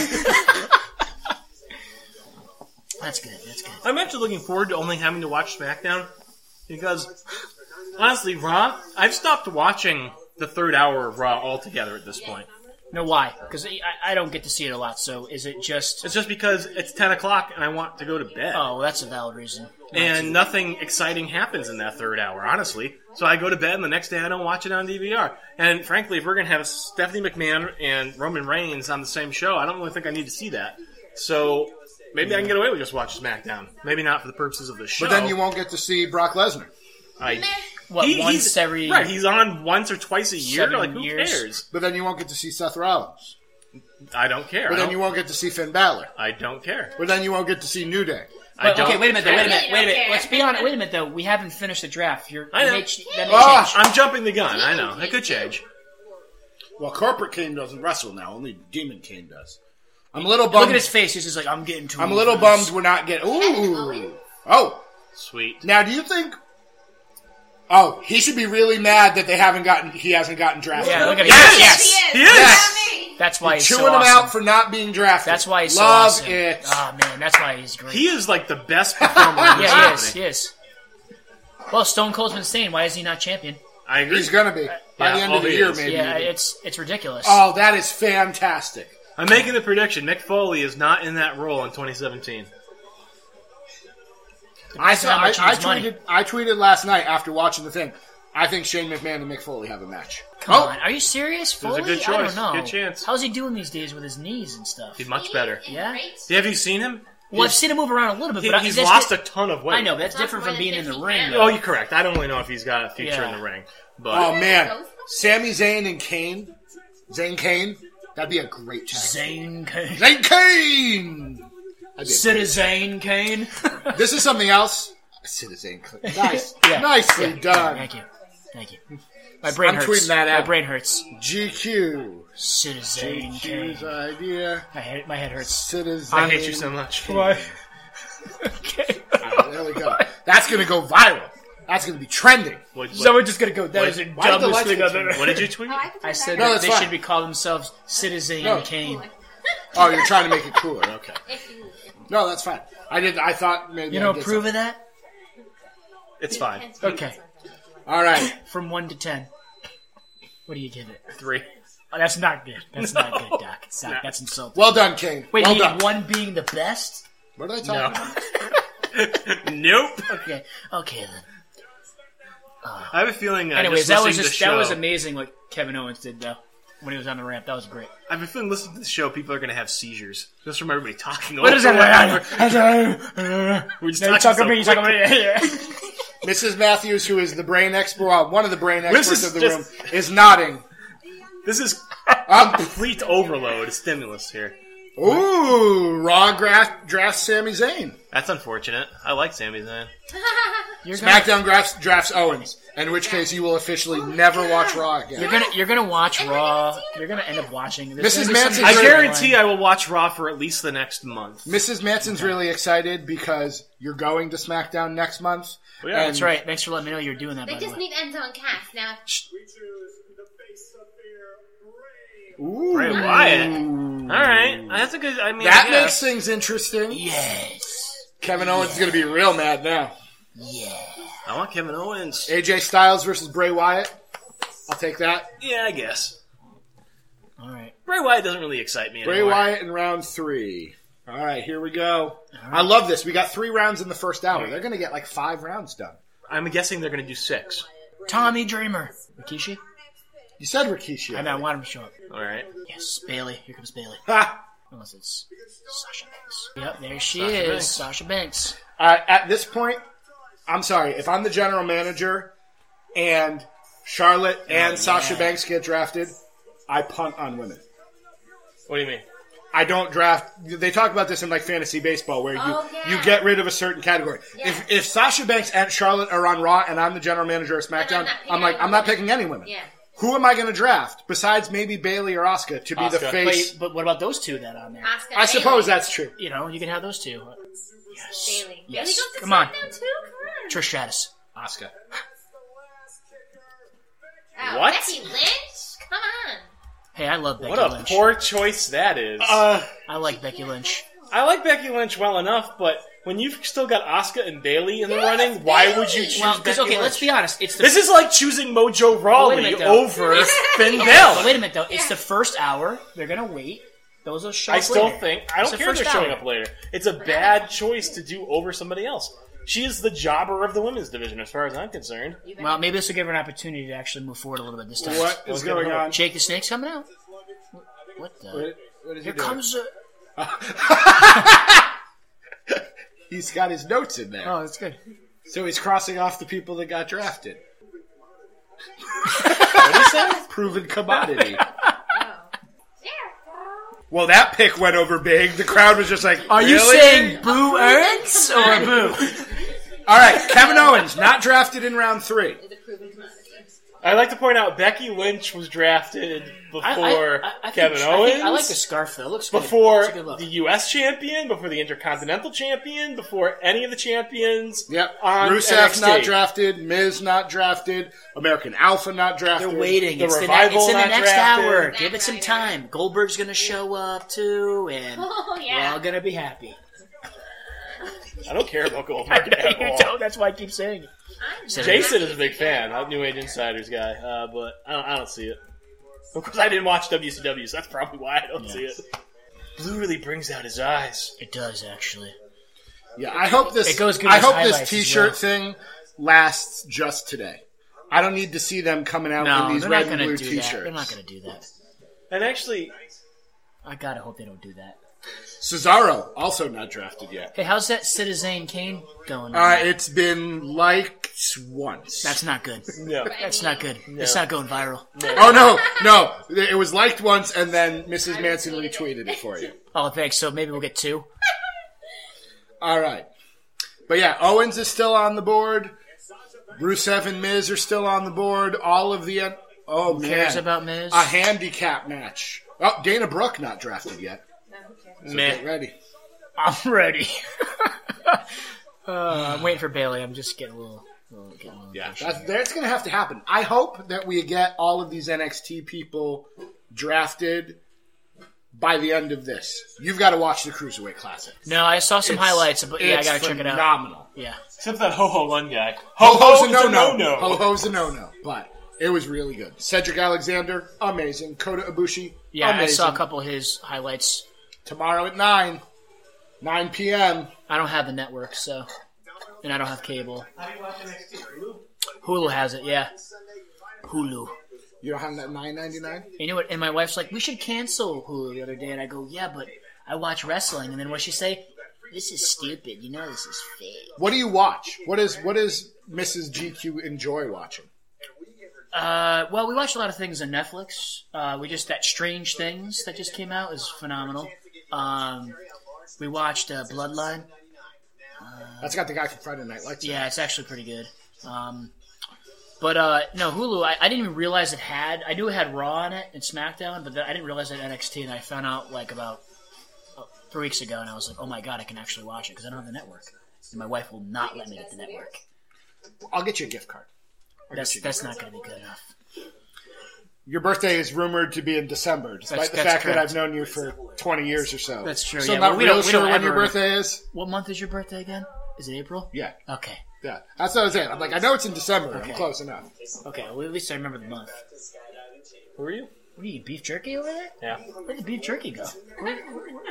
[SPEAKER 4] that's good. That's good.
[SPEAKER 3] I'm actually looking forward to only having to watch SmackDown because honestly, Raw, I've stopped watching the third hour of Raw altogether at this point.
[SPEAKER 4] No, why? Because I, I don't get to see it a lot. So is it just?
[SPEAKER 3] It's just because it's 10 o'clock and I want to go to bed.
[SPEAKER 4] Oh, well, that's a valid reason.
[SPEAKER 3] And nothing exciting happens in that third hour, honestly. So I go to bed and the next day I don't watch it on DVR. And frankly, if we're going to have Stephanie McMahon and Roman Reigns on the same show, I don't really think I need to see that. So Maybe I can get away with just watching SmackDown. Maybe not for the purposes of the show.
[SPEAKER 2] But then you won't get to see Brock Lesnar.
[SPEAKER 3] I-
[SPEAKER 4] What
[SPEAKER 3] he-
[SPEAKER 4] once
[SPEAKER 3] he's,
[SPEAKER 4] every
[SPEAKER 3] right. He's on once or twice a year.
[SPEAKER 4] seven
[SPEAKER 3] Like who
[SPEAKER 4] years.
[SPEAKER 3] cares?
[SPEAKER 2] But then you won't get to see Seth Rollins.
[SPEAKER 3] I don't care.
[SPEAKER 2] But
[SPEAKER 3] I
[SPEAKER 2] then
[SPEAKER 3] don't,
[SPEAKER 2] you won't get to see Finn Balor.
[SPEAKER 3] I don't care.
[SPEAKER 2] But then you won't get to see New Day.
[SPEAKER 3] I
[SPEAKER 4] But,
[SPEAKER 3] don't
[SPEAKER 4] okay, wait a minute. Though, wait a
[SPEAKER 6] I
[SPEAKER 4] minute. Wait a
[SPEAKER 6] really don't
[SPEAKER 4] minute.
[SPEAKER 6] care.
[SPEAKER 4] Let's be honest. Wait a minute, though. We haven't finished the draft. You're.
[SPEAKER 3] I
[SPEAKER 4] that
[SPEAKER 3] know.
[SPEAKER 4] may ch- that may
[SPEAKER 2] Ah!
[SPEAKER 4] change.
[SPEAKER 3] I'm jumping the gun. I know. It could change.
[SPEAKER 2] Well, corporate Kane doesn't wrestle now. Only Demon Kane does. I'm a little bummed.
[SPEAKER 4] Look at his face. He's just like, I'm getting too.
[SPEAKER 2] I'm a
[SPEAKER 4] old
[SPEAKER 2] little
[SPEAKER 4] for this.
[SPEAKER 2] bummed we're not getting. Ooh.
[SPEAKER 6] Owens.
[SPEAKER 2] Oh.
[SPEAKER 3] Sweet.
[SPEAKER 2] Now, do you think? Oh, he should be really mad that they haven't gotten. He hasn't gotten drafted.
[SPEAKER 4] Yeah, look at
[SPEAKER 3] Yes!
[SPEAKER 4] him.
[SPEAKER 3] Yes!
[SPEAKER 6] Yes!
[SPEAKER 3] He is.
[SPEAKER 4] That's why he's
[SPEAKER 2] Chewing
[SPEAKER 4] so
[SPEAKER 2] him
[SPEAKER 4] awesome.
[SPEAKER 2] out for not being drafted.
[SPEAKER 4] That's why he's so
[SPEAKER 2] Love
[SPEAKER 4] awesome.
[SPEAKER 2] it.
[SPEAKER 4] Ah man, that's why he's great.
[SPEAKER 3] He is like the best performer. in this
[SPEAKER 4] yeah, he is.
[SPEAKER 3] company.
[SPEAKER 4] He is. Well, Stone Cold's been saying, why is he not champion?
[SPEAKER 3] I agree.
[SPEAKER 2] He's gonna be by
[SPEAKER 3] Yeah,
[SPEAKER 2] the end of
[SPEAKER 3] oh,
[SPEAKER 2] the
[SPEAKER 3] he
[SPEAKER 2] year,
[SPEAKER 3] is.
[SPEAKER 2] maybe.
[SPEAKER 4] Yeah, it's it's ridiculous.
[SPEAKER 2] Oh, that is fantastic.
[SPEAKER 3] I'm making the prediction. Mick Foley is not in that role in 2017.
[SPEAKER 2] I
[SPEAKER 4] Depends on
[SPEAKER 2] saw.
[SPEAKER 4] how
[SPEAKER 2] I,
[SPEAKER 4] much he
[SPEAKER 2] I
[SPEAKER 4] needs money.
[SPEAKER 2] tweeted. I tweeted last night after watching the thing. I think Shane McMahon and Mick Foley have a match.
[SPEAKER 4] Come
[SPEAKER 2] oh,
[SPEAKER 4] on, are you serious?
[SPEAKER 3] was
[SPEAKER 4] Foley?
[SPEAKER 3] a good
[SPEAKER 4] I
[SPEAKER 3] choice.
[SPEAKER 4] don't know.
[SPEAKER 3] Good chance.
[SPEAKER 4] How's he doing these days with his knees and stuff?
[SPEAKER 3] He's much better.
[SPEAKER 4] Yeah.
[SPEAKER 3] Have you seen him?
[SPEAKER 4] Well, I've seen him move around a little bit,
[SPEAKER 3] He-
[SPEAKER 4] but I-
[SPEAKER 3] he's
[SPEAKER 4] that's
[SPEAKER 3] lost
[SPEAKER 4] di-
[SPEAKER 3] a ton of weight.
[SPEAKER 4] I know, but that's
[SPEAKER 6] Lost
[SPEAKER 4] different
[SPEAKER 6] more
[SPEAKER 4] from
[SPEAKER 6] than
[SPEAKER 4] being in the
[SPEAKER 6] 50
[SPEAKER 4] ring.
[SPEAKER 6] pounds.
[SPEAKER 4] though.
[SPEAKER 3] Oh, you're correct. I don't really know if he's got a future
[SPEAKER 4] Yeah.
[SPEAKER 3] in the ring, but
[SPEAKER 2] Oh man, Sami Zayn and Kane, Zayn Kane, that'd be a great tag.
[SPEAKER 4] Zane Kane.
[SPEAKER 2] Zayn Kane. That'd be a-
[SPEAKER 4] Citizen Kane.
[SPEAKER 2] This is something else. Citizen Kane. Nice, nicely done.
[SPEAKER 4] Thank you. Thank you. My brain
[SPEAKER 2] I'm
[SPEAKER 4] hurts.
[SPEAKER 2] tweeting that
[SPEAKER 4] My
[SPEAKER 2] out.
[SPEAKER 4] brain hurts.
[SPEAKER 2] GQ,
[SPEAKER 4] Citizen Kane.
[SPEAKER 2] GQ's idea.
[SPEAKER 4] My head, my head hurts.
[SPEAKER 2] Citizen.
[SPEAKER 3] I hate you so much.
[SPEAKER 4] okay.
[SPEAKER 2] There we go. That's gonna go viral. That's gonna be trending.
[SPEAKER 3] What,
[SPEAKER 4] Someone just gonna go. That
[SPEAKER 3] Wait,
[SPEAKER 4] is the
[SPEAKER 3] why did
[SPEAKER 2] the
[SPEAKER 4] dumbest
[SPEAKER 2] lights
[SPEAKER 4] thing
[SPEAKER 2] get
[SPEAKER 4] I've ever.
[SPEAKER 3] what did you tweet?
[SPEAKER 4] I said
[SPEAKER 2] No,
[SPEAKER 4] that
[SPEAKER 2] that's
[SPEAKER 4] they
[SPEAKER 2] fine.
[SPEAKER 4] should be called themselves Citizen
[SPEAKER 2] No.
[SPEAKER 4] Kane.
[SPEAKER 2] Oh, you're trying to make it cooler. Okay. No, that's fine. I didn't. I thought maybe
[SPEAKER 4] You
[SPEAKER 2] I
[SPEAKER 4] don't
[SPEAKER 2] did
[SPEAKER 4] approve of that?
[SPEAKER 3] It's fine.
[SPEAKER 4] Okay.
[SPEAKER 2] something. All right.
[SPEAKER 4] From one to ten, what do you give it?
[SPEAKER 3] Three.
[SPEAKER 4] Oh, that's not good. That's not good, Doc. It's not, That's insulting.
[SPEAKER 2] Well done, Kane.
[SPEAKER 4] Wait,
[SPEAKER 2] well
[SPEAKER 4] you
[SPEAKER 2] done.
[SPEAKER 4] mean one being the best?
[SPEAKER 2] What are they talking about?
[SPEAKER 3] Nope.
[SPEAKER 4] Okay. Okay then.
[SPEAKER 3] I have a feeling. Uh,
[SPEAKER 4] Anyways,
[SPEAKER 3] just
[SPEAKER 4] that was
[SPEAKER 3] listening to
[SPEAKER 4] just
[SPEAKER 3] the
[SPEAKER 4] that
[SPEAKER 3] show-
[SPEAKER 4] was amazing. What Kevin Owens did though, when he was on the ramp, that was great.
[SPEAKER 3] I have a feeling listening to the show, people are going to have seizures just from everybody talking.
[SPEAKER 4] What is
[SPEAKER 3] over
[SPEAKER 4] that?
[SPEAKER 3] and over.
[SPEAKER 4] We're
[SPEAKER 3] We're just
[SPEAKER 4] talking
[SPEAKER 3] talking so
[SPEAKER 4] about you talking about me.
[SPEAKER 2] Mrs. Matthews, who is the brain expert, well, one of the brain experts
[SPEAKER 3] is
[SPEAKER 2] of the
[SPEAKER 3] just-
[SPEAKER 2] room, is nodding.
[SPEAKER 3] This is
[SPEAKER 2] Um,
[SPEAKER 3] complete overload stimulus here.
[SPEAKER 2] ooh, raw draft, draft Sami Zayn.
[SPEAKER 3] That's unfortunate. I like Sami Zayn.
[SPEAKER 4] You're gonna,
[SPEAKER 2] SmackDown drafts, drafts Owens, in which case you will officially
[SPEAKER 3] Oh,
[SPEAKER 2] never watch Raw again.
[SPEAKER 4] you're gonna you're gonna watch
[SPEAKER 6] we're gonna
[SPEAKER 4] Raw.
[SPEAKER 6] see it
[SPEAKER 4] You're gonna
[SPEAKER 6] live.
[SPEAKER 4] end up watching.
[SPEAKER 2] Mrs. Manson's
[SPEAKER 3] I
[SPEAKER 2] Sure.
[SPEAKER 3] guarantee I will watch Raw for at least the next month.
[SPEAKER 2] Mrs. Manson's really excited because you're going to SmackDown next month.
[SPEAKER 3] Oh, yeah,
[SPEAKER 2] and
[SPEAKER 4] That's right. Thanks for letting me know you're doing that.
[SPEAKER 6] They
[SPEAKER 4] by the
[SPEAKER 6] just
[SPEAKER 4] way.
[SPEAKER 6] need Enzo and Cass now.
[SPEAKER 2] Ooh,
[SPEAKER 3] Bray Wyatt. All right, that's a good. I mean,
[SPEAKER 2] that
[SPEAKER 3] I
[SPEAKER 2] makes
[SPEAKER 3] guess.
[SPEAKER 2] things interesting.
[SPEAKER 4] yes.
[SPEAKER 2] Kevin Owens is going to be real mad now.
[SPEAKER 3] I want Kevin Owens.
[SPEAKER 2] AJ Styles versus Bray Wyatt. I'll take that.
[SPEAKER 3] Yeah, I guess.
[SPEAKER 4] All right.
[SPEAKER 3] Bray Wyatt doesn't really excite me.
[SPEAKER 2] Bray
[SPEAKER 3] anymore.
[SPEAKER 2] Wyatt in round three. All right, here we go. I love this. We got three rounds in the first hour. They're going to get like five rounds done.
[SPEAKER 3] I'm guessing they're going to do six.
[SPEAKER 4] Tommy Dreamer. Rikishi.
[SPEAKER 2] You said Rikishi.
[SPEAKER 4] I know. I want him to show up.
[SPEAKER 3] All right.
[SPEAKER 4] Yes. Bailey. Here comes Bailey.
[SPEAKER 2] Ha!
[SPEAKER 4] Unless it's Sasha Banks. Yep. There she
[SPEAKER 3] Sasha
[SPEAKER 4] is.
[SPEAKER 3] Banks.
[SPEAKER 4] Sasha Banks.
[SPEAKER 2] Uh, at this point, I'm sorry. If I'm the general manager and
[SPEAKER 4] Oh,
[SPEAKER 2] Charlotte and Sasha Banks get drafted, I punt on women.
[SPEAKER 3] What do you mean?
[SPEAKER 2] I don't draft. They talk about this in like fantasy baseball, where you
[SPEAKER 6] Oh, yeah.
[SPEAKER 2] you get rid of a certain category.
[SPEAKER 6] Yeah.
[SPEAKER 2] If if Sasha Banks and Charlotte are on Raw, and I'm the general manager of
[SPEAKER 6] I'm
[SPEAKER 2] SmackDown,
[SPEAKER 6] not picking
[SPEAKER 2] I'm like
[SPEAKER 6] any
[SPEAKER 2] I'm not
[SPEAKER 6] women.
[SPEAKER 2] picking any women.
[SPEAKER 6] Yeah.
[SPEAKER 2] Who am I going to draft besides maybe Bailey or Oscar to be the
[SPEAKER 3] Asuka.
[SPEAKER 2] face?
[SPEAKER 4] Wait, but what about those two that are on there?
[SPEAKER 6] Asuka
[SPEAKER 2] I suppose
[SPEAKER 6] Bailey.
[SPEAKER 2] that's true.
[SPEAKER 4] You know, you can have those two.
[SPEAKER 6] Bailey.
[SPEAKER 4] Yes.
[SPEAKER 6] Bailey goes to
[SPEAKER 4] Come on.
[SPEAKER 6] SmackDown too? Come on.
[SPEAKER 4] Trish Stratus.
[SPEAKER 3] Oscar.
[SPEAKER 6] Oh,
[SPEAKER 3] What?
[SPEAKER 6] Becky Lynch? Come on.
[SPEAKER 4] Hey, I love Becky
[SPEAKER 3] What a
[SPEAKER 4] Lynch.
[SPEAKER 3] poor choice that is.
[SPEAKER 2] Uh,
[SPEAKER 4] I like Becky Lynch.
[SPEAKER 3] I like Becky Lynch well enough, but when you've still got Oscar and Bailey in the
[SPEAKER 6] Yes,
[SPEAKER 3] running, why would you
[SPEAKER 6] Bayley!
[SPEAKER 3] choose?
[SPEAKER 4] Well, because
[SPEAKER 3] Becky
[SPEAKER 4] okay,
[SPEAKER 3] Lynch?
[SPEAKER 4] let's be honest. It's the
[SPEAKER 3] This is like choosing Mojo
[SPEAKER 4] Wait a
[SPEAKER 3] Rawley
[SPEAKER 4] minute, though.
[SPEAKER 3] over Finn
[SPEAKER 4] But
[SPEAKER 3] Bell.
[SPEAKER 4] wait a minute though. It's the first hour. They're gonna wait. Those will show
[SPEAKER 3] I
[SPEAKER 4] up
[SPEAKER 3] still
[SPEAKER 4] later.
[SPEAKER 3] think I don't
[SPEAKER 4] It's the
[SPEAKER 3] care if
[SPEAKER 4] first
[SPEAKER 3] they're showing
[SPEAKER 4] hour.
[SPEAKER 3] up later. It's a bad choice to do over somebody else. She is the jobber of the women's division, as far as I'm concerned.
[SPEAKER 4] Well, maybe this will give her an opportunity to actually move forward a little bit this time.
[SPEAKER 2] what is going on?
[SPEAKER 4] Jake the Snake's coming out. What the?
[SPEAKER 2] What is he
[SPEAKER 4] Here
[SPEAKER 2] doing?
[SPEAKER 4] comes. A...
[SPEAKER 2] He's got his notes in there.
[SPEAKER 7] Oh, that's good.
[SPEAKER 2] So he's crossing off the people that got drafted. Proven commodity.
[SPEAKER 6] Jericho.
[SPEAKER 2] well, that pick went over big. The crowd was just like,
[SPEAKER 4] Are you
[SPEAKER 2] "Really?"
[SPEAKER 4] saying Boo Ernst or Boo?
[SPEAKER 2] All right, Kevin Owens not drafted in round three.
[SPEAKER 6] Is a proven commodity.
[SPEAKER 5] I'd like to point out Becky Lynch was drafted before
[SPEAKER 4] I- I- I- I think-
[SPEAKER 5] Kevin
[SPEAKER 4] I think-
[SPEAKER 5] Owens.
[SPEAKER 4] I, like the scarf though. It looks good.
[SPEAKER 5] before
[SPEAKER 4] It's a good look.
[SPEAKER 5] the U.S. champion, before the Intercontinental champion, before any of the champions.
[SPEAKER 2] Yep.
[SPEAKER 5] On
[SPEAKER 2] Rusev
[SPEAKER 5] NXT.
[SPEAKER 2] not drafted. Miz not drafted. American Alpha not drafted.
[SPEAKER 4] They're waiting.
[SPEAKER 5] the
[SPEAKER 4] it's, the ne-
[SPEAKER 5] revival
[SPEAKER 4] it's in the
[SPEAKER 5] not
[SPEAKER 4] next
[SPEAKER 5] drafted.
[SPEAKER 4] hour. Give it some time. Goldberg's gonna show up too, and
[SPEAKER 6] Oh,
[SPEAKER 4] we're
[SPEAKER 6] yeah.
[SPEAKER 4] all gonna be happy.
[SPEAKER 5] I don't care about Goldberg at all.
[SPEAKER 4] That's why I keep saying it.
[SPEAKER 6] I'm
[SPEAKER 4] So-
[SPEAKER 6] not
[SPEAKER 5] Jason is
[SPEAKER 6] happy
[SPEAKER 5] a big
[SPEAKER 6] to
[SPEAKER 5] fan.
[SPEAKER 6] hear
[SPEAKER 5] I'm a New Age Insiders guy, uh, but I don't, I don't see it. Of course, I didn't watch WCW, so that's probably why I don't see it. Blue really brings out his eyes.
[SPEAKER 4] It does actually.
[SPEAKER 2] Yeah, I hope this.
[SPEAKER 4] It goes good
[SPEAKER 2] I
[SPEAKER 4] as
[SPEAKER 2] hope this
[SPEAKER 4] highlights as
[SPEAKER 2] T-shirt
[SPEAKER 4] well.
[SPEAKER 2] thing lasts just today. I don't need to see them coming out in
[SPEAKER 4] No,
[SPEAKER 2] these
[SPEAKER 4] they're
[SPEAKER 2] red
[SPEAKER 4] not
[SPEAKER 2] and
[SPEAKER 4] gonna
[SPEAKER 2] blue
[SPEAKER 4] do
[SPEAKER 2] T-shirts.
[SPEAKER 4] that. They're not gonna do that.
[SPEAKER 5] And actually,
[SPEAKER 4] I gotta hope they don't do that.
[SPEAKER 2] Cesaro also not drafted yet.
[SPEAKER 4] Hey, how's that Citizen Kane going? on?
[SPEAKER 2] Uh, it's been liked once.
[SPEAKER 4] That's not good.
[SPEAKER 5] no.
[SPEAKER 4] That's not good. It's not going viral.
[SPEAKER 2] oh no, no! It was liked once, and then Mrs. Manson retweeted it for you.
[SPEAKER 4] Oh, thanks. So maybe we'll get two.
[SPEAKER 2] All right. But yeah, Owens is still on the board. Rusev and Miz are still on the board. All of the oh man,
[SPEAKER 4] Cares about Miz?
[SPEAKER 2] a handicap match. Oh, Dana Brooke not drafted yet.
[SPEAKER 4] Meh.
[SPEAKER 2] Get ready.
[SPEAKER 4] I'm ready. uh, I'm waiting for Bailey. I'm just getting a little. little- getting a little
[SPEAKER 2] Yeah,
[SPEAKER 4] impatient.
[SPEAKER 2] that's, that's going to have to happen. I hope that we get all of these NXT people drafted by the end of this. You've got to watch the Cruiserweight Classic.
[SPEAKER 4] No, I saw some highlights, but yeah, I
[SPEAKER 2] it's
[SPEAKER 4] gotta check it out.
[SPEAKER 2] Phenomenal.
[SPEAKER 4] Yeah,
[SPEAKER 5] Except that Ho Ho Lun guy.
[SPEAKER 2] Ho Oh, ho's a no
[SPEAKER 5] Ho-ho's
[SPEAKER 2] no.
[SPEAKER 5] no-no.
[SPEAKER 2] Ho ho's a no no. But it was really good. Cedric Alexander, amazing. Kota Ibushi,
[SPEAKER 4] yeah.
[SPEAKER 2] amazing.
[SPEAKER 4] I saw a couple of his highlights.
[SPEAKER 2] Tomorrow at nine, nine p.m.
[SPEAKER 4] I don't have the network, so and I don't have cable. Hulu has it, yeah. Hulu.
[SPEAKER 2] You don't have that nine ninety nine.
[SPEAKER 4] You know what? And my wife's like, "We should cancel Hulu." The other day, and I go, "Yeah, but I watch wrestling." And then what she say? This is stupid. You know this is fake.
[SPEAKER 2] What do you watch? What is what is Mrs. GQ enjoy watching?
[SPEAKER 4] Uh, well, we watch a lot of things on Netflix. Uh, we just that Strange Things that just came out is phenomenal. Um, we watched uh, Bloodline.
[SPEAKER 2] That's got the guy from Friday Night Lights.
[SPEAKER 4] Yeah, it's actually pretty good. Um, but uh, no, Hulu. I, I didn't even realize it had. I knew it had Raw on it and SmackDown, but then I didn't realize it had NXT, and I found out like about uh, three weeks ago, and I was like, oh my god, I can actually watch it because I don't have the network, and my wife will not let me get the network.
[SPEAKER 2] I'll get you a gift card.
[SPEAKER 4] That's that's not going to be good enough.
[SPEAKER 2] Your birthday is rumored to be in December, despite
[SPEAKER 4] That's-
[SPEAKER 2] the
[SPEAKER 4] that's
[SPEAKER 2] fact that
[SPEAKER 4] correct.
[SPEAKER 2] I've known you for 20 years or so.
[SPEAKER 4] That's true,
[SPEAKER 2] So
[SPEAKER 4] yeah,
[SPEAKER 2] I'm not
[SPEAKER 4] well, we
[SPEAKER 2] real
[SPEAKER 4] don't- we
[SPEAKER 2] sure
[SPEAKER 4] don't
[SPEAKER 2] when your
[SPEAKER 4] ever-
[SPEAKER 2] birthday is.
[SPEAKER 4] What month is your birthday again? Is it April?
[SPEAKER 2] Yeah,
[SPEAKER 4] Okay.
[SPEAKER 2] yeah. That's what I was saying. I'm like, I know it's in December. I'm close enough.
[SPEAKER 4] Okay. Well, at least I remember the month.
[SPEAKER 5] Who are you?
[SPEAKER 4] What are you, beef jerky over there?
[SPEAKER 5] Yeah.
[SPEAKER 4] Where did the beef jerky go?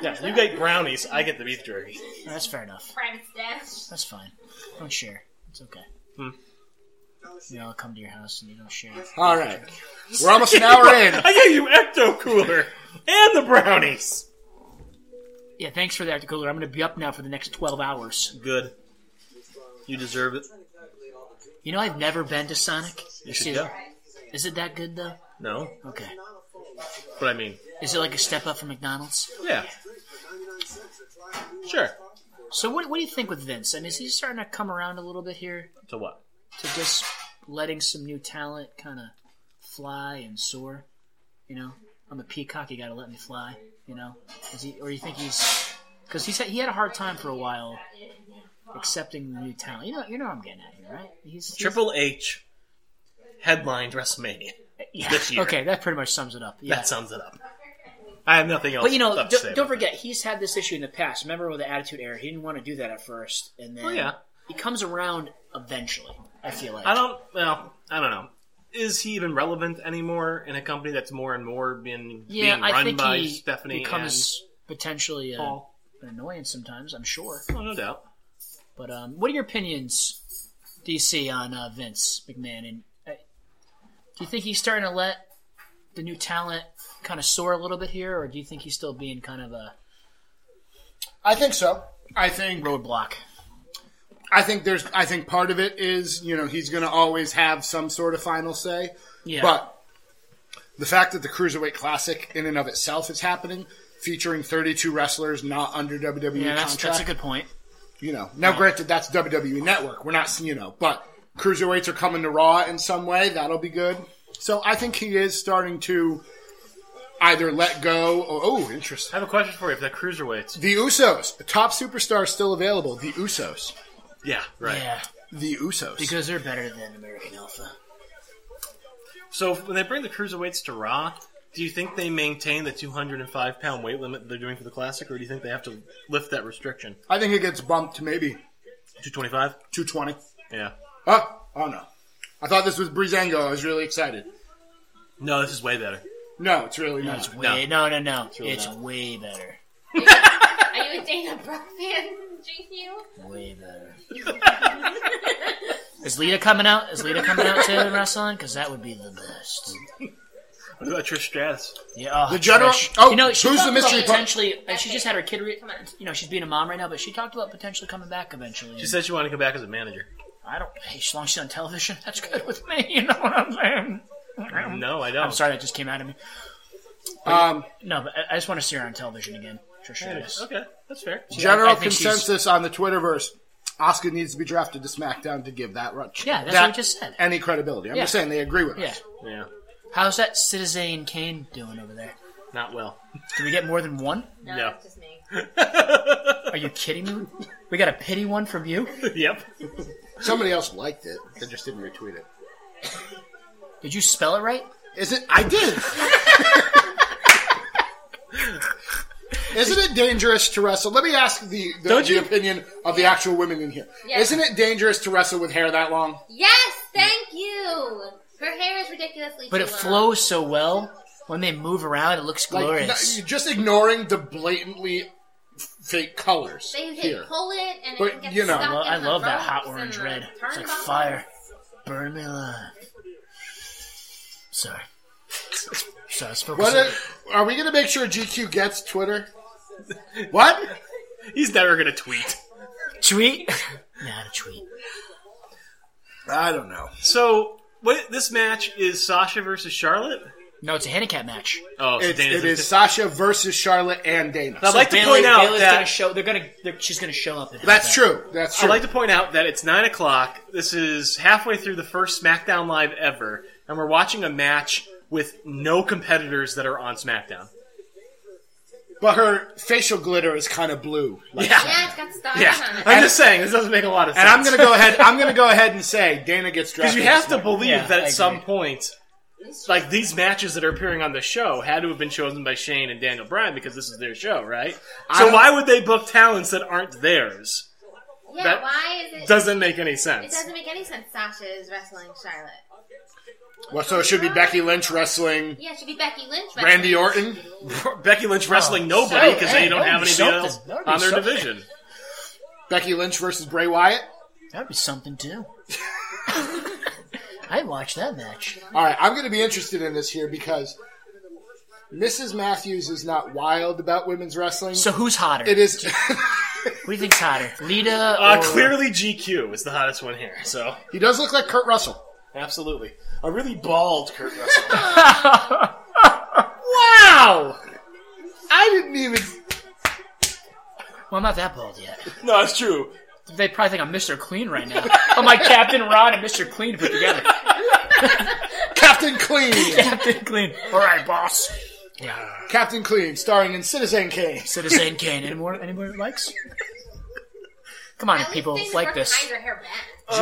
[SPEAKER 5] Yeah, you get brownies, I get the beef jerky.
[SPEAKER 4] No, that's fair enough.
[SPEAKER 6] Friends, Dad.
[SPEAKER 4] That's fine. Don't share. It's okay.
[SPEAKER 3] Hmm.
[SPEAKER 4] We all come to your house and you don't share.
[SPEAKER 2] All right. We're almost an hour in.
[SPEAKER 5] I gave you Ecto Cooler and the brownies.
[SPEAKER 4] Yeah, thanks for that, cooler. I'm going to be up now for the next 12 hours.
[SPEAKER 3] Good. You deserve it.
[SPEAKER 4] You know, I've never been to Sonic. You
[SPEAKER 3] should
[SPEAKER 4] see
[SPEAKER 3] go.
[SPEAKER 4] that? Is it that good, though?
[SPEAKER 3] No,
[SPEAKER 4] Okay.
[SPEAKER 3] but I mean,
[SPEAKER 4] Is it like a step up from McDonald's?
[SPEAKER 3] yeah. Sure.
[SPEAKER 4] So, what, what do you think with Vince? I mean, is he starting to come around a little bit here
[SPEAKER 3] To what?
[SPEAKER 4] to just letting some new talent kind of fly and soar? You know, I'm a peacock. You got to let me fly. You know, is he, or you think he's because he said he had a hard time for a while accepting the new talent. You know, you know what I'm getting at here, right? He's, he's
[SPEAKER 5] Triple H headlined WrestleMania.
[SPEAKER 4] yeah.
[SPEAKER 5] this year.
[SPEAKER 4] Okay, that pretty much sums it up. Yeah.
[SPEAKER 5] That sums it up. I have nothing else.
[SPEAKER 4] but you know,
[SPEAKER 5] left
[SPEAKER 4] d-
[SPEAKER 5] to say
[SPEAKER 4] don't
[SPEAKER 5] about
[SPEAKER 4] forget, he's had this issue in the past. Remember with the Attitude Era, he didn't want to do that at first, and then
[SPEAKER 5] Oh, yeah.
[SPEAKER 4] he comes around eventually. I feel like
[SPEAKER 5] that. I don't. Well, I don't know. Is he even relevant anymore in a company that's more and more being
[SPEAKER 4] yeah,
[SPEAKER 5] being
[SPEAKER 4] I
[SPEAKER 5] run
[SPEAKER 4] think
[SPEAKER 5] by
[SPEAKER 4] he
[SPEAKER 5] Stephanie
[SPEAKER 4] becomes potentially a,
[SPEAKER 5] and Paul?
[SPEAKER 4] an annoyance sometimes. I'm sure.
[SPEAKER 5] Oh, no doubt.
[SPEAKER 4] But um, what are your opinions, DC, on uh, Vince McMahon? And uh, do you think he's starting to let the new talent kind of soar a little bit here, or do you think he's still being kind of a
[SPEAKER 2] I think so. I think roadblock. I think there's. I think part of it is you know he's going to always have some sort of final say,
[SPEAKER 4] Yeah.
[SPEAKER 2] but the fact that the cruiserweight classic in and of itself is happening, featuring 32 wrestlers not under WWE
[SPEAKER 4] yeah, that's,
[SPEAKER 2] contract,
[SPEAKER 4] that's a good point.
[SPEAKER 2] you know. Now, granted, that's WWE Network. We're not, you know, but cruiserweights are coming to Raw in some way. That'll be good. So I think he is starting to either let go. Or, oh, interesting.
[SPEAKER 3] I have a question for you. If that cruiserweights,
[SPEAKER 2] The Usos, top superstar still available. The Usos,
[SPEAKER 3] yeah, right.
[SPEAKER 4] Yeah,
[SPEAKER 2] the Usos.
[SPEAKER 4] because they're better than American Alpha.
[SPEAKER 3] So when they bring the cruiserweights to Raw, do you think they maintain the 205 pound weight limit they're doing for the classic, or do you think they have to lift that restriction?
[SPEAKER 2] I think it gets bumped to maybe
[SPEAKER 3] 225?
[SPEAKER 2] 220.
[SPEAKER 3] Yeah.
[SPEAKER 2] Oh, oh no. I thought this was Breezango. I was really excited.
[SPEAKER 3] No, this is way better.
[SPEAKER 2] No, it's really not.
[SPEAKER 4] It's way, no, no, no. It's, way better.
[SPEAKER 6] Are you a Dana Brooke fan, GQ?
[SPEAKER 4] Way better. Is Lita coming out? Is Lita coming out to wrestling? Because that would be the best.
[SPEAKER 3] What about Trish Stratus?
[SPEAKER 4] Yeah. Oh,
[SPEAKER 2] The general-
[SPEAKER 4] Trish.
[SPEAKER 2] oh,
[SPEAKER 4] you know, she
[SPEAKER 2] who's the
[SPEAKER 4] talked
[SPEAKER 2] mystery
[SPEAKER 4] about
[SPEAKER 2] part-
[SPEAKER 4] potentially? And she just had her kid. Re- you know, she's being a mom right now, but she talked about potentially coming back eventually.
[SPEAKER 3] She said she wanted to come back as a manager.
[SPEAKER 4] I don't. Hey, as long as she's on television, that's good with me. You know what I'm saying?
[SPEAKER 3] No, I don't.
[SPEAKER 4] I'm sorry, that just came out of me.
[SPEAKER 2] Um,
[SPEAKER 4] No, but I, I just want to see her on television again. Trish Stratus.
[SPEAKER 3] Okay, that's fair.
[SPEAKER 2] general
[SPEAKER 4] I think she's-
[SPEAKER 2] consensus on the Twitterverse. Oscar needs to be drafted to SmackDown to give that run.
[SPEAKER 4] Yeah, that's
[SPEAKER 2] that
[SPEAKER 4] what I just said.
[SPEAKER 2] Any credibility. I'm just
[SPEAKER 4] Yeah.
[SPEAKER 2] saying they agree with
[SPEAKER 4] Yeah.
[SPEAKER 2] us.
[SPEAKER 3] Yeah,
[SPEAKER 4] How's that Citizen Kane doing over there?
[SPEAKER 3] not well.
[SPEAKER 4] Do we get more than one?
[SPEAKER 6] No,
[SPEAKER 3] No.
[SPEAKER 6] it's just me.
[SPEAKER 4] Are you kidding me? We got a pity one from you?
[SPEAKER 3] yep.
[SPEAKER 2] Somebody else liked it. They just didn't retweet it.
[SPEAKER 4] Did you spell it right?
[SPEAKER 2] Isn't I did. Isn't it dangerous to wrestle? Let me ask the, the,
[SPEAKER 3] Don't
[SPEAKER 2] the
[SPEAKER 3] you-
[SPEAKER 2] opinion of the actual women in here.
[SPEAKER 6] Yeah.
[SPEAKER 2] Isn't it dangerous to wrestle with hair that long?
[SPEAKER 6] Yes, thank you. Her hair is ridiculously.
[SPEAKER 4] But
[SPEAKER 6] too
[SPEAKER 4] it
[SPEAKER 6] long.
[SPEAKER 4] flows so well. When they move around, it looks
[SPEAKER 2] Like
[SPEAKER 4] glorious.
[SPEAKER 2] no- just ignoring the blatantly fake colors
[SPEAKER 6] They they
[SPEAKER 2] here.
[SPEAKER 6] pull it and
[SPEAKER 2] But,
[SPEAKER 6] it gets
[SPEAKER 2] you know-
[SPEAKER 6] stuck
[SPEAKER 2] I
[SPEAKER 4] Well,
[SPEAKER 6] in
[SPEAKER 4] I
[SPEAKER 6] the
[SPEAKER 4] love that
[SPEAKER 6] ropes
[SPEAKER 4] hot
[SPEAKER 6] and uh,
[SPEAKER 4] orange
[SPEAKER 6] the
[SPEAKER 4] red. It's like
[SPEAKER 6] turnbuckles.
[SPEAKER 4] fire. Burn me alive. Sorry. Sorry, I was
[SPEAKER 2] What
[SPEAKER 4] focusing.
[SPEAKER 2] are, are we going to make sure GQ gets Twitter? What?
[SPEAKER 3] He's never gonna tweet.
[SPEAKER 4] Tweet? Not a tweet.
[SPEAKER 2] I don't know.
[SPEAKER 3] So, what, this match is Sasha versus Charlotte.
[SPEAKER 4] No, it's a handicap match.
[SPEAKER 3] Oh, so
[SPEAKER 2] It's,
[SPEAKER 3] Dana's
[SPEAKER 2] it is Sasha versus Charlotte and Dana.
[SPEAKER 3] I'd like to
[SPEAKER 4] Bailey-
[SPEAKER 3] point out
[SPEAKER 4] Bailey's
[SPEAKER 3] that
[SPEAKER 4] gonna show. They're gonna. They're, she's gonna show up. and have
[SPEAKER 2] That's
[SPEAKER 4] that.
[SPEAKER 2] true. That's true.
[SPEAKER 3] I'd like to point out that it's nine o'clock. This is halfway through the first SmackDown Live ever, and we're watching a match with no competitors that are on SmackDown.
[SPEAKER 2] but her facial glitter is kind of blue. Like,
[SPEAKER 3] Yeah,
[SPEAKER 6] Yeah, it's got stars
[SPEAKER 3] yeah.
[SPEAKER 6] on it.
[SPEAKER 3] I'm just saying this doesn't make a lot of sense.
[SPEAKER 2] And I'm going to go ahead. I'm going to go ahead and say Dana gets drafted.
[SPEAKER 3] because you have
[SPEAKER 2] this
[SPEAKER 3] to
[SPEAKER 2] week.
[SPEAKER 3] believe
[SPEAKER 4] Yeah,
[SPEAKER 3] that
[SPEAKER 4] I
[SPEAKER 3] at some
[SPEAKER 4] agree.
[SPEAKER 3] point, like these matches that are appearing on the show had to have been chosen by Shane and Daniel Bryan because this is their show, right? So
[SPEAKER 2] don't-
[SPEAKER 3] why would they book talents that aren't theirs?
[SPEAKER 6] Yeah,
[SPEAKER 3] That
[SPEAKER 6] why is it?
[SPEAKER 3] Doesn't make any
[SPEAKER 6] it
[SPEAKER 3] sense.
[SPEAKER 6] doesn't make any sense. Sasha is wrestling Charlotte.
[SPEAKER 2] Well, so it should be Becky Lynch wrestling
[SPEAKER 6] Yeah, it should be Becky Lynch. Wrestling.
[SPEAKER 2] Randy Orton.
[SPEAKER 3] Becky Lynch wrestling nobody because
[SPEAKER 4] hey,
[SPEAKER 3] they don't
[SPEAKER 4] that'd
[SPEAKER 3] have
[SPEAKER 4] be
[SPEAKER 3] anybody
[SPEAKER 4] something.
[SPEAKER 3] else
[SPEAKER 4] That'd be
[SPEAKER 3] on their
[SPEAKER 4] something.
[SPEAKER 3] division.
[SPEAKER 2] Becky Lynch versus Bray Wyatt.
[SPEAKER 4] That'd be something too. I watched that match.
[SPEAKER 2] All right, I'm going to be interested in this here because Mrs. Matthews is not wild about women's wrestling.
[SPEAKER 4] So who's hotter?
[SPEAKER 2] it is.
[SPEAKER 4] What do you think's hotter, Lita
[SPEAKER 3] Uh,
[SPEAKER 4] or
[SPEAKER 3] clearly, GQ is the hottest one here. So
[SPEAKER 2] he does look like Kurt Russell.
[SPEAKER 3] absolutely, a really bald Kurt Russell.
[SPEAKER 4] Wow!
[SPEAKER 2] I didn't even.
[SPEAKER 4] Well, I'm not that bald yet.
[SPEAKER 3] no, that's true.
[SPEAKER 4] They probably think I'm Mr. Clean right now. I'm like Captain Ron and Mr. Clean put together.
[SPEAKER 2] Captain Clean.
[SPEAKER 4] Captain Clean. All right, boss.
[SPEAKER 2] Captain Clean, starring in Citizen Kane.
[SPEAKER 4] Citizen Kane. Any more? Any more likes? Come on,
[SPEAKER 6] At least
[SPEAKER 4] people
[SPEAKER 6] things
[SPEAKER 4] like
[SPEAKER 6] work
[SPEAKER 4] this.
[SPEAKER 6] Behind her hair back.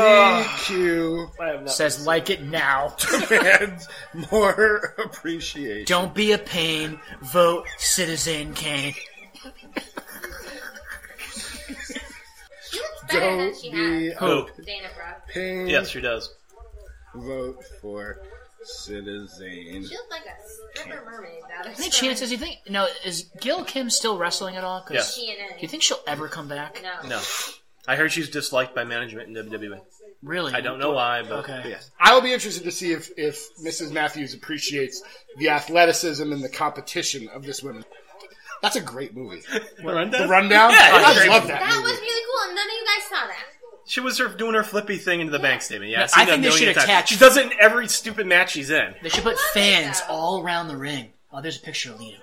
[SPEAKER 2] GQ
[SPEAKER 3] I have not.
[SPEAKER 4] Says like it now.
[SPEAKER 2] demands more appreciation.
[SPEAKER 4] Don't be a pain. Vote Citizen Kane.
[SPEAKER 6] She looks better than she
[SPEAKER 2] be
[SPEAKER 6] has.
[SPEAKER 3] Who?
[SPEAKER 6] Dana Brooke.
[SPEAKER 2] pain.
[SPEAKER 3] Yes, she does.
[SPEAKER 2] Vote for Citizen.
[SPEAKER 6] She looks like a stripper mermaid. That is
[SPEAKER 4] Any chances you think? No, is Gil Kim still wrestling at all? 'Cause
[SPEAKER 3] Yes.
[SPEAKER 6] She
[SPEAKER 4] Do
[SPEAKER 6] and
[SPEAKER 4] you think she'll ever come back?
[SPEAKER 6] No.
[SPEAKER 3] No, I heard she's disliked by management in WWE.
[SPEAKER 4] Really?
[SPEAKER 3] I don't know why, but
[SPEAKER 4] Okay.
[SPEAKER 2] Yes. I will be interested to see if, if Mrs. Matthews appreciates the athleticism and the competition of this woman. That's a great movie.
[SPEAKER 3] The rundown?
[SPEAKER 2] The Rundown.
[SPEAKER 3] Yeah,
[SPEAKER 2] I
[SPEAKER 3] it's a great
[SPEAKER 2] love
[SPEAKER 3] movie.
[SPEAKER 2] that.
[SPEAKER 6] That
[SPEAKER 2] movie.
[SPEAKER 6] was really cool, and none of you guys saw that.
[SPEAKER 3] She was her, doing her flippy thing into the bank statement. Yeah,
[SPEAKER 4] Yeah,
[SPEAKER 3] I've seen
[SPEAKER 4] I
[SPEAKER 3] that
[SPEAKER 4] think
[SPEAKER 3] a
[SPEAKER 4] they
[SPEAKER 3] million
[SPEAKER 4] should
[SPEAKER 3] times.
[SPEAKER 4] attach-
[SPEAKER 3] She does it in every stupid match she's in.
[SPEAKER 4] They should put
[SPEAKER 6] love it,
[SPEAKER 4] fans
[SPEAKER 6] though.
[SPEAKER 4] all around the ring. Oh, there's a picture of Lita.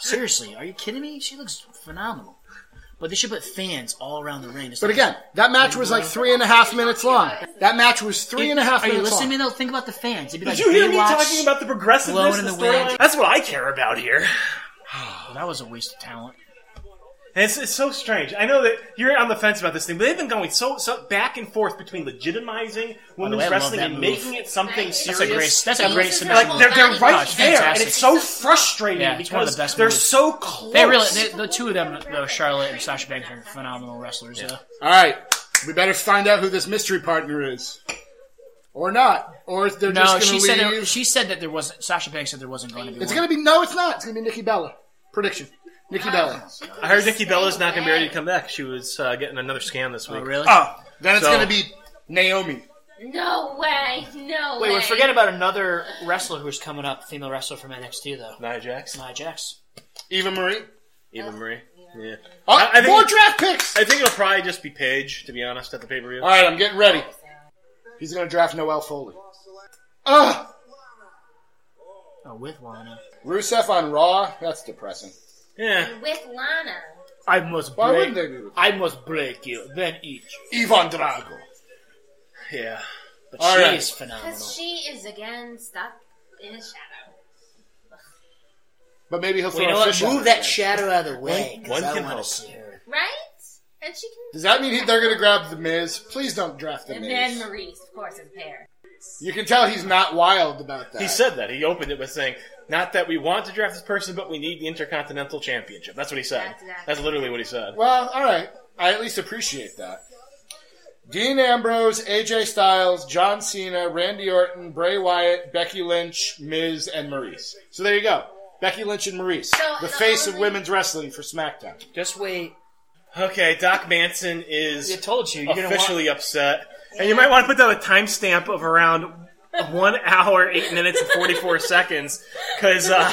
[SPEAKER 4] Seriously, are you kidding me? She looks phenomenal. But they should put fans all around the ring. Just
[SPEAKER 2] But
[SPEAKER 4] like-
[SPEAKER 2] again, that match was like three and a half minutes long. That match was three and a half
[SPEAKER 4] Are you
[SPEAKER 2] minutes
[SPEAKER 4] listening
[SPEAKER 2] long.
[SPEAKER 4] to me though? Think about the fans. It'd be like
[SPEAKER 3] Did you hear me
[SPEAKER 4] Baywatch.
[SPEAKER 3] talking about the
[SPEAKER 4] Blowing
[SPEAKER 3] progressiveness
[SPEAKER 4] in
[SPEAKER 3] of
[SPEAKER 4] the
[SPEAKER 3] the
[SPEAKER 4] wind.
[SPEAKER 3] storyline? That's what I care about here.
[SPEAKER 4] Well, that was a waste of talent.
[SPEAKER 3] And It's, it's so strange. I know that you're on the fence about this thing, but they've been going so, so back and forth between legitimizing women's
[SPEAKER 4] way, I love
[SPEAKER 3] wrestling
[SPEAKER 4] that
[SPEAKER 3] and
[SPEAKER 4] move.
[SPEAKER 3] making it something
[SPEAKER 6] That's a
[SPEAKER 3] serious.
[SPEAKER 4] That's a great. That's a
[SPEAKER 6] This
[SPEAKER 4] great
[SPEAKER 6] is
[SPEAKER 4] submission. Oh,
[SPEAKER 3] like
[SPEAKER 6] Well,
[SPEAKER 3] they're,
[SPEAKER 6] that
[SPEAKER 3] they're
[SPEAKER 6] is-
[SPEAKER 3] right
[SPEAKER 4] it's
[SPEAKER 3] there, and
[SPEAKER 4] fantastic.
[SPEAKER 3] it's so frustrating
[SPEAKER 4] Yeah, it's one of the
[SPEAKER 3] because
[SPEAKER 4] best
[SPEAKER 3] they're
[SPEAKER 4] moves.
[SPEAKER 3] so close.
[SPEAKER 4] They really, they, the two of them, though, Charlotte and Sasha Banks, are phenomenal wrestlers. Yeah.
[SPEAKER 2] All right, we better find out who this mystery partner is, or not, or if they're
[SPEAKER 4] No,
[SPEAKER 2] just
[SPEAKER 4] she
[SPEAKER 2] going to
[SPEAKER 4] said
[SPEAKER 2] leave.
[SPEAKER 4] there, she said that there wasn't. Sasha Banks said there wasn't going to be.
[SPEAKER 2] it's
[SPEAKER 4] one.
[SPEAKER 2] going to be no, it's not. It's going to be Nikki Bella. Prediction: Nikki
[SPEAKER 4] Ah.
[SPEAKER 2] Bella.
[SPEAKER 3] I heard Nikki Bella's not going to be ready to come back. She was uh, getting another scan this week.
[SPEAKER 4] Oh, really?
[SPEAKER 2] Oh, then it's
[SPEAKER 3] So-
[SPEAKER 2] going to be Naomi.
[SPEAKER 6] No way. No
[SPEAKER 4] Wait,
[SPEAKER 6] way.
[SPEAKER 4] we forget about another wrestler who's coming up, female wrestler from NXT though.
[SPEAKER 3] Nia Jax,
[SPEAKER 4] Nia Jax.
[SPEAKER 2] Eva Marie.
[SPEAKER 3] Eva Marie. Yeah,
[SPEAKER 2] Oh,
[SPEAKER 3] I- I think-
[SPEAKER 2] more draft picks.
[SPEAKER 3] I think it'll probably just be Paige, to be honest, at the pay per
[SPEAKER 4] Uh,
[SPEAKER 3] view.
[SPEAKER 2] All right, I'm getting ready. He's going to draft Noel Foley. Ugh.
[SPEAKER 4] Oh, with Lana.
[SPEAKER 2] Rusev on Raw. That's depressing.
[SPEAKER 3] Yeah,
[SPEAKER 6] With Lana.
[SPEAKER 4] I must
[SPEAKER 2] Why wouldn't they do
[SPEAKER 4] I must break you, then eat you.
[SPEAKER 2] it? Ivan Drago.
[SPEAKER 3] yeah.
[SPEAKER 4] But
[SPEAKER 2] All
[SPEAKER 4] she
[SPEAKER 2] right.
[SPEAKER 4] is phenomenal.
[SPEAKER 6] Because she is again stuck in the shadow.
[SPEAKER 2] But maybe he'll
[SPEAKER 4] Well,
[SPEAKER 2] throw
[SPEAKER 4] you know
[SPEAKER 2] a
[SPEAKER 4] what?
[SPEAKER 2] fish at her.
[SPEAKER 4] Move that shadow out of the way.
[SPEAKER 3] One-
[SPEAKER 4] 'cause
[SPEAKER 3] one
[SPEAKER 4] I
[SPEAKER 3] can
[SPEAKER 4] wanna
[SPEAKER 3] hope.
[SPEAKER 4] see her.
[SPEAKER 6] Right? And she can.
[SPEAKER 2] Does that mean he, they're going to grab the Miz? Please don't draft the
[SPEAKER 6] And then
[SPEAKER 2] Miz.
[SPEAKER 6] Maurice, of course, is there.
[SPEAKER 2] You can tell he's not wild about that.
[SPEAKER 3] He said that. He opened it with saying, "Not that we want to draft this person, but we need the Intercontinental Championship." That's what he said.
[SPEAKER 6] That's exactly-
[SPEAKER 3] That's literally what he said.
[SPEAKER 2] well, all right. I at least appreciate that. Dean Ambrose, AJ Styles, John Cena, Randy Orton, Bray Wyatt, Becky Lynch, Miz, and Maurice. So there you go. Becky Lynch and Maurice,
[SPEAKER 6] So,
[SPEAKER 2] the
[SPEAKER 6] the
[SPEAKER 2] face of
[SPEAKER 6] only-
[SPEAKER 2] women's wrestling for SmackDown.
[SPEAKER 4] Just wait.
[SPEAKER 3] Okay, Doc Manson
[SPEAKER 4] I
[SPEAKER 3] is
[SPEAKER 4] told you. You're gonna
[SPEAKER 3] officially upset, and you might want to put down a timestamp of around one hour, eight minutes, and forty-four seconds, because uh,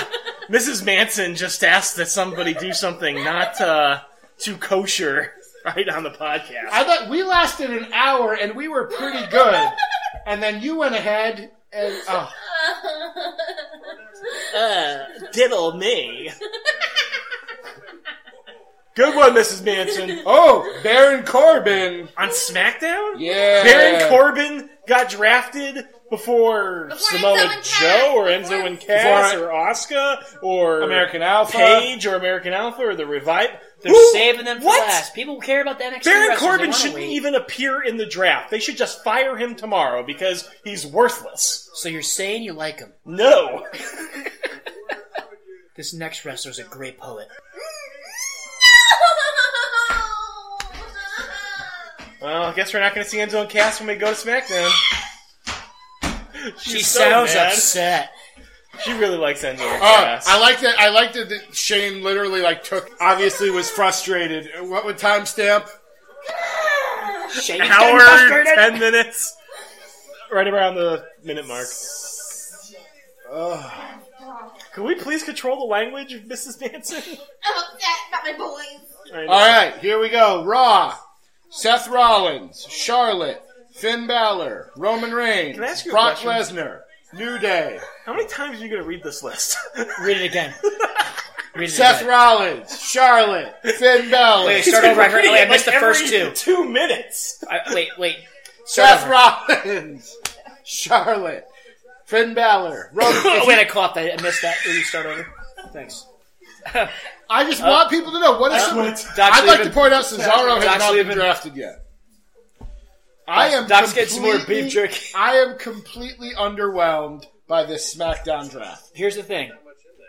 [SPEAKER 3] Mrs. Manson just asked that somebody do something not uh, too kosher right on the podcast.
[SPEAKER 2] I thought we lasted an hour and we were pretty good, and then you went ahead and oh,
[SPEAKER 3] uh, diddle me. Good one, Mrs. Manson.
[SPEAKER 2] oh Baron Corbin,
[SPEAKER 3] On SmackDown?
[SPEAKER 2] yeah,
[SPEAKER 3] Baron
[SPEAKER 4] Uh,
[SPEAKER 3] Corbin got drafted before, Samoa
[SPEAKER 6] Enzo and Cass.
[SPEAKER 3] Joe or Enzo and Cass
[SPEAKER 2] Before-
[SPEAKER 3] or Oscar or
[SPEAKER 2] American Alpha.
[SPEAKER 3] Page or American Alpha or the Revive.
[SPEAKER 4] They're saving them for
[SPEAKER 3] What?
[SPEAKER 4] last. People care about the NXT.
[SPEAKER 3] Baron
[SPEAKER 4] wrestlers. They
[SPEAKER 3] Corbin
[SPEAKER 4] wanna
[SPEAKER 3] shouldn't
[SPEAKER 4] wait.
[SPEAKER 3] even appear in the draft. They should just fire him tomorrow because he's worthless.
[SPEAKER 4] So you're saying you like him?
[SPEAKER 3] No.
[SPEAKER 4] This next wrestler's a great poet.
[SPEAKER 3] Well, I guess we're not going to see Enzo and Cass when we go to SmackDown.
[SPEAKER 4] She
[SPEAKER 3] She's so
[SPEAKER 4] sounds
[SPEAKER 3] mad.
[SPEAKER 4] upset. Uh,
[SPEAKER 3] She really likes Enzo and
[SPEAKER 2] Oh,
[SPEAKER 3] Cass.
[SPEAKER 2] I liked it. I liked it that Shane literally like took. Obviously, was frustrated. What would timestamp?
[SPEAKER 4] Shane's
[SPEAKER 3] An
[SPEAKER 4] getting
[SPEAKER 3] hour,
[SPEAKER 4] frustrated.
[SPEAKER 3] ten minutes, right around the minute mark. Can we please control the language, Mrs. Manson?
[SPEAKER 6] I'm upset about my boys.
[SPEAKER 3] I know.
[SPEAKER 2] All right, here we go. Raw. Seth Rollins, Charlotte, Finn Balor, Roman Reigns,
[SPEAKER 3] I ask you a
[SPEAKER 2] Brock
[SPEAKER 3] question?
[SPEAKER 2] Lesnar, New Day,
[SPEAKER 3] How many times are you going to read this list?
[SPEAKER 4] Read it again. Read it
[SPEAKER 2] Seth
[SPEAKER 4] again.
[SPEAKER 2] Rollins, Charlotte, Finn Balor,
[SPEAKER 4] Wait, start over. I, heard, oh, wait, I missed the
[SPEAKER 3] Like
[SPEAKER 4] first two.
[SPEAKER 3] every Two minutes.
[SPEAKER 4] I, wait, wait.
[SPEAKER 2] Seth
[SPEAKER 4] over.
[SPEAKER 2] Rollins, Charlotte, Finn Balor, Roman.
[SPEAKER 4] Oh, wait, I coughed. I I missed that. Will you start over? Thanks.
[SPEAKER 2] I just want people to know what is.
[SPEAKER 3] What?
[SPEAKER 4] Doc
[SPEAKER 2] I'd like
[SPEAKER 4] Levin-
[SPEAKER 2] to point out Cesaro has
[SPEAKER 4] Doc's
[SPEAKER 2] not been
[SPEAKER 4] leaving.
[SPEAKER 2] drafted yet. I am
[SPEAKER 4] Doc's getting some more beef
[SPEAKER 2] completely-
[SPEAKER 4] jerky.
[SPEAKER 2] I am completely underwhelmed by this SmackDown draft.
[SPEAKER 4] Here's the thing.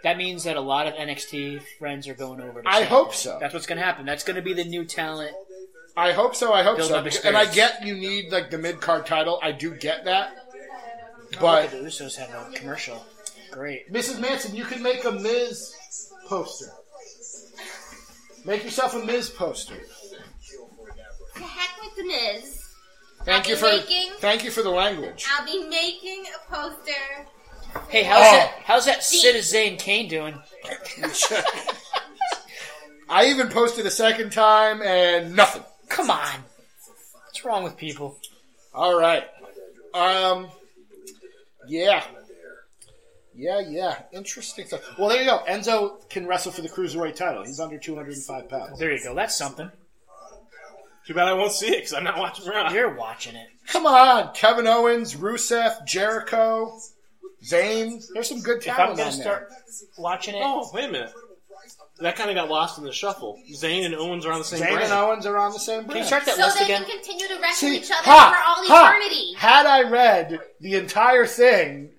[SPEAKER 4] That means that a lot of NXT friends are going over. To
[SPEAKER 2] I
[SPEAKER 4] SmackDown.
[SPEAKER 2] hope so.
[SPEAKER 4] That's what's going to happen. That's going to be the new talent.
[SPEAKER 2] I hope so. I hope
[SPEAKER 4] Build
[SPEAKER 2] so.
[SPEAKER 4] up
[SPEAKER 2] And I
[SPEAKER 4] experience.
[SPEAKER 2] get you need like the mid card title. I do get that. But
[SPEAKER 4] The Usos have no commercial. Great.
[SPEAKER 2] Mrs. Manson, you can make a Miz poster. Make yourself a Miz poster.
[SPEAKER 6] To heck with the Miz.
[SPEAKER 2] Thank you
[SPEAKER 6] I'll
[SPEAKER 2] for
[SPEAKER 6] be making-
[SPEAKER 2] thank you for the language.
[SPEAKER 6] I'll be making a poster
[SPEAKER 4] Hey, how's that? How's that Citizen Kane doing?
[SPEAKER 2] I even posted a second time and nothing.
[SPEAKER 4] Come on, what's wrong with people?
[SPEAKER 2] All right. Um. Yeah. Yeah, yeah. Interesting stuff. Well, there you go. Enzo can wrestle for the cruiserweight title. He's under 205 pounds.
[SPEAKER 4] There you go. That's something.
[SPEAKER 3] Too bad I won't see it because I'm not watching Raw.
[SPEAKER 4] You're watching it.
[SPEAKER 2] Come on, Kevin Owens, Rusev, Jericho, Zayn. There's some good
[SPEAKER 3] If
[SPEAKER 2] talent
[SPEAKER 3] I'm
[SPEAKER 2] on
[SPEAKER 3] gonna
[SPEAKER 2] there.
[SPEAKER 3] start.
[SPEAKER 4] Watching it.
[SPEAKER 3] Oh, wait a minute. That kind of got lost in the shuffle. Zayn and Owens are on the same
[SPEAKER 2] Zayn
[SPEAKER 3] brand.
[SPEAKER 2] and Owens are on the same brand.
[SPEAKER 4] Can you start that
[SPEAKER 6] So
[SPEAKER 4] list
[SPEAKER 6] they
[SPEAKER 4] again?
[SPEAKER 6] can continue to wrestle
[SPEAKER 2] See,
[SPEAKER 6] each other
[SPEAKER 2] ha,
[SPEAKER 6] for all
[SPEAKER 2] ha.
[SPEAKER 6] eternity.
[SPEAKER 2] Had I read the entire thing,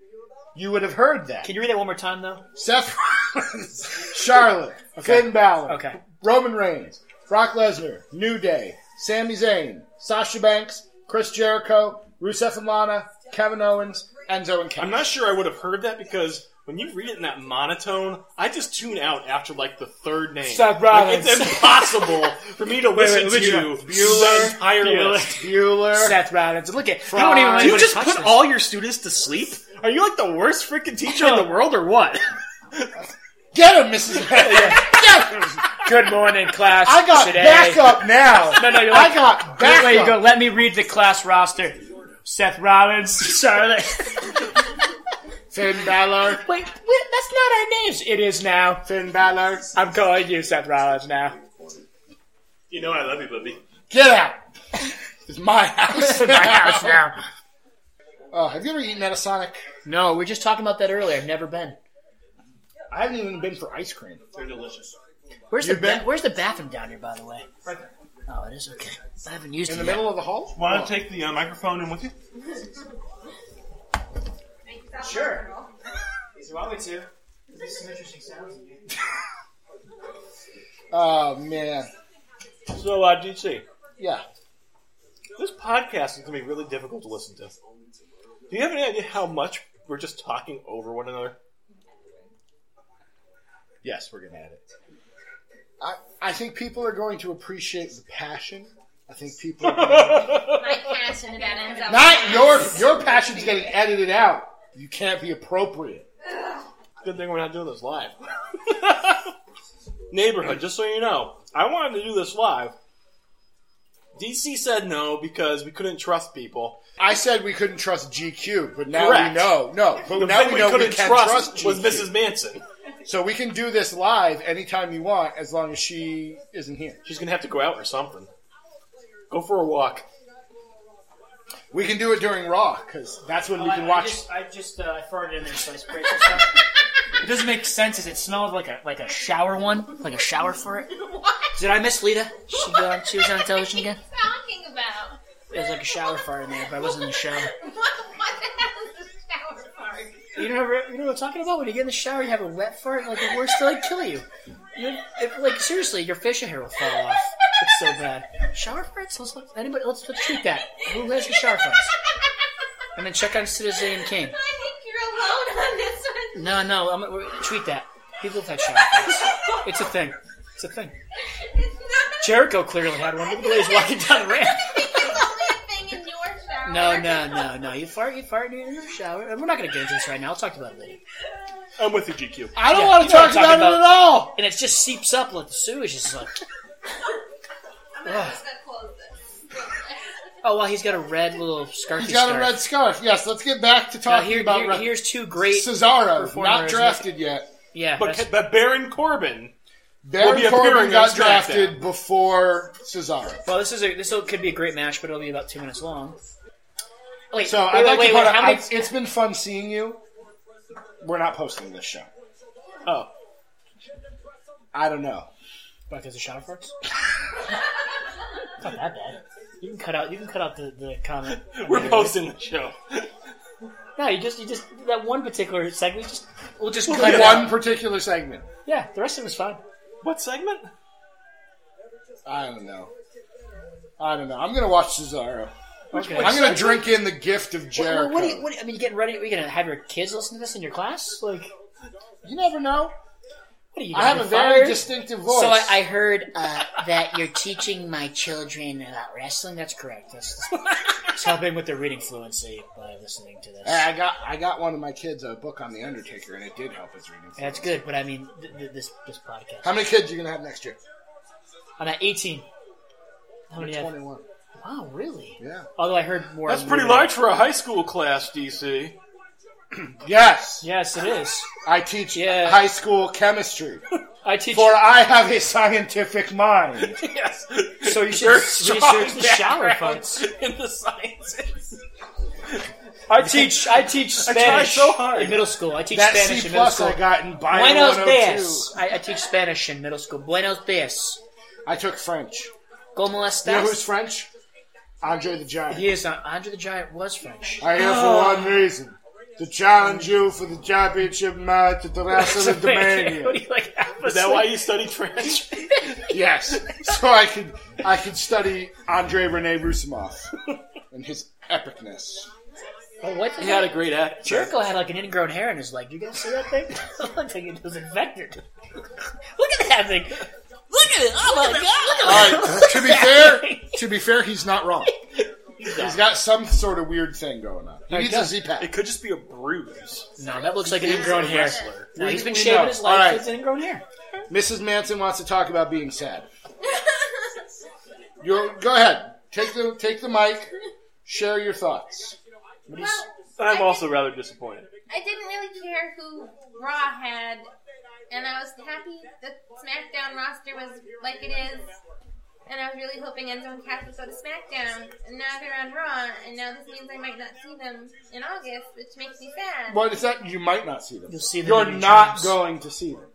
[SPEAKER 2] you would have heard that.
[SPEAKER 4] Can you read that one more time though?
[SPEAKER 2] Seth Rollins, Charlotte, Finn Balor,
[SPEAKER 4] Okay.
[SPEAKER 2] Roman Reigns, Brock Lesnar, New Day, Sami Zayn, Sasha Banks, Chris Jericho, Rusev and Lana, Kevin Owens, Enzo and Kevin.
[SPEAKER 3] I'm not sure I would have heard that because when you read it in that monotone, I just tune out after like the third name.
[SPEAKER 4] Seth
[SPEAKER 3] Like,
[SPEAKER 4] Rollins.
[SPEAKER 3] it's impossible for me to listen
[SPEAKER 4] wait, which
[SPEAKER 3] to
[SPEAKER 4] one?
[SPEAKER 3] the entire
[SPEAKER 4] Bueller.
[SPEAKER 3] list.
[SPEAKER 2] Bueller.
[SPEAKER 4] Seth Rollins. Look at. I don't even. let
[SPEAKER 3] You
[SPEAKER 4] anybody
[SPEAKER 3] just
[SPEAKER 4] touch
[SPEAKER 3] put
[SPEAKER 4] this.
[SPEAKER 3] all your students to sleep? Are you like the worst freaking teacher in the world or what?
[SPEAKER 2] Get him, Mrs. Get him.
[SPEAKER 4] Good morning, class.
[SPEAKER 2] I got
[SPEAKER 4] today.
[SPEAKER 2] backup now.
[SPEAKER 4] No, no, you're
[SPEAKER 2] I
[SPEAKER 4] like-
[SPEAKER 2] got
[SPEAKER 4] Wait,
[SPEAKER 2] backup.
[SPEAKER 4] wait, you go. Let me read the class roster. Seth Rollins, Charlotte.
[SPEAKER 2] Finn Balor.
[SPEAKER 4] Wait, wait, that's not our names. It is now.
[SPEAKER 2] Finn Balor.
[SPEAKER 4] I'm calling you Seth Rollins now.
[SPEAKER 3] You know I love you, Bubby.
[SPEAKER 2] Get out. It's my house.
[SPEAKER 4] It's in my house now.
[SPEAKER 2] Oh, have you ever eaten at a Sonic?
[SPEAKER 4] No, we were just talking about that earlier. I've never been.
[SPEAKER 2] I haven't even been for ice cream.
[SPEAKER 3] They're delicious.
[SPEAKER 4] Where's
[SPEAKER 2] You've
[SPEAKER 4] the ba-
[SPEAKER 2] been?
[SPEAKER 4] Where's the bathroom down here, by the way? Oh, it is okay. I haven't used
[SPEAKER 2] In
[SPEAKER 4] it
[SPEAKER 2] the
[SPEAKER 4] yet.
[SPEAKER 2] middle of the hall?
[SPEAKER 3] Want to take the uh, microphone in with you?
[SPEAKER 4] Sure. If you want me to. There's some interesting sounds in here.
[SPEAKER 2] Oh, man.
[SPEAKER 3] So, uh, GC,
[SPEAKER 2] Yeah.
[SPEAKER 3] this podcast is going to be really difficult to listen to. Do you have any idea how much we're just talking over one another?
[SPEAKER 2] Yes, we're going to add it. I, I think people are going to appreciate the passion. I think people are going to...
[SPEAKER 6] My passion about Enzo.
[SPEAKER 2] Not your... Your passion's getting edited out. You can't be appropriate.
[SPEAKER 3] Good thing we're not doing this live. Neighborhood, just so you know, I wanted to do this live. DC said no because we couldn't trust people.
[SPEAKER 2] I said we couldn't trust GQ, but now
[SPEAKER 3] Correct.
[SPEAKER 2] we know. No, but
[SPEAKER 3] The
[SPEAKER 2] now
[SPEAKER 3] thing
[SPEAKER 2] we know we,
[SPEAKER 3] couldn't
[SPEAKER 2] can
[SPEAKER 3] trust,
[SPEAKER 2] trust,
[SPEAKER 3] was
[SPEAKER 2] GQ.
[SPEAKER 3] Mrs. Manson.
[SPEAKER 2] So we can do this live anytime you want, as long as she isn't here.
[SPEAKER 3] She's gonna have to go out or something. Go for a walk.
[SPEAKER 2] We can do it during Raw because that's when we
[SPEAKER 4] I-
[SPEAKER 2] can
[SPEAKER 4] I
[SPEAKER 2] watch.
[SPEAKER 4] just- I just uh, I farted in there, so I sprayed some stuff. It doesn't make sense. Is it smelled like a like a shower one, like a shower for it?
[SPEAKER 6] What?
[SPEAKER 4] Did I miss Lita? She go on, she was on television again.
[SPEAKER 6] What are you talking about?
[SPEAKER 4] It was like a shower fart in there, but I wasn't in the shower.
[SPEAKER 6] What, what the hell is a shower park?
[SPEAKER 4] You know, you know what I'm talking about? When you get in the shower, you have a wet fart, like the worst to like kill you. you if, like seriously, your facial hair will fall off. It's so bad. Shower farts. Let's look, anybody. Let's, let's treat that. Who has the shower farts? And then check on Citizen King.
[SPEAKER 6] I think you're alone on this one.
[SPEAKER 4] No, no, I'm, we're, tweet that. People have had shower farts. It's a thing. It's a thing.
[SPEAKER 6] It's not.
[SPEAKER 4] Jericho clearly had one. Look at the way he's walking down the ramp.
[SPEAKER 6] It's only a thing in your shower.
[SPEAKER 4] No, no, no, no. You fart, you fart in your shower. And We're not going to get into this right now. I'll talk about it later.
[SPEAKER 3] I'm with you, GQ.
[SPEAKER 2] I don't
[SPEAKER 4] Yeah,
[SPEAKER 2] want
[SPEAKER 4] you
[SPEAKER 2] to
[SPEAKER 4] know what
[SPEAKER 2] talk
[SPEAKER 4] I'm
[SPEAKER 2] about,
[SPEAKER 4] talking
[SPEAKER 2] it at
[SPEAKER 4] about.
[SPEAKER 2] all.
[SPEAKER 4] And it just seeps up like the sewage is like.
[SPEAKER 6] I'm not just gonna close this.
[SPEAKER 4] Oh, wow, he's got a red little scarf.
[SPEAKER 2] He's got a red scarf. Yes, let's get back to
[SPEAKER 4] Now,
[SPEAKER 2] talking
[SPEAKER 4] here,
[SPEAKER 2] about
[SPEAKER 4] here-
[SPEAKER 2] wrestling.
[SPEAKER 4] here's two great.
[SPEAKER 2] Cesaro,
[SPEAKER 4] performer,
[SPEAKER 2] not
[SPEAKER 4] isn't
[SPEAKER 2] drafted yet.
[SPEAKER 4] Yeah,
[SPEAKER 3] But,
[SPEAKER 4] that's-
[SPEAKER 3] but Baron Corbin,
[SPEAKER 2] Baron
[SPEAKER 3] be appearing
[SPEAKER 2] Corbin
[SPEAKER 3] on
[SPEAKER 2] got
[SPEAKER 3] SmackDown.
[SPEAKER 2] drafted before Cesaro.
[SPEAKER 4] well, this is a this will- could be a great match, but it'll be about two minutes long. Wait,
[SPEAKER 2] So
[SPEAKER 4] wait,
[SPEAKER 2] I'd
[SPEAKER 4] wait,
[SPEAKER 2] like
[SPEAKER 4] wait,
[SPEAKER 2] to
[SPEAKER 4] wait,
[SPEAKER 2] put a-
[SPEAKER 4] how
[SPEAKER 2] I-
[SPEAKER 4] many?
[SPEAKER 2] It's been fun seeing you. We're not posting this show.
[SPEAKER 3] oh,
[SPEAKER 2] I don't know.
[SPEAKER 4] Because of shower farts. not that bad. You can cut out. You can cut out the, the comment.
[SPEAKER 3] we're posting the show.
[SPEAKER 4] No, you just you just that one particular segment. Just we'll just cut
[SPEAKER 2] One
[SPEAKER 4] it out.
[SPEAKER 2] particular segment.
[SPEAKER 4] Yeah, the rest of it was fine.
[SPEAKER 3] What segment?
[SPEAKER 2] I don't know. I don't know. I'm gonna watch Cesaro.
[SPEAKER 4] Okay.
[SPEAKER 2] I'm gonna drink in the gift of Jericho.
[SPEAKER 4] Well, what, do you, what do you- I mean, you getting ready? Are you gonna have your kids listen to this in your class? Like, what
[SPEAKER 2] you never know.
[SPEAKER 4] do What are you?
[SPEAKER 2] I have a
[SPEAKER 4] gonna
[SPEAKER 2] very
[SPEAKER 4] fire?
[SPEAKER 2] distinctive voice.
[SPEAKER 4] So I, I heard uh, that you're teaching my children about wrestling. That's correct. That's, it's helping with their reading fluency by listening to this.
[SPEAKER 2] Hey, I got I got one of my kids a book on the Undertaker, and it did help his reading.
[SPEAKER 4] That's good, but I mean th- th- this this podcast.
[SPEAKER 2] How many kids are you gonna have next year?
[SPEAKER 4] I'm at 18. How many? have-
[SPEAKER 2] Twenty-one.
[SPEAKER 4] Wow, really?
[SPEAKER 2] Yeah.
[SPEAKER 4] Although I heard more.
[SPEAKER 5] That's pretty large for a high school class, DC.
[SPEAKER 2] Yes,
[SPEAKER 4] Yes, it is.
[SPEAKER 2] I teach
[SPEAKER 4] Yeah.
[SPEAKER 2] high school chemistry,
[SPEAKER 4] I teach.
[SPEAKER 2] for I have a scientific mind.
[SPEAKER 5] yes.
[SPEAKER 4] so you should
[SPEAKER 5] Very strong
[SPEAKER 4] research the shower
[SPEAKER 5] background
[SPEAKER 4] farts.
[SPEAKER 5] in the sciences.
[SPEAKER 4] I teach. I teach Spanish
[SPEAKER 5] so hard.
[SPEAKER 4] in middle school. I teach
[SPEAKER 2] That
[SPEAKER 4] Spanish
[SPEAKER 2] C
[SPEAKER 4] in middle
[SPEAKER 2] plus
[SPEAKER 4] school.
[SPEAKER 2] I got oh in bio
[SPEAKER 4] Buenos
[SPEAKER 2] 102.
[SPEAKER 4] dias. I, I teach Spanish in middle school. Buenos dias.
[SPEAKER 2] I took French.
[SPEAKER 4] Como
[SPEAKER 2] You know who's
[SPEAKER 4] estás?
[SPEAKER 2] French? Andre the Giant.
[SPEAKER 4] He is not. Andre the Giant was French.
[SPEAKER 2] I here for one reason. To challenge you for the championship match at the Wrestle of the
[SPEAKER 4] What do
[SPEAKER 2] Mania.
[SPEAKER 4] you like? half
[SPEAKER 5] Is that why
[SPEAKER 4] asleep?
[SPEAKER 5] you study French?
[SPEAKER 2] Yes. So I could I could study Andre Rene Rusimov and his epicness.
[SPEAKER 4] Oh, what the
[SPEAKER 5] He had
[SPEAKER 4] hell?
[SPEAKER 5] a great act.
[SPEAKER 4] Jericho had like an ingrown hair in his leg. You guys see that thing? it looks like it was infected. Look at that thing. Look at it. Oh my god.
[SPEAKER 2] Alright, to be fair to be fair, he's not wrong. He's got some sort of weird thing going on. He needs a Z
[SPEAKER 5] It
[SPEAKER 2] pack.
[SPEAKER 5] could just be a bruise.
[SPEAKER 4] No, that looks like an ingrown hair. No, he's been
[SPEAKER 2] We
[SPEAKER 4] shaving
[SPEAKER 2] know.
[SPEAKER 4] his
[SPEAKER 2] All
[SPEAKER 4] life.
[SPEAKER 2] right.
[SPEAKER 4] It's an ingrown hair.
[SPEAKER 2] Mrs. Manson wants to talk about being sad. You're, go ahead. Take the take the mic. Share your thoughts.
[SPEAKER 6] well,
[SPEAKER 5] I'm also rather disappointed.
[SPEAKER 6] I didn't really care who Raw had, and I was happy that SmackDown roster was like it is. And I was really hoping Enzo and Cass would go to SmackDown, and now they're on Raw, and now this means I might not see them in August, which makes me sad.
[SPEAKER 2] Well, it's that you might not see them.
[SPEAKER 4] You'll see them
[SPEAKER 2] You're
[SPEAKER 4] in your
[SPEAKER 2] not
[SPEAKER 4] dreams.
[SPEAKER 2] going to see them.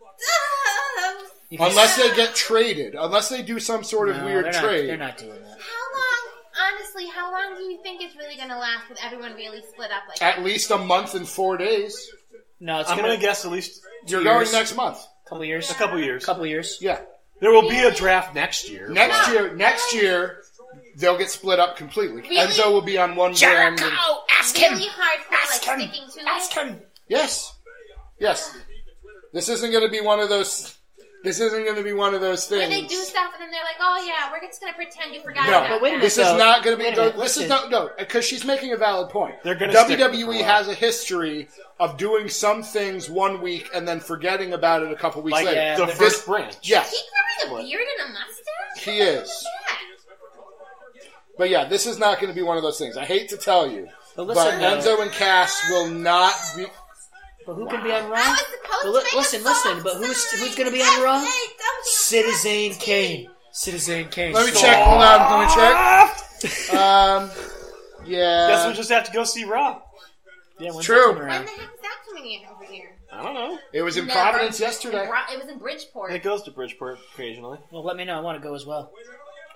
[SPEAKER 4] You can-
[SPEAKER 2] Unless they get traded. Unless they do some sort of
[SPEAKER 4] No,
[SPEAKER 2] weird
[SPEAKER 4] they're not-
[SPEAKER 2] trade.
[SPEAKER 4] They're not doing that.
[SPEAKER 6] How long, honestly, how long do you think it's really going to last with everyone really split up like that?
[SPEAKER 2] At least a month and four days.
[SPEAKER 4] No, it's
[SPEAKER 5] I'm
[SPEAKER 4] gonna
[SPEAKER 5] going to guess at least
[SPEAKER 2] You're
[SPEAKER 4] Years.
[SPEAKER 2] going next month.
[SPEAKER 4] couple years.
[SPEAKER 5] a couple years.
[SPEAKER 4] couple years.
[SPEAKER 2] Yeah.
[SPEAKER 5] There will be a draft next year.
[SPEAKER 2] Next year next year they'll get split up completely.
[SPEAKER 6] Really?
[SPEAKER 2] Enzo will be on one brand. and-
[SPEAKER 4] ask
[SPEAKER 6] Really hard for
[SPEAKER 4] Ask
[SPEAKER 6] like
[SPEAKER 4] him.
[SPEAKER 6] sticking to
[SPEAKER 4] Ask
[SPEAKER 6] it.
[SPEAKER 4] him.
[SPEAKER 2] Yes. Yes. This isn't gonna be one of those this isn't gonna be one of those
[SPEAKER 6] Where
[SPEAKER 2] things.
[SPEAKER 6] they do stuff and then they're like, oh yeah, we're just going to pretend you forgot
[SPEAKER 2] No,
[SPEAKER 6] about
[SPEAKER 4] But wait a
[SPEAKER 6] that.
[SPEAKER 4] minute,
[SPEAKER 2] this is
[SPEAKER 4] though.
[SPEAKER 2] not going to be.
[SPEAKER 4] Wait a minute,
[SPEAKER 2] this is
[SPEAKER 4] listen.
[SPEAKER 2] not no because she's making a valid point.
[SPEAKER 5] They're gonna stick with
[SPEAKER 2] WWE
[SPEAKER 5] her.
[SPEAKER 2] has a history of doing some things one week and then forgetting about it a couple weeks
[SPEAKER 5] Like
[SPEAKER 2] later.
[SPEAKER 4] yeah,
[SPEAKER 5] the
[SPEAKER 4] this-
[SPEAKER 5] first branch.
[SPEAKER 2] Yes,
[SPEAKER 6] He growing a beard and a mustache?
[SPEAKER 2] he is. But yeah, this is not going to be one of those things. I hate to tell you,
[SPEAKER 4] But
[SPEAKER 2] but
[SPEAKER 4] listen, though,
[SPEAKER 2] Enzo and Cass will not be.
[SPEAKER 4] but who can be on
[SPEAKER 6] I
[SPEAKER 4] Raw?
[SPEAKER 6] was
[SPEAKER 4] But
[SPEAKER 6] supposed to
[SPEAKER 4] li-
[SPEAKER 6] make a
[SPEAKER 4] listen,
[SPEAKER 6] song
[SPEAKER 4] listen. But who's
[SPEAKER 6] tonight.
[SPEAKER 4] who's gonna be on Raw?
[SPEAKER 6] Hey, don't be
[SPEAKER 4] Citizen
[SPEAKER 6] nasty.
[SPEAKER 4] Kane. Citizen Kane.
[SPEAKER 2] Let me check. Hold on. Let me check. Um,
[SPEAKER 5] Guess
[SPEAKER 2] yeah,
[SPEAKER 5] we'll just have to go see Raw.
[SPEAKER 4] Yeah, when's
[SPEAKER 2] True.
[SPEAKER 4] that coming
[SPEAKER 6] When
[SPEAKER 4] around?
[SPEAKER 6] the heck is that coming in over here?
[SPEAKER 5] I don't know.
[SPEAKER 2] it was in
[SPEAKER 6] Never.
[SPEAKER 2] Providence
[SPEAKER 6] In
[SPEAKER 2] yesterday.
[SPEAKER 6] Bro- it was in Bridgeport.
[SPEAKER 5] It goes to Bridgeport occasionally.
[SPEAKER 4] Well, let me know. I want to go as well.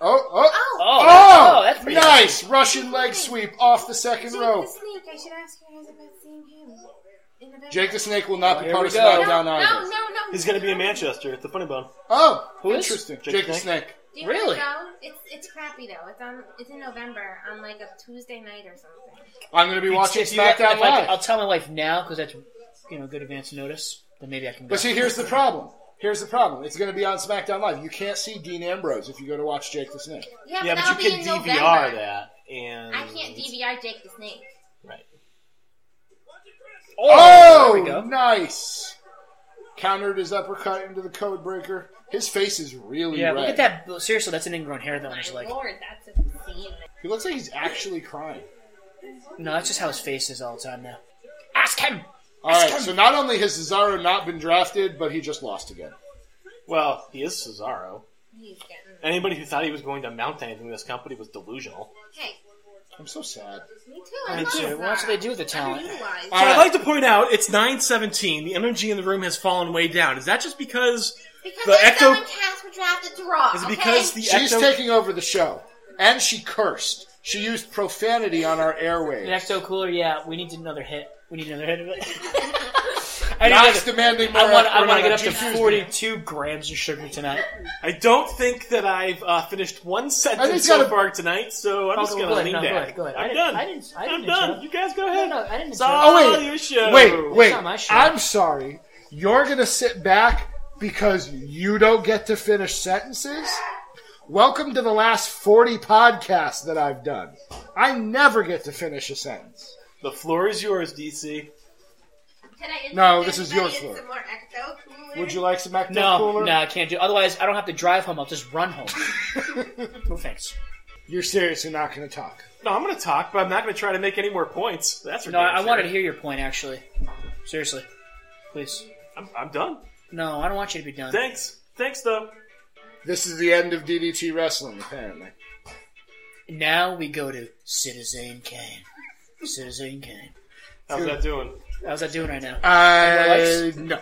[SPEAKER 2] Oh, oh,
[SPEAKER 6] oh,
[SPEAKER 4] Oh,
[SPEAKER 2] oh!
[SPEAKER 4] oh, that's pretty
[SPEAKER 2] nice Russian leg sweep off the second
[SPEAKER 6] Jake
[SPEAKER 2] row.
[SPEAKER 6] the Snake. I should ask you guys about seeing him. In the back.
[SPEAKER 2] Jake the Snake will not be
[SPEAKER 4] Oh, here
[SPEAKER 2] part
[SPEAKER 4] we
[SPEAKER 2] of
[SPEAKER 4] go.
[SPEAKER 6] no,
[SPEAKER 2] SmackDown
[SPEAKER 6] no,
[SPEAKER 2] either.
[SPEAKER 6] no, no.
[SPEAKER 5] He's going to be in Manchester at the Funny Bone.
[SPEAKER 2] Oh,
[SPEAKER 4] Who is?
[SPEAKER 2] interesting.
[SPEAKER 5] Jake
[SPEAKER 2] Jake,
[SPEAKER 5] the
[SPEAKER 2] the Snake.
[SPEAKER 6] Do you wanna
[SPEAKER 4] Really?
[SPEAKER 6] Go? It's it's crappy though. It's on. It's in November on like a Tuesday night or something.
[SPEAKER 2] I'm going to be watching
[SPEAKER 4] If you- if I
[SPEAKER 2] SmackDown
[SPEAKER 4] can-
[SPEAKER 2] Live.
[SPEAKER 4] I'll tell my wife now because that's you know good advance notice. Then maybe I can go.
[SPEAKER 2] but see, here's the problem. Here's the problem. It's going to be on SmackDown Live. You can't see Dean Ambrose if you go to watch Jake the Snake.
[SPEAKER 6] Yeah,
[SPEAKER 5] Yeah,
[SPEAKER 6] but,
[SPEAKER 5] but
[SPEAKER 6] that'll
[SPEAKER 5] you
[SPEAKER 6] be
[SPEAKER 5] can
[SPEAKER 6] in
[SPEAKER 5] DVR
[SPEAKER 6] November.
[SPEAKER 5] that. And
[SPEAKER 6] I can't DVR Jake the Snake.
[SPEAKER 5] Right.
[SPEAKER 2] Oh,
[SPEAKER 4] we go.
[SPEAKER 2] nice. Countered his uppercut into the code breaker. His face is really
[SPEAKER 4] yeah,
[SPEAKER 2] red.
[SPEAKER 4] look at that. Seriously, that's an ingrown hair though. on his
[SPEAKER 6] My
[SPEAKER 4] leg.
[SPEAKER 6] lord, that's obscene.
[SPEAKER 2] He looks like he's actually crying.
[SPEAKER 4] no, that's just how his face is all the time now. Ask him.
[SPEAKER 2] All right, so not only has Cesaro not been drafted, but he just lost again.
[SPEAKER 5] Well, he is Cesaro.
[SPEAKER 6] He's getting.
[SPEAKER 5] Anybody who thought he was going to mount anything in this company was delusional.
[SPEAKER 6] Hey,
[SPEAKER 2] I'm so sad.
[SPEAKER 6] me too. I
[SPEAKER 4] Me
[SPEAKER 6] love
[SPEAKER 4] too.
[SPEAKER 6] Zara.
[SPEAKER 4] What do they do with the talent?
[SPEAKER 6] Underutilized.
[SPEAKER 3] Uh,
[SPEAKER 2] All
[SPEAKER 5] I'd
[SPEAKER 2] right.
[SPEAKER 5] like to point out it's 9:17. The energy in the room has fallen way down. Is that just because?
[SPEAKER 6] Because
[SPEAKER 5] The
[SPEAKER 6] the
[SPEAKER 5] ecto-
[SPEAKER 6] and Cass were drafted to Raw.
[SPEAKER 5] Is it
[SPEAKER 6] okay?
[SPEAKER 5] because the
[SPEAKER 2] She's
[SPEAKER 5] ecto-
[SPEAKER 2] taking over the show, and she cursed. She used profanity on our airwaves.
[SPEAKER 4] The Ecto Cooler, yeah, we need another hit. We need another hit of it. I, need
[SPEAKER 2] Knox
[SPEAKER 4] another,
[SPEAKER 2] demanding more.
[SPEAKER 4] I, want, I
[SPEAKER 2] effort
[SPEAKER 4] want
[SPEAKER 2] on
[SPEAKER 4] to get
[SPEAKER 2] a
[SPEAKER 4] up to
[SPEAKER 2] GQ.
[SPEAKER 4] 42 grams of sugar tonight.
[SPEAKER 5] I don't think that I've uh, finished one
[SPEAKER 2] I
[SPEAKER 5] sentence
[SPEAKER 2] just
[SPEAKER 5] so
[SPEAKER 2] gotta-
[SPEAKER 5] far tonight, so I'm
[SPEAKER 4] Oh,
[SPEAKER 5] just
[SPEAKER 4] go
[SPEAKER 5] going
[SPEAKER 4] ahead,
[SPEAKER 5] to lean
[SPEAKER 4] no, go
[SPEAKER 5] back.
[SPEAKER 4] ahead, go ahead. I
[SPEAKER 5] I'm
[SPEAKER 4] didn't-
[SPEAKER 5] done.
[SPEAKER 4] I didn't- I
[SPEAKER 5] am
[SPEAKER 4] didn't
[SPEAKER 5] done.
[SPEAKER 4] interrupt.
[SPEAKER 5] You guys go
[SPEAKER 4] No,
[SPEAKER 5] ahead.
[SPEAKER 4] no, I didn't
[SPEAKER 5] It's
[SPEAKER 4] interrupt.
[SPEAKER 5] all
[SPEAKER 2] Oh, wait.
[SPEAKER 5] your show.
[SPEAKER 2] Wait, wait.
[SPEAKER 4] not my show.
[SPEAKER 2] I'm sorry. You're gonna sit back because you don't get to finish sentences? Welcome to the last 40 podcasts that I've done. I never get to finish a sentence.
[SPEAKER 5] The floor is yours, DC.
[SPEAKER 6] Can I
[SPEAKER 2] No, this is yours,
[SPEAKER 6] everybody in
[SPEAKER 2] Laura.
[SPEAKER 6] Some more Ecto Cooler?
[SPEAKER 2] Would you like some Ecto
[SPEAKER 4] No,
[SPEAKER 2] Cooler?
[SPEAKER 4] no, I can't do. Otherwise, I don't have to drive home. I'll just run home. no thanks.
[SPEAKER 2] You're seriously not going to talk.
[SPEAKER 5] No, I'm going to talk, but I'm not going to try to make any more points. That's
[SPEAKER 4] No, I, I wanted to hear your point actually. Seriously, please.
[SPEAKER 5] I'm, I'm done.
[SPEAKER 4] No, I don't want you to be done.
[SPEAKER 5] Thanks. Thanks, though.
[SPEAKER 2] This is the end of DDT wrestling, apparently.
[SPEAKER 4] Now we go to Citizen Kane. Citizen Kane.
[SPEAKER 5] How's that doing?
[SPEAKER 4] How's that doing right now?
[SPEAKER 2] I Uh, no.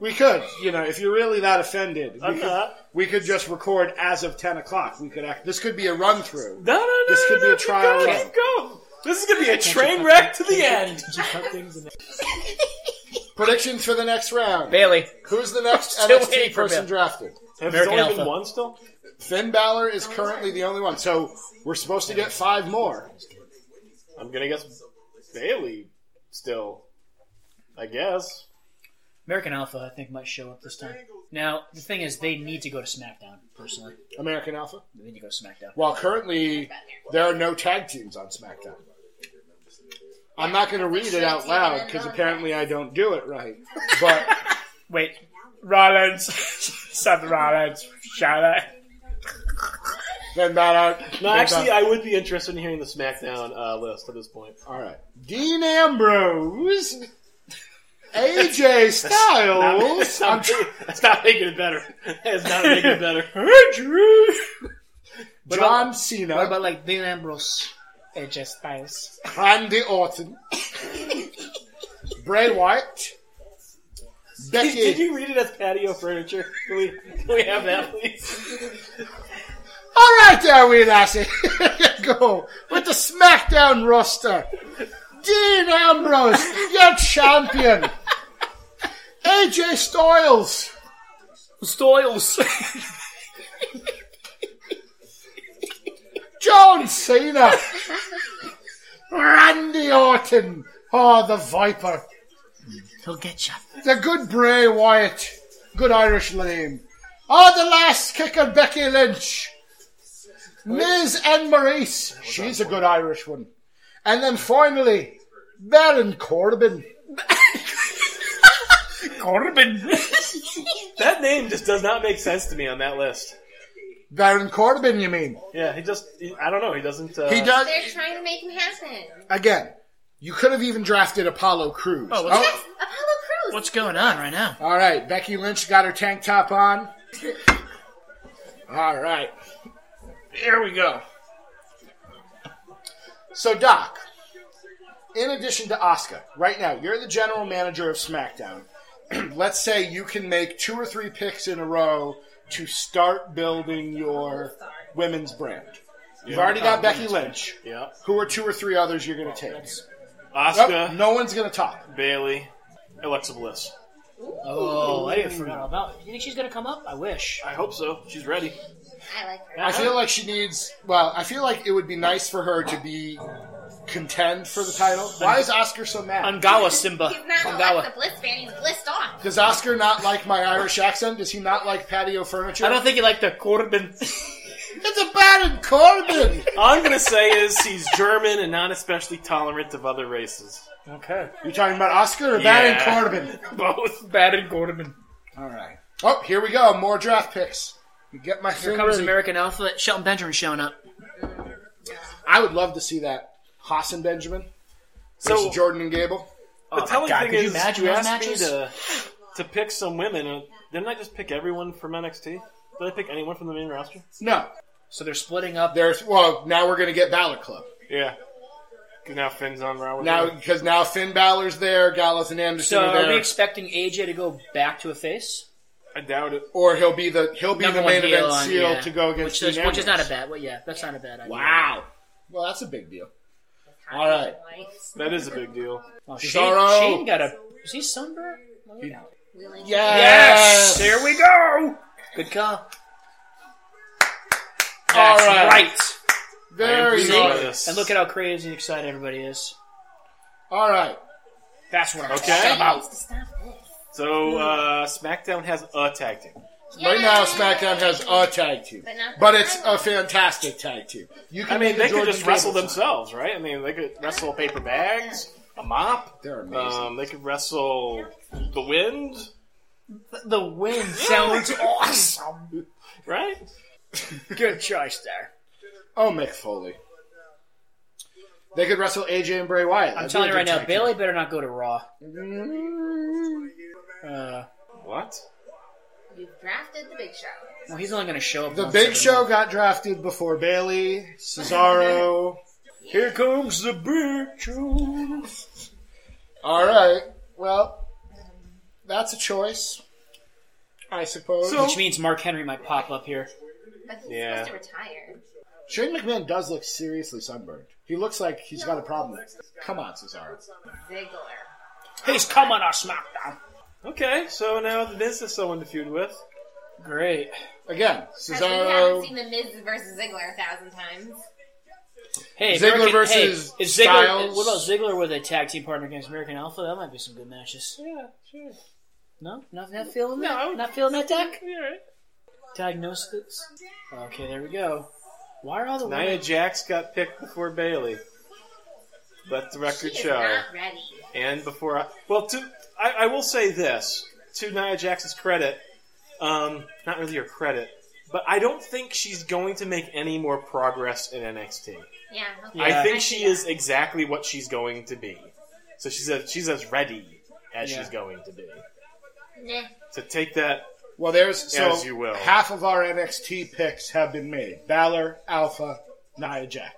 [SPEAKER 2] We could, you know, if you're really that offended, we
[SPEAKER 5] I'm
[SPEAKER 2] could,
[SPEAKER 5] not.
[SPEAKER 2] we could just record as of ten o'clock. We could act. This could be a run through.
[SPEAKER 5] No, no, no.
[SPEAKER 2] This
[SPEAKER 5] no,
[SPEAKER 2] could be
[SPEAKER 5] no,
[SPEAKER 2] a
[SPEAKER 5] keep
[SPEAKER 2] trial
[SPEAKER 5] going,
[SPEAKER 2] run.
[SPEAKER 5] keep going. This is going to be a train wreck to the end.
[SPEAKER 2] Predictions for the next round.
[SPEAKER 4] Bailey.
[SPEAKER 2] Who's the next
[SPEAKER 4] Still waiting
[SPEAKER 2] NXT
[SPEAKER 4] for
[SPEAKER 2] person
[SPEAKER 4] Bill.
[SPEAKER 2] drafted?
[SPEAKER 5] Have
[SPEAKER 4] American
[SPEAKER 5] only been
[SPEAKER 4] Alpha.
[SPEAKER 5] one still?
[SPEAKER 2] Finn Balor is currently the only one, so we're supposed to get five more.
[SPEAKER 5] I'm going to guess Bailey still. I guess.
[SPEAKER 4] American Alpha, I think, might show up this time. Now, the thing is, they need to go to SmackDown, personally.
[SPEAKER 2] American Alpha.
[SPEAKER 4] They need to go to SmackDown.
[SPEAKER 2] While currently there are no tag teams on SmackDown. I'm not going to read it out loud because apparently I don't do it right. But
[SPEAKER 4] Wait. Rollins. Seth Rollins. Shout out.
[SPEAKER 2] Finn Balor.
[SPEAKER 5] No,
[SPEAKER 2] Finn
[SPEAKER 5] actually,
[SPEAKER 2] Balor.
[SPEAKER 5] I would be interested in hearing the SmackDown uh, list at this point.
[SPEAKER 2] All right. Dean Ambrose, AJ Styles, I'm
[SPEAKER 5] That's not- That's not making it better. That's not making it better.
[SPEAKER 2] John
[SPEAKER 4] What
[SPEAKER 2] Cena,
[SPEAKER 4] about, like, Dean Ambrose? AJ Styles.
[SPEAKER 2] Randy Orton, Bray Wyatt,
[SPEAKER 5] Did
[SPEAKER 2] Becky.
[SPEAKER 5] you read it as patio furniture? Can we, can we have that, please?
[SPEAKER 2] All right, there we lassie. Go with the SmackDown roster. Dean Ambrose, your champion. AJ Styles,
[SPEAKER 4] Styles.
[SPEAKER 2] John Cena, Randy Orton, oh the Viper.
[SPEAKER 4] He'll get you.
[SPEAKER 2] The good Bray Wyatt. Good Irish name. Oh, the last kicker, Becky Lynch. Ms. Anne Maurice. She's a good Irish one. And then finally, Baron Corbin.
[SPEAKER 4] Corbin.
[SPEAKER 5] That name just does not make sense to me on that list.
[SPEAKER 2] Baron Corbin, you mean?
[SPEAKER 5] Yeah, he just, he- I don't know, he doesn't. Uh,
[SPEAKER 2] He does.
[SPEAKER 6] They're trying to make him happen.
[SPEAKER 2] Again, you could have even drafted Apollo Crews.
[SPEAKER 4] Oh, what's-
[SPEAKER 6] That's Apollo Crews.
[SPEAKER 4] What's going on right now?
[SPEAKER 2] All right, Becky Lynch got her tank top on. All right. Here we go. So, Doc, in addition to Asuka, right now, you're the general manager of SmackDown. Let's say you can make two or three picks in a row to start building your women's brand. You've already got Becky Lynch.
[SPEAKER 5] yeah.
[SPEAKER 2] Who are two or three others you're going to take?
[SPEAKER 5] Asuka,
[SPEAKER 2] Nope, no one's going to talk.
[SPEAKER 5] Bailey, Alexa Bliss.
[SPEAKER 4] Oh, I forgot all about it. You think she's going to come up? I wish.
[SPEAKER 5] I hope so. She's ready.
[SPEAKER 6] I like her.
[SPEAKER 2] I feel like she needs. Well, I feel like it would be nice for her to be contend for the title. Why is Oscar so mad?
[SPEAKER 4] Angawa Simba.
[SPEAKER 6] He's not an
[SPEAKER 4] Angawa.
[SPEAKER 6] Alexa Bliss fan. He's blissed off.
[SPEAKER 2] Does Oscar not like my Irish accent? Does he not like patio furniture?
[SPEAKER 4] I don't think you like the Corbin.
[SPEAKER 2] It's a Baron Corbin.
[SPEAKER 5] All I'm going to say is she's German and not especially tolerant of other races.
[SPEAKER 4] okay.
[SPEAKER 2] You're talking about Oscar or
[SPEAKER 5] Yeah.
[SPEAKER 2] Baron Corbin?
[SPEAKER 5] Both.
[SPEAKER 4] Bad and Corbin.
[SPEAKER 2] All right. Oh, here we go. More draft picks. You Get my
[SPEAKER 4] Here
[SPEAKER 2] thing
[SPEAKER 4] comes
[SPEAKER 2] ready.
[SPEAKER 4] American Alpha. Shelton Benjamin showing up.
[SPEAKER 2] I would love to see that. Haas and Benjamin versus
[SPEAKER 5] So,
[SPEAKER 2] Jordan and Gable.
[SPEAKER 5] the telling
[SPEAKER 4] Oh God,
[SPEAKER 5] thing
[SPEAKER 4] could you
[SPEAKER 5] is,
[SPEAKER 4] imagine
[SPEAKER 5] you
[SPEAKER 4] those
[SPEAKER 5] asked me
[SPEAKER 4] matches?
[SPEAKER 5] to, to pick some women. and Didn't I just pick everyone from NXT? Did I pick anyone from the main roster?
[SPEAKER 2] No,
[SPEAKER 4] So they're splitting up.
[SPEAKER 2] there's. Well, now we're gonna get Balor Club.
[SPEAKER 5] Yeah. 'Cause now Finn's on Raw. with
[SPEAKER 2] Now
[SPEAKER 5] her.
[SPEAKER 2] because now Finn Balor's there, Gallows and Anderson
[SPEAKER 4] So
[SPEAKER 2] are there.
[SPEAKER 4] are we expecting AJ to go back to a face?
[SPEAKER 5] I doubt it.
[SPEAKER 2] or he'll be the he'll be
[SPEAKER 4] Number
[SPEAKER 2] the
[SPEAKER 4] one
[SPEAKER 2] main
[SPEAKER 4] heel
[SPEAKER 2] event
[SPEAKER 4] on-
[SPEAKER 2] seal
[SPEAKER 4] yeah.
[SPEAKER 2] to go against
[SPEAKER 4] Which is,
[SPEAKER 2] Dean
[SPEAKER 4] which is not a
[SPEAKER 2] Ambrose.
[SPEAKER 4] bad. Well, yeah, that's not a bad idea.
[SPEAKER 2] Wow. Well, that's a big deal. All right.
[SPEAKER 5] That is a big deal.
[SPEAKER 4] Oh, Shane,
[SPEAKER 2] Cesaro.
[SPEAKER 4] Shane got a. Is he sunburned? No, he don't.
[SPEAKER 6] Willing.
[SPEAKER 2] Yes.
[SPEAKER 4] There we go. Good call.
[SPEAKER 2] All
[SPEAKER 4] That's
[SPEAKER 2] right.
[SPEAKER 4] right.
[SPEAKER 2] Very
[SPEAKER 5] pleased by
[SPEAKER 2] nice.
[SPEAKER 5] this.
[SPEAKER 4] And look at how crazy and excited everybody is.
[SPEAKER 2] All right.
[SPEAKER 4] That's what I'm
[SPEAKER 5] Okay.
[SPEAKER 6] Stop this.
[SPEAKER 5] So uh, SmackDown has a tag team.
[SPEAKER 2] Right now, SmackDown has a tag team,
[SPEAKER 6] But not the
[SPEAKER 2] but it's
[SPEAKER 6] title.
[SPEAKER 2] a fantastic tag team. You can
[SPEAKER 5] I
[SPEAKER 2] make
[SPEAKER 5] mean,
[SPEAKER 2] a
[SPEAKER 5] they could
[SPEAKER 2] Jordan
[SPEAKER 5] just wrestle
[SPEAKER 2] Gable sign.
[SPEAKER 5] themselves, right? I mean, they could wrestle paper bags, a mop.
[SPEAKER 2] They're
[SPEAKER 4] Uh,
[SPEAKER 2] amazing.
[SPEAKER 5] Um, they could wrestle the wind,
[SPEAKER 4] The wind sounds awesome.
[SPEAKER 5] right?
[SPEAKER 4] Good choice there.
[SPEAKER 2] oh, Mick Foley. They could wrestle AJ and Bray Wyatt.
[SPEAKER 4] I'm
[SPEAKER 2] That'd
[SPEAKER 4] telling
[SPEAKER 2] be
[SPEAKER 4] you
[SPEAKER 2] a
[SPEAKER 4] right
[SPEAKER 2] good
[SPEAKER 4] now,
[SPEAKER 2] tag team.
[SPEAKER 4] Bailey better not go to Raw. Uh,
[SPEAKER 5] What?
[SPEAKER 6] You've drafted the big show.
[SPEAKER 4] well, he's only going to show up.
[SPEAKER 2] The
[SPEAKER 4] once
[SPEAKER 2] Big
[SPEAKER 4] every
[SPEAKER 2] Show
[SPEAKER 4] month.
[SPEAKER 2] got drafted before Bailey, Cesaro.
[SPEAKER 4] Here comes the Big Show.
[SPEAKER 2] All right. Well, that's a choice, I suppose.
[SPEAKER 5] So-
[SPEAKER 4] Which means Mark Henry might pop up here.
[SPEAKER 6] But he's
[SPEAKER 5] Yeah.
[SPEAKER 6] supposed to retire.
[SPEAKER 2] Shane McMahon does look seriously sunburned. He looks like he's got a problem. Come on, Cesaro.
[SPEAKER 6] Ziggler.
[SPEAKER 4] He's coming on SmackDown.
[SPEAKER 5] Okay, so now the Miz is someone to feud with.
[SPEAKER 4] Great.
[SPEAKER 2] Again,
[SPEAKER 6] I mean, we haven't
[SPEAKER 2] Cesaro.
[SPEAKER 6] seen the Miz versus Ziggler a thousand times.
[SPEAKER 4] Hey,
[SPEAKER 2] Ziggler
[SPEAKER 4] American,
[SPEAKER 2] versus
[SPEAKER 4] hey, is Ziggler,
[SPEAKER 2] Styles.
[SPEAKER 4] What about Ziggler with a tag team partner against American Alpha? That might be some good matches.
[SPEAKER 5] Yeah, sure.
[SPEAKER 4] No, not, not feeling that.
[SPEAKER 5] No.
[SPEAKER 4] not feeling that deck.
[SPEAKER 5] Yeah, right.
[SPEAKER 4] Diagnosis. Okay, there we go. Why are all the
[SPEAKER 5] Nia
[SPEAKER 4] women?
[SPEAKER 5] Jax got picked before Bailey. Let
[SPEAKER 6] She
[SPEAKER 5] the record
[SPEAKER 6] is
[SPEAKER 5] show.
[SPEAKER 6] not ready.
[SPEAKER 5] And before I, well, to I, I will say this to Nia Jax's credit, um, not really her credit, but I don't think she's going to make any more progress in NXT.
[SPEAKER 6] Yeah. Okay.
[SPEAKER 5] I think
[SPEAKER 6] see
[SPEAKER 5] she
[SPEAKER 6] that.
[SPEAKER 5] is exactly what she's going to be. So she's as, she's as ready as
[SPEAKER 4] Yeah.
[SPEAKER 5] she's going to be.
[SPEAKER 6] Nah.
[SPEAKER 5] So take that.
[SPEAKER 2] Well, there's so
[SPEAKER 5] As you will.
[SPEAKER 2] half of our NXT picks have been made. Balor, Alpha, Nia Jax.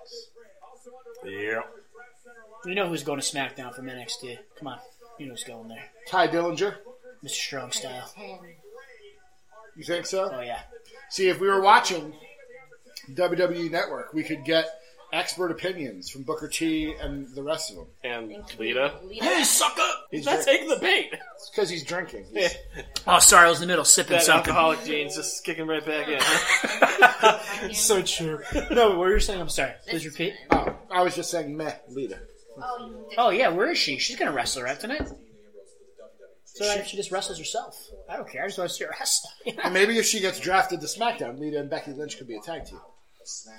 [SPEAKER 5] Yeah.
[SPEAKER 4] You know who's going to SmackDown from NXT? Come on, you know who's going there,
[SPEAKER 2] Ty Dillinger.
[SPEAKER 4] Mr. Strong style.
[SPEAKER 6] Ten.
[SPEAKER 2] You think so?
[SPEAKER 4] Oh yeah,
[SPEAKER 2] See, if we were watching WWE Network, we could get expert opinions from Booker T and the rest of them.
[SPEAKER 5] And Lita.
[SPEAKER 6] Lita.
[SPEAKER 5] sucker!
[SPEAKER 2] He's
[SPEAKER 5] not
[SPEAKER 2] very-
[SPEAKER 5] taking the bait.
[SPEAKER 2] It's because he's drinking.
[SPEAKER 5] Yeah.
[SPEAKER 2] He's-
[SPEAKER 8] Oh, sorry, I was in the middle sipping
[SPEAKER 5] That
[SPEAKER 8] something.
[SPEAKER 5] alcoholic gene's just kicking right back in.
[SPEAKER 6] Fucking-
[SPEAKER 4] so true. no, what were you saying? I'm sorry. Please repeat.
[SPEAKER 2] oh, I was just saying, meh, Lita.
[SPEAKER 6] Oh, you did.
[SPEAKER 4] Oh yeah, where is she? She's gonna wrestle right tonight. So she, she just wrestles herself. I don't care. I just want to see her wrestle.
[SPEAKER 2] And maybe if she gets drafted to SmackDown, Lita and Becky Lynch could be a tag team.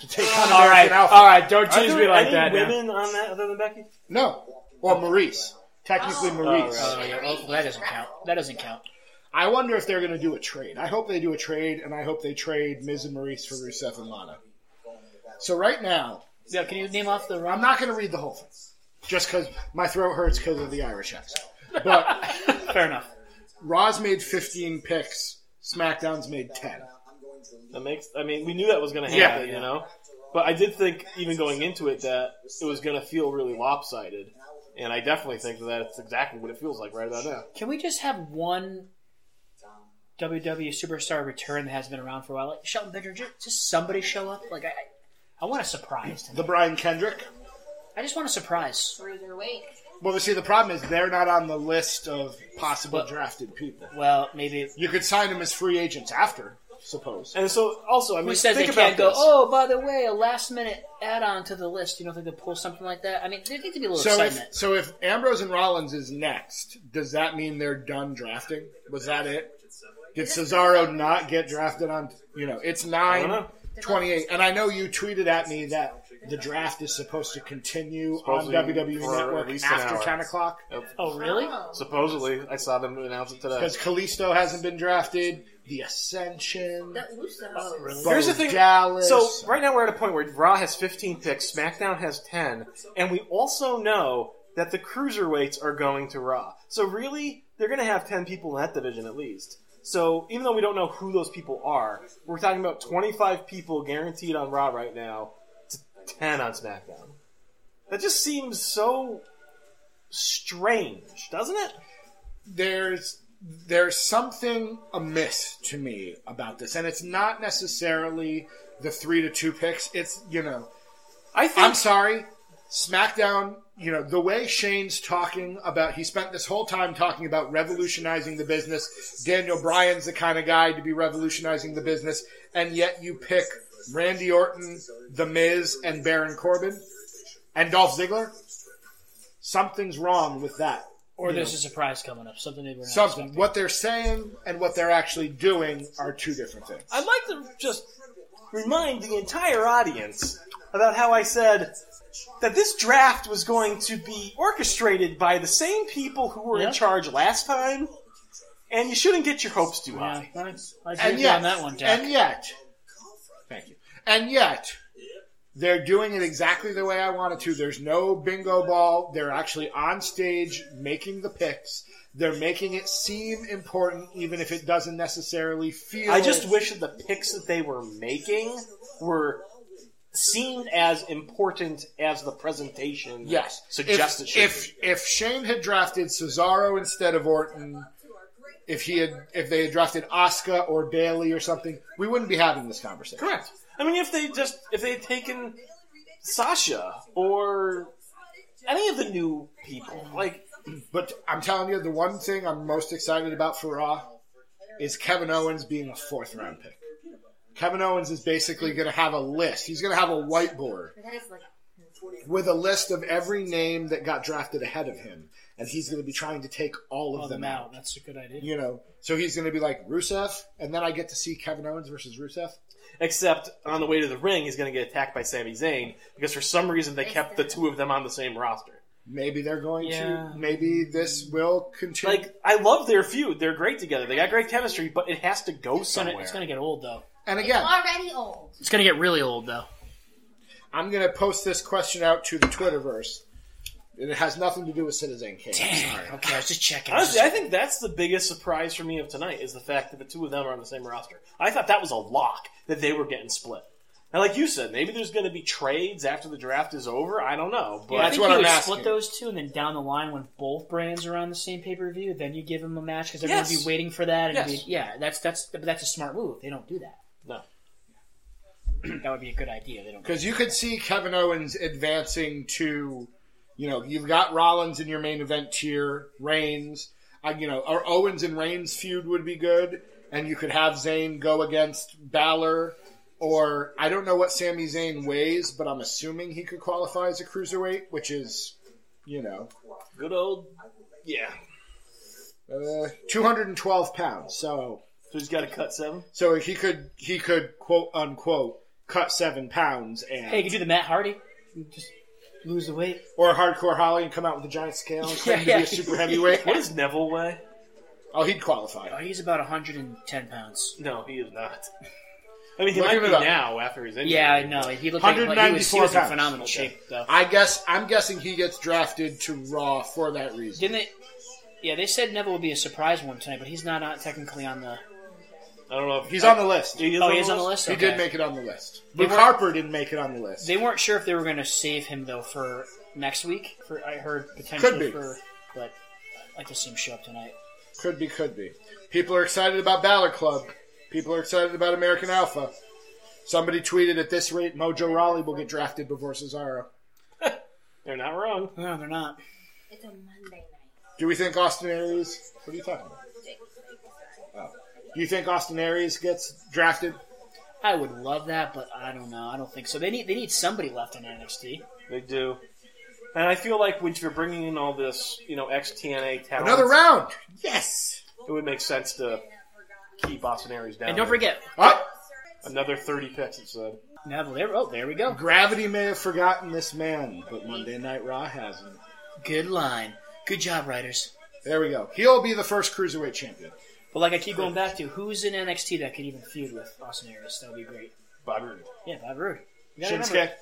[SPEAKER 2] To take on
[SPEAKER 4] all right,
[SPEAKER 2] American Alpha.
[SPEAKER 4] all right. Don't
[SPEAKER 5] Are
[SPEAKER 4] tease
[SPEAKER 5] there
[SPEAKER 4] me like
[SPEAKER 5] any
[SPEAKER 4] that. now.
[SPEAKER 5] women on that other than Becky?
[SPEAKER 2] No. Well, Maurice. Technically,
[SPEAKER 6] Oh.
[SPEAKER 2] Maurice.
[SPEAKER 5] Oh,
[SPEAKER 4] Oh, yeah. Oh, that doesn't count. That doesn't count.
[SPEAKER 2] I wonder if they're going to do a trade. I hope they do a trade, and I hope they trade Miz and Maurice for Rusev and Lana. So right now,
[SPEAKER 4] Yeah, can you name off the
[SPEAKER 2] I'm
[SPEAKER 4] run?
[SPEAKER 2] not going to read the whole thing, just because my throat hurts because of the Irish accent. But
[SPEAKER 4] Fair enough.
[SPEAKER 2] Raw's made 15 picks. SmackDown's made 10.
[SPEAKER 5] That makes. I mean, we knew that was going to
[SPEAKER 2] Yeah.
[SPEAKER 5] happen, you know. But I did think, even going into it, that it was going to feel really lopsided, and I definitely think that that's exactly what it feels like right about now.
[SPEAKER 4] Can we just have one WWE superstar return that hasn't been around for a while? Like Shelton Benjamin, ju- just, somebody show up. Like I, I, I want a surprise. Tonight.
[SPEAKER 2] The Brian Kendrick.
[SPEAKER 4] I just want a surprise.
[SPEAKER 6] Cruiserweight.
[SPEAKER 2] Well, see, the problem is they're not on the list of possible
[SPEAKER 4] But-
[SPEAKER 2] drafted people.
[SPEAKER 4] Well, maybe
[SPEAKER 2] You could sign them as free agents after, suppose.
[SPEAKER 5] And so, also, I mean,
[SPEAKER 4] who says they
[SPEAKER 5] think
[SPEAKER 4] can't go?
[SPEAKER 5] about this.
[SPEAKER 4] Oh, by the way, a last minute add on to the list. You don't think they pull something like that? I mean, there needs to be a little
[SPEAKER 2] So if,
[SPEAKER 4] excitement.
[SPEAKER 2] so if Ambrose and Rollins is next, does that mean they're done drafting? Was that it? Did Cesaro not get drafted on, you know, it's
[SPEAKER 5] I don't
[SPEAKER 2] 9
[SPEAKER 5] know.
[SPEAKER 2] 28. And I know you tweeted at me that the draft is supposed to continue
[SPEAKER 5] Supposedly
[SPEAKER 2] on WWE
[SPEAKER 5] for at
[SPEAKER 2] Network
[SPEAKER 5] least an
[SPEAKER 2] after
[SPEAKER 5] hour.
[SPEAKER 2] 10 o'clock.
[SPEAKER 4] oh, really?
[SPEAKER 6] Oh.
[SPEAKER 5] Supposedly, I saw them announce it today.
[SPEAKER 2] Because Kalisto hasn't been drafted. The Ascension.
[SPEAKER 6] The Usos.
[SPEAKER 2] Bo
[SPEAKER 5] Here's the thing.
[SPEAKER 2] Dallas.
[SPEAKER 5] So right now we're at a point where Raw has 15 picks, SmackDown has 10, and we also know that the cruiserweights are going to Raw. So really, they're going to have 10 people in that division at least. So even though we don't know who those people are, we're talking about 25 people guaranteed on Raw right now to 10 on SmackDown. That just seems so strange, doesn't it?
[SPEAKER 2] there's there's something amiss to me about this, and it's not necessarily the three to two picks. It's you know,
[SPEAKER 5] I think
[SPEAKER 2] I'm sorry, SmackDown. You know the way Shane's talking about. He spent this whole time talking about revolutionizing the business. Daniel Bryan's the kind of guy to be revolutionizing the business, and yet you pick Randy Orton, The Miz, and Baron Corbin, and Dolph Ziggler. Something's wrong with that
[SPEAKER 4] Or there's a surprise coming up, something they were not
[SPEAKER 2] Something.
[SPEAKER 4] expecting.
[SPEAKER 2] What they're saying and what they're actually doing are two different things.
[SPEAKER 5] I'd like to just remind the entire audience about how I said that this draft was going to be orchestrated by the same people who were
[SPEAKER 4] Yeah.
[SPEAKER 5] in charge last time, and you shouldn't get your hopes too
[SPEAKER 4] Yeah,
[SPEAKER 5] high.
[SPEAKER 4] I, I agree
[SPEAKER 2] And
[SPEAKER 4] with you
[SPEAKER 2] yet,
[SPEAKER 4] on that one, Jack.
[SPEAKER 2] and yet, thank you. And yet, they're doing it exactly the way I wanted to. There's no bingo ball. They're actually on stage making the picks. They're making it seem important, even if it doesn't necessarily feel.
[SPEAKER 5] I just wish that the picks that they were making were seen as important as the presentation
[SPEAKER 2] Yes.
[SPEAKER 5] suggested
[SPEAKER 2] if,
[SPEAKER 5] should
[SPEAKER 2] if if Shane had drafted Cesaro instead of Orton, if he had if they had drafted Oscar or Bailey or something, we wouldn't be having this conversation.
[SPEAKER 5] Correct. I mean, if they just if they had taken Sasha or any of the new people, like
[SPEAKER 2] But I'm telling you, the one thing I'm most excited about for Raw is Kevin Owens being a fourth round pick. Kevin Owens is basically going to have a list. He's going to have a whiteboard
[SPEAKER 6] That is like
[SPEAKER 2] with a list of every name that got drafted ahead of him, and he's going to be trying to take all of
[SPEAKER 4] Call
[SPEAKER 2] them
[SPEAKER 4] them
[SPEAKER 2] out.
[SPEAKER 4] out. That's a good idea.
[SPEAKER 2] You know, so he's going to be like Rusev, and then I get to see Kevin Owens versus Rusev.
[SPEAKER 5] except on the way to the ring, he's going to get attacked by Sami Zayn because for some reason they kept the two of them on the same roster.
[SPEAKER 2] Maybe they're going
[SPEAKER 4] Yeah.
[SPEAKER 2] to. Maybe this will continue.
[SPEAKER 5] Like I love their feud; they're great together. They got great chemistry, but it has to go
[SPEAKER 4] It's gonna,
[SPEAKER 5] somewhere.
[SPEAKER 4] it's gonna get old though.
[SPEAKER 2] and
[SPEAKER 6] it's
[SPEAKER 2] again,
[SPEAKER 6] already old.
[SPEAKER 4] It's gonna get really old though.
[SPEAKER 2] I'm going to post this question out to the Twitterverse. And it has nothing to do with Citizen Kane. Sorry.
[SPEAKER 4] Okay, I was just checking.
[SPEAKER 5] Honestly, I think that's the biggest surprise for me of tonight is the fact that the two of them are on the same roster. I thought that was a lock that they were getting split. Now, like you said, maybe there's going to be trades after the draft is over. I don't know, but
[SPEAKER 4] Yeah, I
[SPEAKER 2] That's
[SPEAKER 4] think
[SPEAKER 2] what
[SPEAKER 4] you
[SPEAKER 2] I'm
[SPEAKER 4] would
[SPEAKER 2] asking.
[SPEAKER 4] split those two, and then down the line, when both brands are on the same pay per view, then you give them a match because they're going
[SPEAKER 5] Yes.
[SPEAKER 4] to be waiting for that. And
[SPEAKER 5] Yes.
[SPEAKER 4] be, yeah, that's that's but that's a smart move. They don't do that.
[SPEAKER 5] No.
[SPEAKER 4] that would be a good idea. They don't.
[SPEAKER 2] Because you could see Kevin Owens advancing to, you know, you've got Rollins in your main event tier, Reigns, uh, you know, or Owens and Reigns feud would be good, and you could have Zayn go against Balor, or I don't know what Sami Zayn weighs, but I'm assuming he could qualify as a cruiserweight, which is, you know,
[SPEAKER 5] good old yeah.
[SPEAKER 2] uh, 212 pounds. So,
[SPEAKER 5] So he's got to cut seven.
[SPEAKER 2] so he could he could quote unquote cut seven pounds and
[SPEAKER 4] Hey, you could do the Matt Hardy. Just lose the weight.
[SPEAKER 2] or hardcore Holly and come out with a giant scale and claim
[SPEAKER 4] Yeah,
[SPEAKER 2] to be
[SPEAKER 4] yeah.
[SPEAKER 2] a super heavyweight.
[SPEAKER 5] What does Neville weigh?
[SPEAKER 2] Oh, he'd qualify.
[SPEAKER 4] Oh, he's about 110 pounds.
[SPEAKER 5] No, he is not. I mean, he
[SPEAKER 2] Look
[SPEAKER 5] might
[SPEAKER 2] it
[SPEAKER 5] be
[SPEAKER 2] up.
[SPEAKER 5] now after his injury.
[SPEAKER 4] Yeah, I know. He looked like, like he was, he
[SPEAKER 2] 194
[SPEAKER 4] was in
[SPEAKER 2] pounds.
[SPEAKER 4] phenomenal
[SPEAKER 2] Okay.
[SPEAKER 4] shape though.
[SPEAKER 2] I guess I'm guessing he gets drafted to Raw for that reason.
[SPEAKER 4] Didn't they? Yeah, they said Neville would be a surprise one tonight, but he's not, on technically on the.
[SPEAKER 5] I don't know if
[SPEAKER 2] He's on the list.
[SPEAKER 5] He
[SPEAKER 2] He
[SPEAKER 5] is
[SPEAKER 4] Oh, he is on the list. Okay.
[SPEAKER 2] did make it on the list. Luke
[SPEAKER 4] weren't-
[SPEAKER 2] Harper didn't make it on the list.
[SPEAKER 4] They weren't sure if they were going to save him though for next week. For I heard potential
[SPEAKER 2] Could be.
[SPEAKER 4] for, but I just see him show up tonight.
[SPEAKER 2] Could be, could be. People are excited about Balor Club. People are excited about American Alpha. Somebody tweeted at this rate, Mojo Raleigh will get drafted before Cesaro.
[SPEAKER 5] They're not wrong.
[SPEAKER 4] No, they're not.
[SPEAKER 6] It's a Monday night.
[SPEAKER 2] Do we think Austin Aries? What are you talking about? Oh. Do you think Austin Aries gets drafted?
[SPEAKER 4] I would love that, but I don't know. I don't think so. They need they need somebody left in NXT.
[SPEAKER 5] They do. And I feel like when you're bringing in all this, you know, ex-TNA talent,
[SPEAKER 2] Another round. Yes.
[SPEAKER 5] it would make sense to keep Austin Aries down.
[SPEAKER 4] And don't
[SPEAKER 5] there.
[SPEAKER 4] forget
[SPEAKER 2] Oh,
[SPEAKER 5] Another 30 picks, it said.
[SPEAKER 4] Neville. There, oh, there we go.
[SPEAKER 2] gravity may have forgotten this man, but Monday Night Raw hasn't.
[SPEAKER 4] Good line. Good job, writers.
[SPEAKER 2] There we go. He'll be the first cruiserweight champion.
[SPEAKER 4] But like I keep going back to, who's in NXT that could even feud with Austin Aries? That would be great.
[SPEAKER 5] Bobby Roode.
[SPEAKER 4] Yeah, Bob Roode. You gotta remember-
[SPEAKER 2] Shinsuke.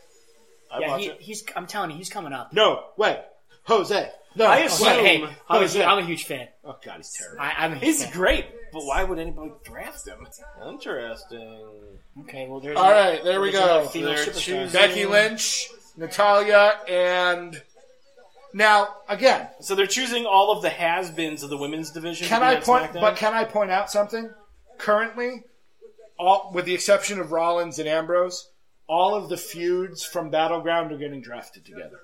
[SPEAKER 5] I
[SPEAKER 4] Yeah,
[SPEAKER 5] watch
[SPEAKER 4] he,
[SPEAKER 5] it.
[SPEAKER 4] he's. I'm telling you, he's coming up.
[SPEAKER 2] No way. Jose. No.
[SPEAKER 5] I
[SPEAKER 2] way.
[SPEAKER 5] assume-
[SPEAKER 4] hey,
[SPEAKER 5] Boom.
[SPEAKER 4] I'm a,
[SPEAKER 2] Who's
[SPEAKER 4] hu-
[SPEAKER 2] that?
[SPEAKER 4] I'm a huge fan.
[SPEAKER 2] Oh God, he's terrible.
[SPEAKER 4] I, I'm a huge
[SPEAKER 5] He's
[SPEAKER 4] fan.
[SPEAKER 5] great, but why would anybody draft him? Interesting.
[SPEAKER 4] Okay, well there's
[SPEAKER 2] All right, there we
[SPEAKER 4] there's another
[SPEAKER 2] go.
[SPEAKER 4] female
[SPEAKER 5] They're
[SPEAKER 4] superstar.
[SPEAKER 5] choosing-
[SPEAKER 2] Becky Lynch, Natalia, and now again,
[SPEAKER 5] So they're choosing all of the has-beens of the women's division.
[SPEAKER 2] can
[SPEAKER 5] to be
[SPEAKER 2] I
[SPEAKER 5] on
[SPEAKER 2] point?
[SPEAKER 5] SmackDown?
[SPEAKER 2] But can I point out something? Currently, all with the exception of Rollins and Ambrose, all of the feuds from Battleground are getting drafted together.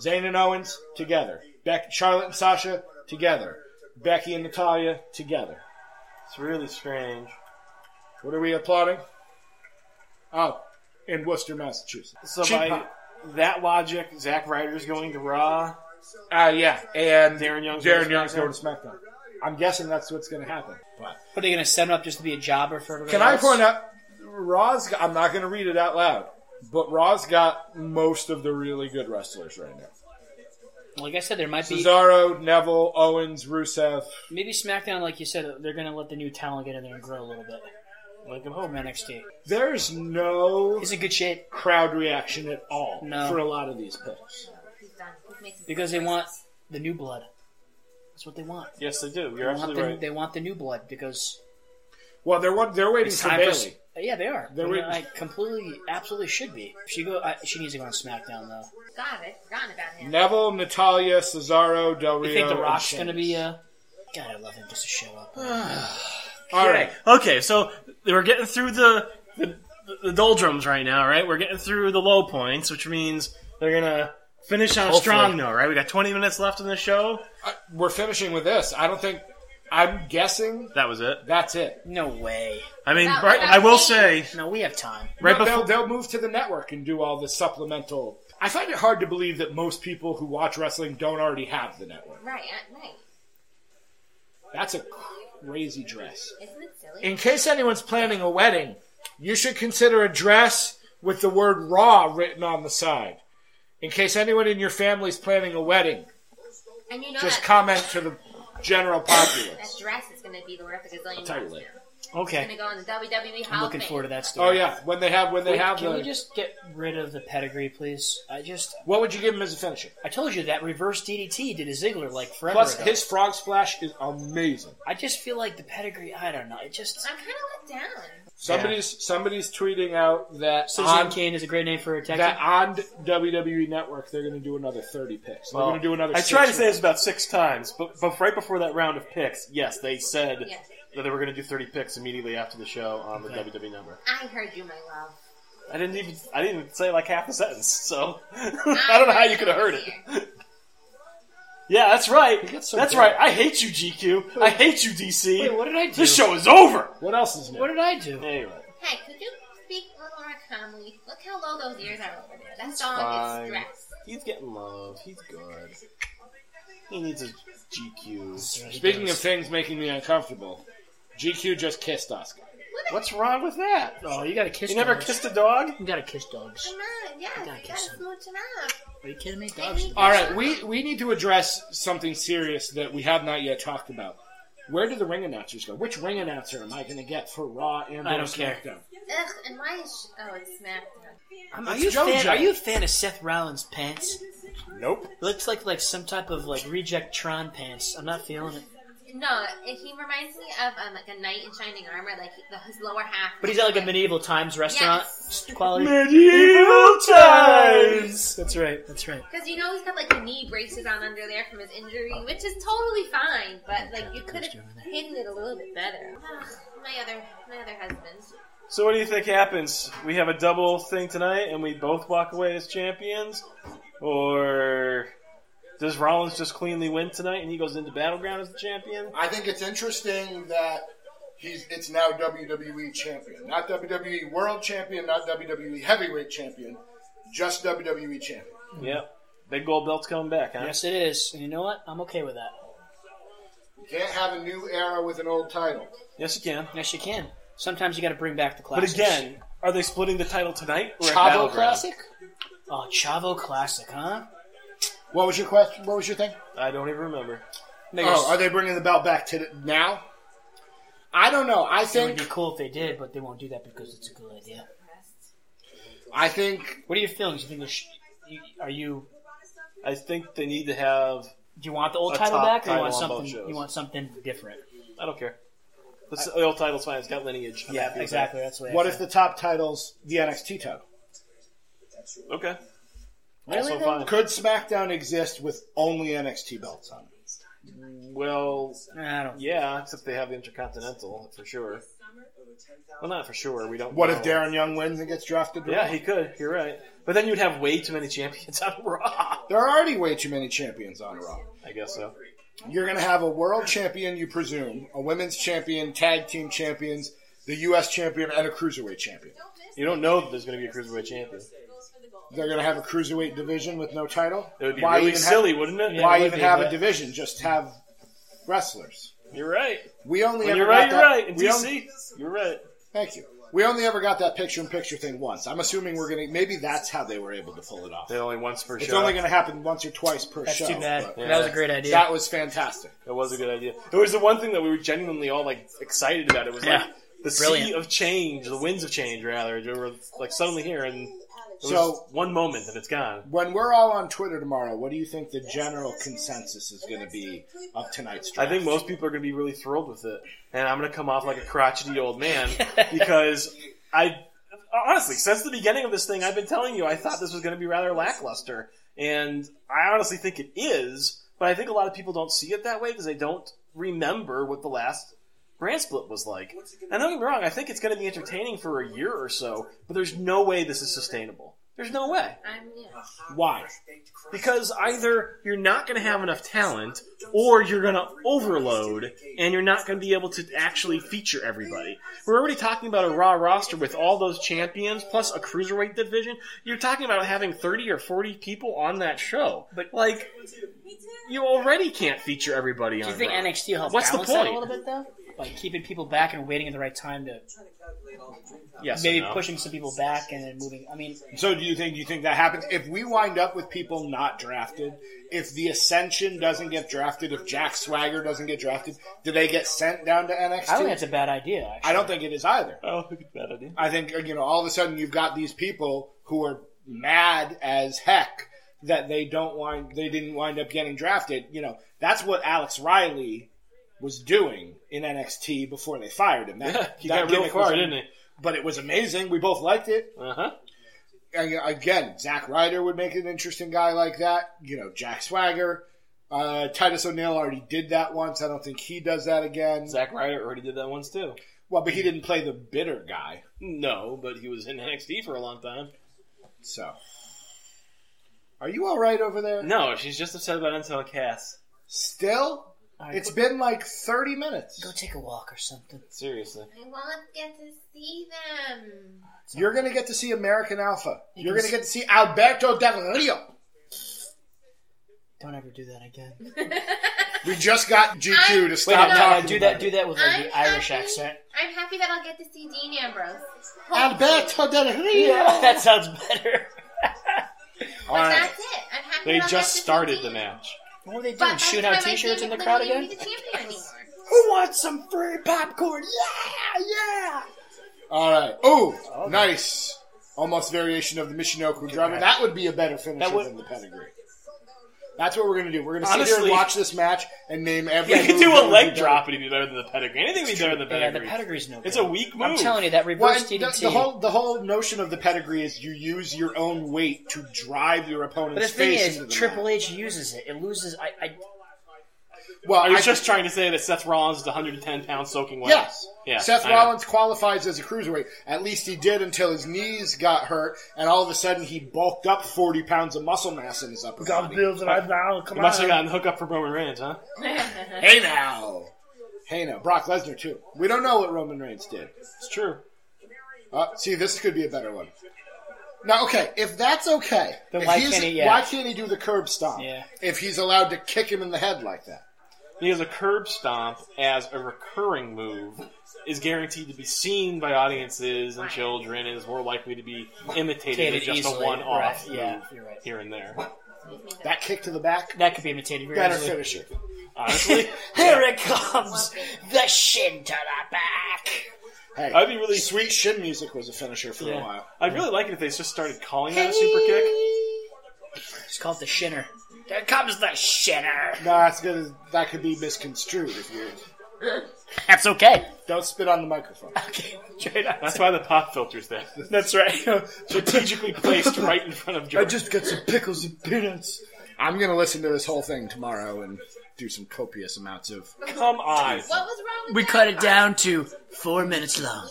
[SPEAKER 2] Zayn and Owens together. Beck, Charlotte and Sasha together. Becky and Natalia together.
[SPEAKER 5] It's really strange.
[SPEAKER 2] What are we applauding? Oh, in Worcester, Massachusetts.
[SPEAKER 5] So
[SPEAKER 2] Cheap
[SPEAKER 5] by
[SPEAKER 2] pop.
[SPEAKER 5] that logic, Zack Ryder's going to Raw.
[SPEAKER 2] Uh, yeah, and
[SPEAKER 5] Darren Young's
[SPEAKER 2] Darren
[SPEAKER 5] going
[SPEAKER 2] Young's
[SPEAKER 5] to SmackDown?
[SPEAKER 2] going to SmackDown. I'm guessing that's what's going to happen. But
[SPEAKER 4] Are they going to set him up just to be a jobber for everybody
[SPEAKER 2] can I
[SPEAKER 4] else?
[SPEAKER 2] point out, Raw's? got- I'm not going to read it out loud, but Raw's got most of the really good wrestlers right now:
[SPEAKER 4] Like I said, there might be
[SPEAKER 2] Cesaro, Neville, Owens, Rusev.
[SPEAKER 4] maybe SmackDown. Like you said, they're going to let the new talent get in there and grow a little bit. Like oh, I'm home NXT.
[SPEAKER 2] There's no
[SPEAKER 4] He's in good shape
[SPEAKER 2] crowd reaction at all
[SPEAKER 4] No.
[SPEAKER 2] for a lot of these picks.
[SPEAKER 6] He's done. He's making-
[SPEAKER 4] because they want the new blood. That's what they want.
[SPEAKER 5] Yes, they do. You're
[SPEAKER 4] They want,
[SPEAKER 5] absolutely
[SPEAKER 4] the,
[SPEAKER 5] right.
[SPEAKER 4] they want the new blood because
[SPEAKER 2] Well, they're wa- they're waiting
[SPEAKER 4] it's
[SPEAKER 2] for
[SPEAKER 4] time for s-
[SPEAKER 2] Bailey.
[SPEAKER 4] yeah, they are.
[SPEAKER 2] They're
[SPEAKER 4] I mean,
[SPEAKER 2] waiting-
[SPEAKER 4] I completely, absolutely should be. She go. I, she needs to go on SmackDown though.
[SPEAKER 6] God, I forgot about him.
[SPEAKER 2] Neville, Natalia, Cesaro, Del Rio.
[SPEAKER 4] You think The
[SPEAKER 2] and
[SPEAKER 4] Rock's
[SPEAKER 2] Sheamus.
[SPEAKER 4] going to be? Uh, God, I love him just to show up.
[SPEAKER 2] All right.
[SPEAKER 3] Okay, so we're getting through the, the the doldrums right now, right? We're getting through the low points, which means they're gonna finish on a strong note, right? We got 20 minutes left in the show.
[SPEAKER 2] I- Uh, we're finishing with this. I don't think. I'm guessing
[SPEAKER 3] That was it.
[SPEAKER 2] that's it.
[SPEAKER 4] No way.
[SPEAKER 3] I mean,
[SPEAKER 6] That-
[SPEAKER 3] right,
[SPEAKER 6] that-
[SPEAKER 3] I will say
[SPEAKER 4] No, we have time.
[SPEAKER 3] right
[SPEAKER 2] No,
[SPEAKER 3] before
[SPEAKER 2] they'll, they'll move to the network and do all the supplemental. I find it hard to believe that most people who watch wrestling don't already have the network.
[SPEAKER 6] Right, uh, right.
[SPEAKER 2] That's a crazy dress.
[SPEAKER 6] Isn't it silly?
[SPEAKER 2] In case anyone's planning a wedding, you should consider a dress with the word raw written on the side. In case anyone in your family's planning a wedding,
[SPEAKER 6] and you know
[SPEAKER 2] just
[SPEAKER 6] that,
[SPEAKER 2] comment to the general
[SPEAKER 6] that
[SPEAKER 2] populace.
[SPEAKER 6] dress is going to be the worth a gazillion
[SPEAKER 2] tell you
[SPEAKER 6] dollars.
[SPEAKER 2] later.
[SPEAKER 6] It's going
[SPEAKER 4] Okay,
[SPEAKER 6] to go on the WWE Hall
[SPEAKER 4] I'm
[SPEAKER 6] of
[SPEAKER 4] looking
[SPEAKER 6] Fame.
[SPEAKER 4] forward to that story.
[SPEAKER 2] Oh yeah, when they have when they
[SPEAKER 4] Wait,
[SPEAKER 2] have
[SPEAKER 4] can
[SPEAKER 2] the
[SPEAKER 4] we just get rid of the pedigree, please? I just,
[SPEAKER 2] what would you give him as a finisher?
[SPEAKER 4] I told you that reverse DDT did a Ziggler like forever
[SPEAKER 2] Plus,
[SPEAKER 4] ago.
[SPEAKER 2] his frog splash is amazing.
[SPEAKER 4] I just feel like the pedigree. I don't know. It just
[SPEAKER 6] I'm kind of let down.
[SPEAKER 2] Somebody's somebody's tweeting out that
[SPEAKER 4] Citizen
[SPEAKER 2] on,
[SPEAKER 4] Kane is a great name for a tech.
[SPEAKER 2] that on WWE Network they're going to do another thirty picks. They're going to do another.
[SPEAKER 5] I
[SPEAKER 2] six
[SPEAKER 5] tried to say
[SPEAKER 2] rounds.
[SPEAKER 5] this about six times, but, but right before that round of picks, yes, they said
[SPEAKER 6] Yes.
[SPEAKER 5] that they were going to do 30 picks immediately after the show on the E WWE number.
[SPEAKER 6] I heard you, my love.
[SPEAKER 5] I didn't even I didn't even say like half a sentence, so I don't know how you could have heard it. Yeah, that's right.
[SPEAKER 2] so
[SPEAKER 5] that's
[SPEAKER 2] good.
[SPEAKER 5] right. I hate you, GQ. I hate you, DC.
[SPEAKER 4] Wait, what did I do?
[SPEAKER 5] this show is over.
[SPEAKER 2] What else is new?
[SPEAKER 4] What did I do?
[SPEAKER 5] Anyway,
[SPEAKER 6] Hey, could you speak a little more calmly? Look how low those ears are over there. That's all
[SPEAKER 5] fine.
[SPEAKER 6] it's stress.
[SPEAKER 5] he's getting love. He's good. He needs a GQ.
[SPEAKER 2] Speaking of things making me uncomfortable, GQ just kissed Oscar.
[SPEAKER 5] What's wrong with that?
[SPEAKER 4] Oh, you gotta kiss.
[SPEAKER 5] You never
[SPEAKER 4] dogs.
[SPEAKER 5] kissed a dog?
[SPEAKER 4] You gotta kiss dogs.
[SPEAKER 6] Come on, yes, you
[SPEAKER 4] gotta
[SPEAKER 6] gotta
[SPEAKER 4] kiss him.
[SPEAKER 6] smooch it up.
[SPEAKER 4] Are you kidding me? Dogs.
[SPEAKER 6] Maybe-
[SPEAKER 2] All right, we we need to address something serious that we have not yet talked about. Where do the ring announcers go? Which ring announcer am I going to get for Raw and
[SPEAKER 4] I
[SPEAKER 2] or
[SPEAKER 4] don't care.
[SPEAKER 2] SmackDown?
[SPEAKER 6] Ugh, and why is she... Oh, it's SmackDown.
[SPEAKER 4] Are
[SPEAKER 2] It's
[SPEAKER 4] you, a fan,
[SPEAKER 2] JoJo.
[SPEAKER 4] are you a fan of Seth Rollins' pants?
[SPEAKER 2] Nope.
[SPEAKER 4] Looks like like some type of like reject Tron pants. I'm not feeling it.
[SPEAKER 6] No, it- he reminds me of um, like a knight in shining armor, like the, his lower half.
[SPEAKER 4] But he's at like a medieval times restaurant
[SPEAKER 6] Yes.
[SPEAKER 4] quality.
[SPEAKER 5] Medieval times.
[SPEAKER 4] That's right. That's right.
[SPEAKER 6] Because you know he's got like the knee braces on under there from his injury, which is totally fine. But like you could have hidden it a little bit better. Ugh, my other, my other husband.
[SPEAKER 5] So what do you think happens? We have a double thing tonight, and we both walk away as champions, or does Rollins just cleanly win tonight, and he goes into battleground as the champion?
[SPEAKER 2] I think it's interesting that he's it's now WWE champion, not WWE World Champion, not WWE Heavyweight Champion, just WWE champion.
[SPEAKER 5] Yep, big gold belt's coming back, huh?
[SPEAKER 4] Yes, it is. And you know what? I'm okay with that.
[SPEAKER 2] You can't have a new era with an old title.
[SPEAKER 5] Yes, you can.
[SPEAKER 4] Yes, you can. Sometimes you got to bring back the
[SPEAKER 5] But
[SPEAKER 4] classics.
[SPEAKER 5] again, are they splitting the title tonight? Or at
[SPEAKER 2] Chavo
[SPEAKER 5] Battleground?
[SPEAKER 2] Classic.
[SPEAKER 4] oh, Chavo classic, huh?
[SPEAKER 2] What was your question? What was your thing?
[SPEAKER 5] I don't even remember.
[SPEAKER 2] Oh, are they bringing the belt back to the, now? I don't know. I
[SPEAKER 4] It would
[SPEAKER 2] think
[SPEAKER 4] be cool if they did, but they won't do that because it's a good idea.
[SPEAKER 2] I think
[SPEAKER 4] What are your feelings? You think they sh- you, are you?
[SPEAKER 5] I think they need to have.
[SPEAKER 4] Do you want the old
[SPEAKER 5] A
[SPEAKER 4] title
[SPEAKER 5] top
[SPEAKER 4] back, or you
[SPEAKER 5] title
[SPEAKER 4] want
[SPEAKER 5] on both
[SPEAKER 4] something?
[SPEAKER 5] shows.
[SPEAKER 4] You want something different?
[SPEAKER 5] I don't care. The s- the old title's fine. It's got lineage. I'm happy with that.
[SPEAKER 4] exactly. That's what. I
[SPEAKER 2] what if
[SPEAKER 4] feel.
[SPEAKER 2] the top title's the NXT title?
[SPEAKER 5] Okay.
[SPEAKER 4] Really,
[SPEAKER 5] also
[SPEAKER 4] then?
[SPEAKER 5] fine.
[SPEAKER 2] Could SmackDown exist with only NXT belts on it?
[SPEAKER 5] Well,
[SPEAKER 4] Nah, I don't.
[SPEAKER 5] yeah, except they have the Intercontinental for sure. Well, not for sure. We don't.
[SPEAKER 2] What if
[SPEAKER 5] know.
[SPEAKER 2] Darren Young wins and gets drafted? to
[SPEAKER 5] Yeah,
[SPEAKER 2] Raw?
[SPEAKER 5] he could. You're right. But then you'd have way too many champions on Raw.
[SPEAKER 2] There are already way too many champions on Raw.
[SPEAKER 5] I guess so.
[SPEAKER 2] You're going to have a world champion, you presume, a women's champion, tag team champions, the U.S. champion, and a cruiserweight champion.
[SPEAKER 5] You don't know that there's going to be a cruiserweight champion.
[SPEAKER 2] They're going to have a cruiserweight division with no title.
[SPEAKER 5] It would be
[SPEAKER 2] Why
[SPEAKER 5] really
[SPEAKER 2] even have-
[SPEAKER 5] silly, wouldn't it?
[SPEAKER 2] Why
[SPEAKER 7] would
[SPEAKER 2] even
[SPEAKER 7] be,
[SPEAKER 2] have
[SPEAKER 7] but-
[SPEAKER 2] a division? Just have wrestlers.
[SPEAKER 5] You're right.
[SPEAKER 2] We only
[SPEAKER 5] When
[SPEAKER 2] ever
[SPEAKER 5] you're right,
[SPEAKER 2] got
[SPEAKER 5] you're
[SPEAKER 2] that-
[SPEAKER 5] right. In
[SPEAKER 2] we only-
[SPEAKER 5] DC, you're right.
[SPEAKER 2] Thank you. We only ever got that picture-in-picture thing once. I'm assuming we're going to. Maybe that's how they were able to pull it off.
[SPEAKER 5] They only once per
[SPEAKER 2] It's
[SPEAKER 5] show.
[SPEAKER 2] only going to happen once or twice per
[SPEAKER 7] That's
[SPEAKER 2] show.
[SPEAKER 7] too bad.
[SPEAKER 2] but
[SPEAKER 5] Yeah.
[SPEAKER 7] That was a great idea.
[SPEAKER 2] That was fantastic.
[SPEAKER 5] It was a good idea. It was the one thing that we were genuinely all like excited about. It was like
[SPEAKER 7] Yeah.
[SPEAKER 5] the sea
[SPEAKER 7] Brilliant.
[SPEAKER 5] of change, the winds of change, rather. We were like suddenly here, and it was
[SPEAKER 2] So-
[SPEAKER 5] one moment and it's gone.
[SPEAKER 2] When we're all on Twitter tomorrow, what do you think the general consensus is going to be of tonight's
[SPEAKER 5] I
[SPEAKER 2] draft?
[SPEAKER 5] think most people are going to be really thrilled with it, and I'm going to come off like a crotchety old man because I honestly, since the beginning of this thing, I've been telling you I thought this was going to be rather lackluster, and I honestly think it is. But I think a lot of people don't see it that way because they don't remember what the last brand split was like. And don't get me wrong, I think it's going to be entertaining for a year or so, but there's no way this is sustainable. There's no way
[SPEAKER 6] I'm, yeah.
[SPEAKER 2] Why?
[SPEAKER 5] because either you're not going to have enough talent or you're going to overload and you're not going to be able to actually feature everybody. We're already talking about a raw roster with all those champions plus a cruiserweight division. You're talking about having 30 or 40 people on that show. But like you already can't feature everybody on
[SPEAKER 7] Do you think
[SPEAKER 5] Raw.
[SPEAKER 7] NXT will help
[SPEAKER 5] What's the
[SPEAKER 7] balance that a
[SPEAKER 5] point?
[SPEAKER 7] little bit though? By keeping people back and waiting at the right time to
[SPEAKER 5] Yes,
[SPEAKER 7] maybe
[SPEAKER 5] or no?
[SPEAKER 7] pushing some people back and then moving. I mean,
[SPEAKER 2] So do you think do you think that happens if we wind up with people not drafted? If the Ascension doesn't get drafted, if Jack Swagger doesn't get drafted, do they get sent down to NXT?
[SPEAKER 7] I don't think that's a bad idea. Actually.
[SPEAKER 2] I don't think it is either.
[SPEAKER 5] I don't think it's a bad idea.
[SPEAKER 2] I think you know all of a sudden you've got these people who are mad as heck that they don't wind they didn't wind up getting drafted. You know that's what Alex Riley was doing in NXT before they fired him. That,
[SPEAKER 5] he
[SPEAKER 2] that
[SPEAKER 5] got real
[SPEAKER 2] gimmick
[SPEAKER 5] far,
[SPEAKER 2] was-
[SPEAKER 5] didn't he?
[SPEAKER 2] But it was amazing. We both liked it.
[SPEAKER 5] Uh huh.
[SPEAKER 2] And, again, Zack Ryder would make an interesting guy like that. You know, Jack Swagger. Uh, Titus O'Neil already did that once. I don't think he does that again.
[SPEAKER 5] Zack Ryder already did that once too.
[SPEAKER 2] Well, but he didn't play the bitter guy.
[SPEAKER 5] No, but he was in NXT for a long time.
[SPEAKER 2] So, are you all right over there?
[SPEAKER 5] No, she's just upset about Intel Cass.
[SPEAKER 2] Still, it's been like thirty minutes.
[SPEAKER 7] Go take a walk or something.
[SPEAKER 5] Seriously.
[SPEAKER 6] I won't get to see them.
[SPEAKER 2] You're going to get to see American Alpha. You're going to get to see Alberto Del Rio.
[SPEAKER 7] Don't ever do that again.
[SPEAKER 2] We just got GQ to
[SPEAKER 7] Wait,
[SPEAKER 2] stop
[SPEAKER 7] no,
[SPEAKER 2] talking.
[SPEAKER 7] do
[SPEAKER 2] about
[SPEAKER 7] that. Do that with like, the Irish accent.
[SPEAKER 6] I'm happy that I'll get to see Dean Ambrose.
[SPEAKER 2] it. Alberto Del Rio.
[SPEAKER 7] Yeah, that sounds better.
[SPEAKER 2] All
[SPEAKER 6] But
[SPEAKER 2] right.
[SPEAKER 6] that's it. I'm happy
[SPEAKER 5] They
[SPEAKER 6] that I'll get
[SPEAKER 5] just
[SPEAKER 6] to see
[SPEAKER 5] started the
[SPEAKER 6] Dean.
[SPEAKER 5] match.
[SPEAKER 7] what were they doing?
[SPEAKER 6] But
[SPEAKER 7] Shooting
[SPEAKER 6] by
[SPEAKER 7] out
[SPEAKER 6] the time I
[SPEAKER 7] T-shirts
[SPEAKER 6] see
[SPEAKER 7] in the
[SPEAKER 6] him,
[SPEAKER 7] crowd
[SPEAKER 6] he won't
[SPEAKER 7] again?
[SPEAKER 6] even be the champion anymore.
[SPEAKER 7] Who wants some free popcorn? Yeah, yeah.
[SPEAKER 2] All right. Oh, nice. Almost variation of the Michinoku drummer. That would be a better finisher
[SPEAKER 7] That would-
[SPEAKER 2] than the pedigree. That's what we're going to do. We're going to sit here
[SPEAKER 5] Honestly-
[SPEAKER 2] and watch this match and name every.
[SPEAKER 5] You could
[SPEAKER 2] move
[SPEAKER 5] do
[SPEAKER 2] that
[SPEAKER 5] a
[SPEAKER 2] would
[SPEAKER 5] leg
[SPEAKER 2] be
[SPEAKER 5] drop and it'd be better than the pedigree. Anything would be better than the
[SPEAKER 7] Yeah, the
[SPEAKER 5] pedigree.
[SPEAKER 7] pedigree's no. Good.
[SPEAKER 5] It's a weak move.
[SPEAKER 7] I'm telling you that
[SPEAKER 2] Well,
[SPEAKER 7] reverse
[SPEAKER 2] and the,
[SPEAKER 7] DDT.
[SPEAKER 2] the whole the whole notion of the pedigree is you use your own weight to drive your opponent's
[SPEAKER 7] but the thing
[SPEAKER 2] face
[SPEAKER 7] is,
[SPEAKER 2] into the
[SPEAKER 7] Triple
[SPEAKER 2] mat.
[SPEAKER 7] H uses it. It loses. I, I
[SPEAKER 2] Well,
[SPEAKER 5] I was
[SPEAKER 2] I-
[SPEAKER 5] just trying to say that Seth Rollins is 110 pounds soaking wet.
[SPEAKER 2] Yes.
[SPEAKER 5] Yeah,
[SPEAKER 2] Seth
[SPEAKER 5] I know.
[SPEAKER 2] Rollins qualifies as a cruiserweight. At least he did until his knees got hurt, and all of a sudden he bulked up 40 pounds of muscle mass in his upper body.
[SPEAKER 5] You must have gotten the hookup for Roman Reigns, huh?
[SPEAKER 2] Hey now! Hey now. Brock Lesnar, too. We don't know what Roman Reigns did.
[SPEAKER 5] It's true.
[SPEAKER 2] Uh, see, this could be a better one. Now, okay, if that's okay,
[SPEAKER 7] Then
[SPEAKER 2] if
[SPEAKER 7] why
[SPEAKER 2] he's-
[SPEAKER 7] can't he- yeah.
[SPEAKER 2] why can't he do the curb stomp
[SPEAKER 7] Yeah.
[SPEAKER 2] if he's allowed to kick him in the head like that?
[SPEAKER 5] Because a curb stomp as a recurring move is guaranteed to be seen by audiences and children and is more likely to be imitated than
[SPEAKER 7] Imitated
[SPEAKER 5] just
[SPEAKER 7] easily,
[SPEAKER 5] a one-off
[SPEAKER 7] right, yeah,
[SPEAKER 5] move
[SPEAKER 7] you're right.
[SPEAKER 5] here and there.
[SPEAKER 2] That kick to the back,
[SPEAKER 7] that could be imitated. very
[SPEAKER 2] better
[SPEAKER 7] easily.
[SPEAKER 2] finisher.
[SPEAKER 5] Honestly,
[SPEAKER 7] Here it comes, the shin to the back.
[SPEAKER 2] Hey,
[SPEAKER 5] I'd be really
[SPEAKER 2] sweet shin music was a finisher for a while.
[SPEAKER 5] I'd really like it if they just started calling that a super kick.
[SPEAKER 7] Just call it the shinner. There comes the shinner.
[SPEAKER 2] No, that's gonna that could be misconstrued if you
[SPEAKER 7] That's okay.
[SPEAKER 2] don't spit on the microphone.
[SPEAKER 7] Okay, straight up.
[SPEAKER 5] That's why the pop filter's there.
[SPEAKER 7] That's right.
[SPEAKER 5] strategically placed right in front of George.
[SPEAKER 2] got some pickles and peanuts. I'm gonna listen to this whole thing tomorrow and do some copious amounts of.
[SPEAKER 5] Come on.
[SPEAKER 6] What was wrong with
[SPEAKER 7] we
[SPEAKER 6] that?
[SPEAKER 7] cut it down to four minutes long.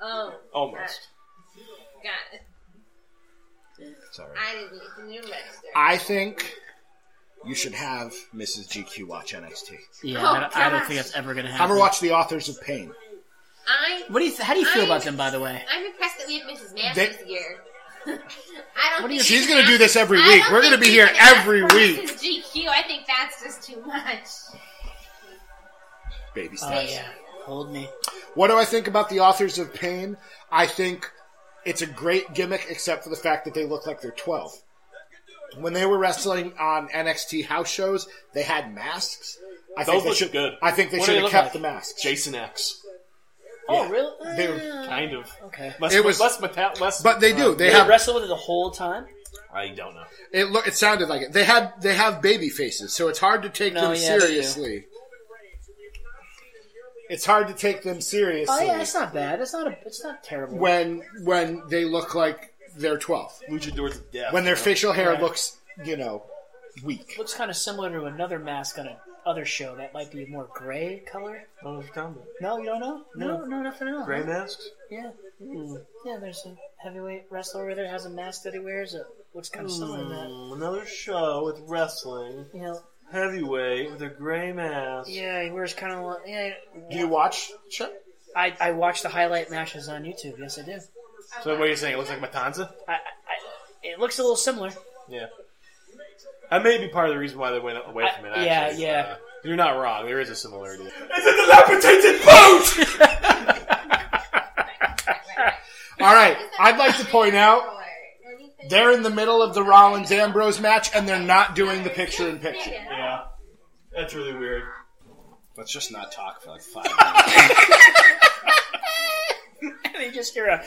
[SPEAKER 6] Oh,
[SPEAKER 5] Almost.
[SPEAKER 6] got it.
[SPEAKER 2] Sorry.
[SPEAKER 6] I didn't even new register.
[SPEAKER 2] I think you should have Mrs. GQ watch NXT.
[SPEAKER 7] Yeah,
[SPEAKER 6] Oh,
[SPEAKER 7] I, don't, I don't
[SPEAKER 6] gosh.
[SPEAKER 7] think that's ever gonna
[SPEAKER 2] Have
[SPEAKER 7] happen.
[SPEAKER 2] her watch The Authors of Pain.
[SPEAKER 6] I,
[SPEAKER 7] What do you? Th- how do you feel
[SPEAKER 6] I-
[SPEAKER 7] about them, by the way?
[SPEAKER 6] I'm impressed that we have Mrs. Matthews
[SPEAKER 2] They-
[SPEAKER 6] here. I don't. think
[SPEAKER 2] She's
[SPEAKER 6] you
[SPEAKER 2] gonna
[SPEAKER 6] can
[SPEAKER 2] do
[SPEAKER 6] ask-
[SPEAKER 2] this every
[SPEAKER 6] I
[SPEAKER 2] week.
[SPEAKER 6] don't
[SPEAKER 2] We're
[SPEAKER 6] think
[SPEAKER 2] gonna be
[SPEAKER 6] you
[SPEAKER 2] here
[SPEAKER 6] can ask
[SPEAKER 2] every
[SPEAKER 6] for
[SPEAKER 2] week.
[SPEAKER 6] Mrs. GQ. I think that's just too much.
[SPEAKER 2] Baby
[SPEAKER 4] Oh yeah, hold me.
[SPEAKER 2] What do I think about the authors of Pain? I think it's a great gimmick, except for the fact that they look like they're 12. When they were wrestling on NXT house shows, they had masks. I
[SPEAKER 5] Those
[SPEAKER 2] think they
[SPEAKER 5] look
[SPEAKER 2] should.
[SPEAKER 5] good.
[SPEAKER 2] I think they
[SPEAKER 5] What do
[SPEAKER 2] should
[SPEAKER 5] they
[SPEAKER 2] have
[SPEAKER 5] look
[SPEAKER 2] kept
[SPEAKER 5] like?
[SPEAKER 2] the masks.
[SPEAKER 5] Jason X.
[SPEAKER 4] Oh really?
[SPEAKER 2] They-
[SPEAKER 4] Uh,
[SPEAKER 5] Kind of.
[SPEAKER 4] okay.
[SPEAKER 5] Less,
[SPEAKER 2] It was-
[SPEAKER 5] less, meta- less
[SPEAKER 2] but they do. They
[SPEAKER 4] They
[SPEAKER 2] have.
[SPEAKER 4] wrestled with it the whole time.
[SPEAKER 5] I don't know.
[SPEAKER 2] It look. It sounded like it. They had. They have baby faces, so it's hard to take
[SPEAKER 4] No,
[SPEAKER 2] them
[SPEAKER 4] yeah, they do.
[SPEAKER 2] seriously. It's hard to take them seriously
[SPEAKER 4] Oh yeah, it's not bad. It's not a. It's not terrible.
[SPEAKER 2] when when they look like they're 12.
[SPEAKER 5] Luchadors of Death.
[SPEAKER 2] When their
[SPEAKER 5] you know?
[SPEAKER 2] facial hair looks, you know, weak.
[SPEAKER 4] looks kind of similar to another mask on another show that might be a more gray color.
[SPEAKER 5] I don't know what you're talking about.
[SPEAKER 4] No, you don't know? No, no, nothing at all.
[SPEAKER 5] Oh, Gray masks?
[SPEAKER 4] Yeah. Mm. Yeah, there's a heavyweight wrestler over there has a mask that he wears. It looks kind of similar to that.
[SPEAKER 5] Mm, Another show with wrestling.
[SPEAKER 4] You know,
[SPEAKER 5] Heavyweight with a gray mask.
[SPEAKER 4] yeah, he wears kind of yeah.
[SPEAKER 2] Do you watch? Sure.
[SPEAKER 4] I I watch the highlight matches on YouTube. Yes, I do.
[SPEAKER 5] So what are you saying? It looks like Matanza?
[SPEAKER 4] I, I, I it looks a little similar.
[SPEAKER 5] Yeah. That may be part of the reason why they went away
[SPEAKER 4] I-
[SPEAKER 5] from it.
[SPEAKER 4] yeah,
[SPEAKER 5] Actually.
[SPEAKER 4] yeah.
[SPEAKER 5] Uh, you're not wrong. There is a similarity. It's a dilapidated boat.
[SPEAKER 2] All right. I'd like to point out they're in the middle of the Rollins Ambrose match and they're not doing the picture in picture.
[SPEAKER 5] yeah, that's really weird.
[SPEAKER 2] Let's just not talk for like five minutes.
[SPEAKER 4] you just hear a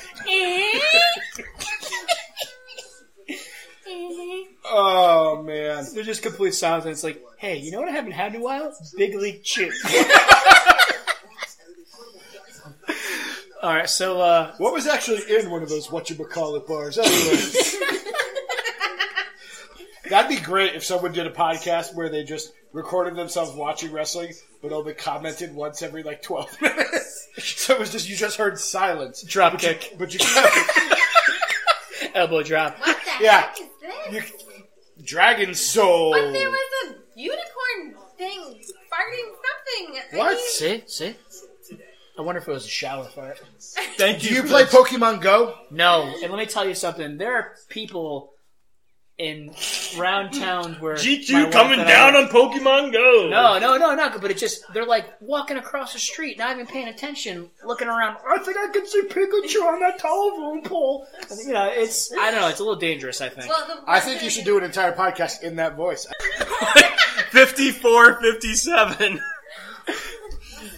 [SPEAKER 2] Oh man.
[SPEAKER 4] they're just complete silence. And it's like, hey, you know what I haven't had in a while? Big League Chew. All right, so uh,
[SPEAKER 2] What was actually in one of those whatchamacallit bars? Anyway. That'd be great if someone did a podcast where they just recorded themselves watching wrestling, but only commented once every like twelve minutes. so it was just you just heard silence,
[SPEAKER 4] drop kick,
[SPEAKER 2] but you kept
[SPEAKER 4] elbow drop.
[SPEAKER 6] What the
[SPEAKER 2] Yeah.
[SPEAKER 6] heck is this?
[SPEAKER 2] Dragon Soul.
[SPEAKER 6] But there was a unicorn thing farting something. I
[SPEAKER 2] What?
[SPEAKER 6] mean,
[SPEAKER 4] See, see. I wonder if it was a shower fart.
[SPEAKER 5] Thank
[SPEAKER 2] Do you play Pokemon Go?
[SPEAKER 4] No, and let me tell you something. There are people in round towns where my wife and I-
[SPEAKER 5] on Pokemon Go.
[SPEAKER 4] No, no, no, not. But it just they're like walking across the street, not even paying attention, looking around. I think I can see Pikachu on that telephone pole. You know, it's I don't know. It's a little dangerous. I think.
[SPEAKER 6] well, the
[SPEAKER 2] I think you should do an entire podcast in that voice.
[SPEAKER 3] 54 57.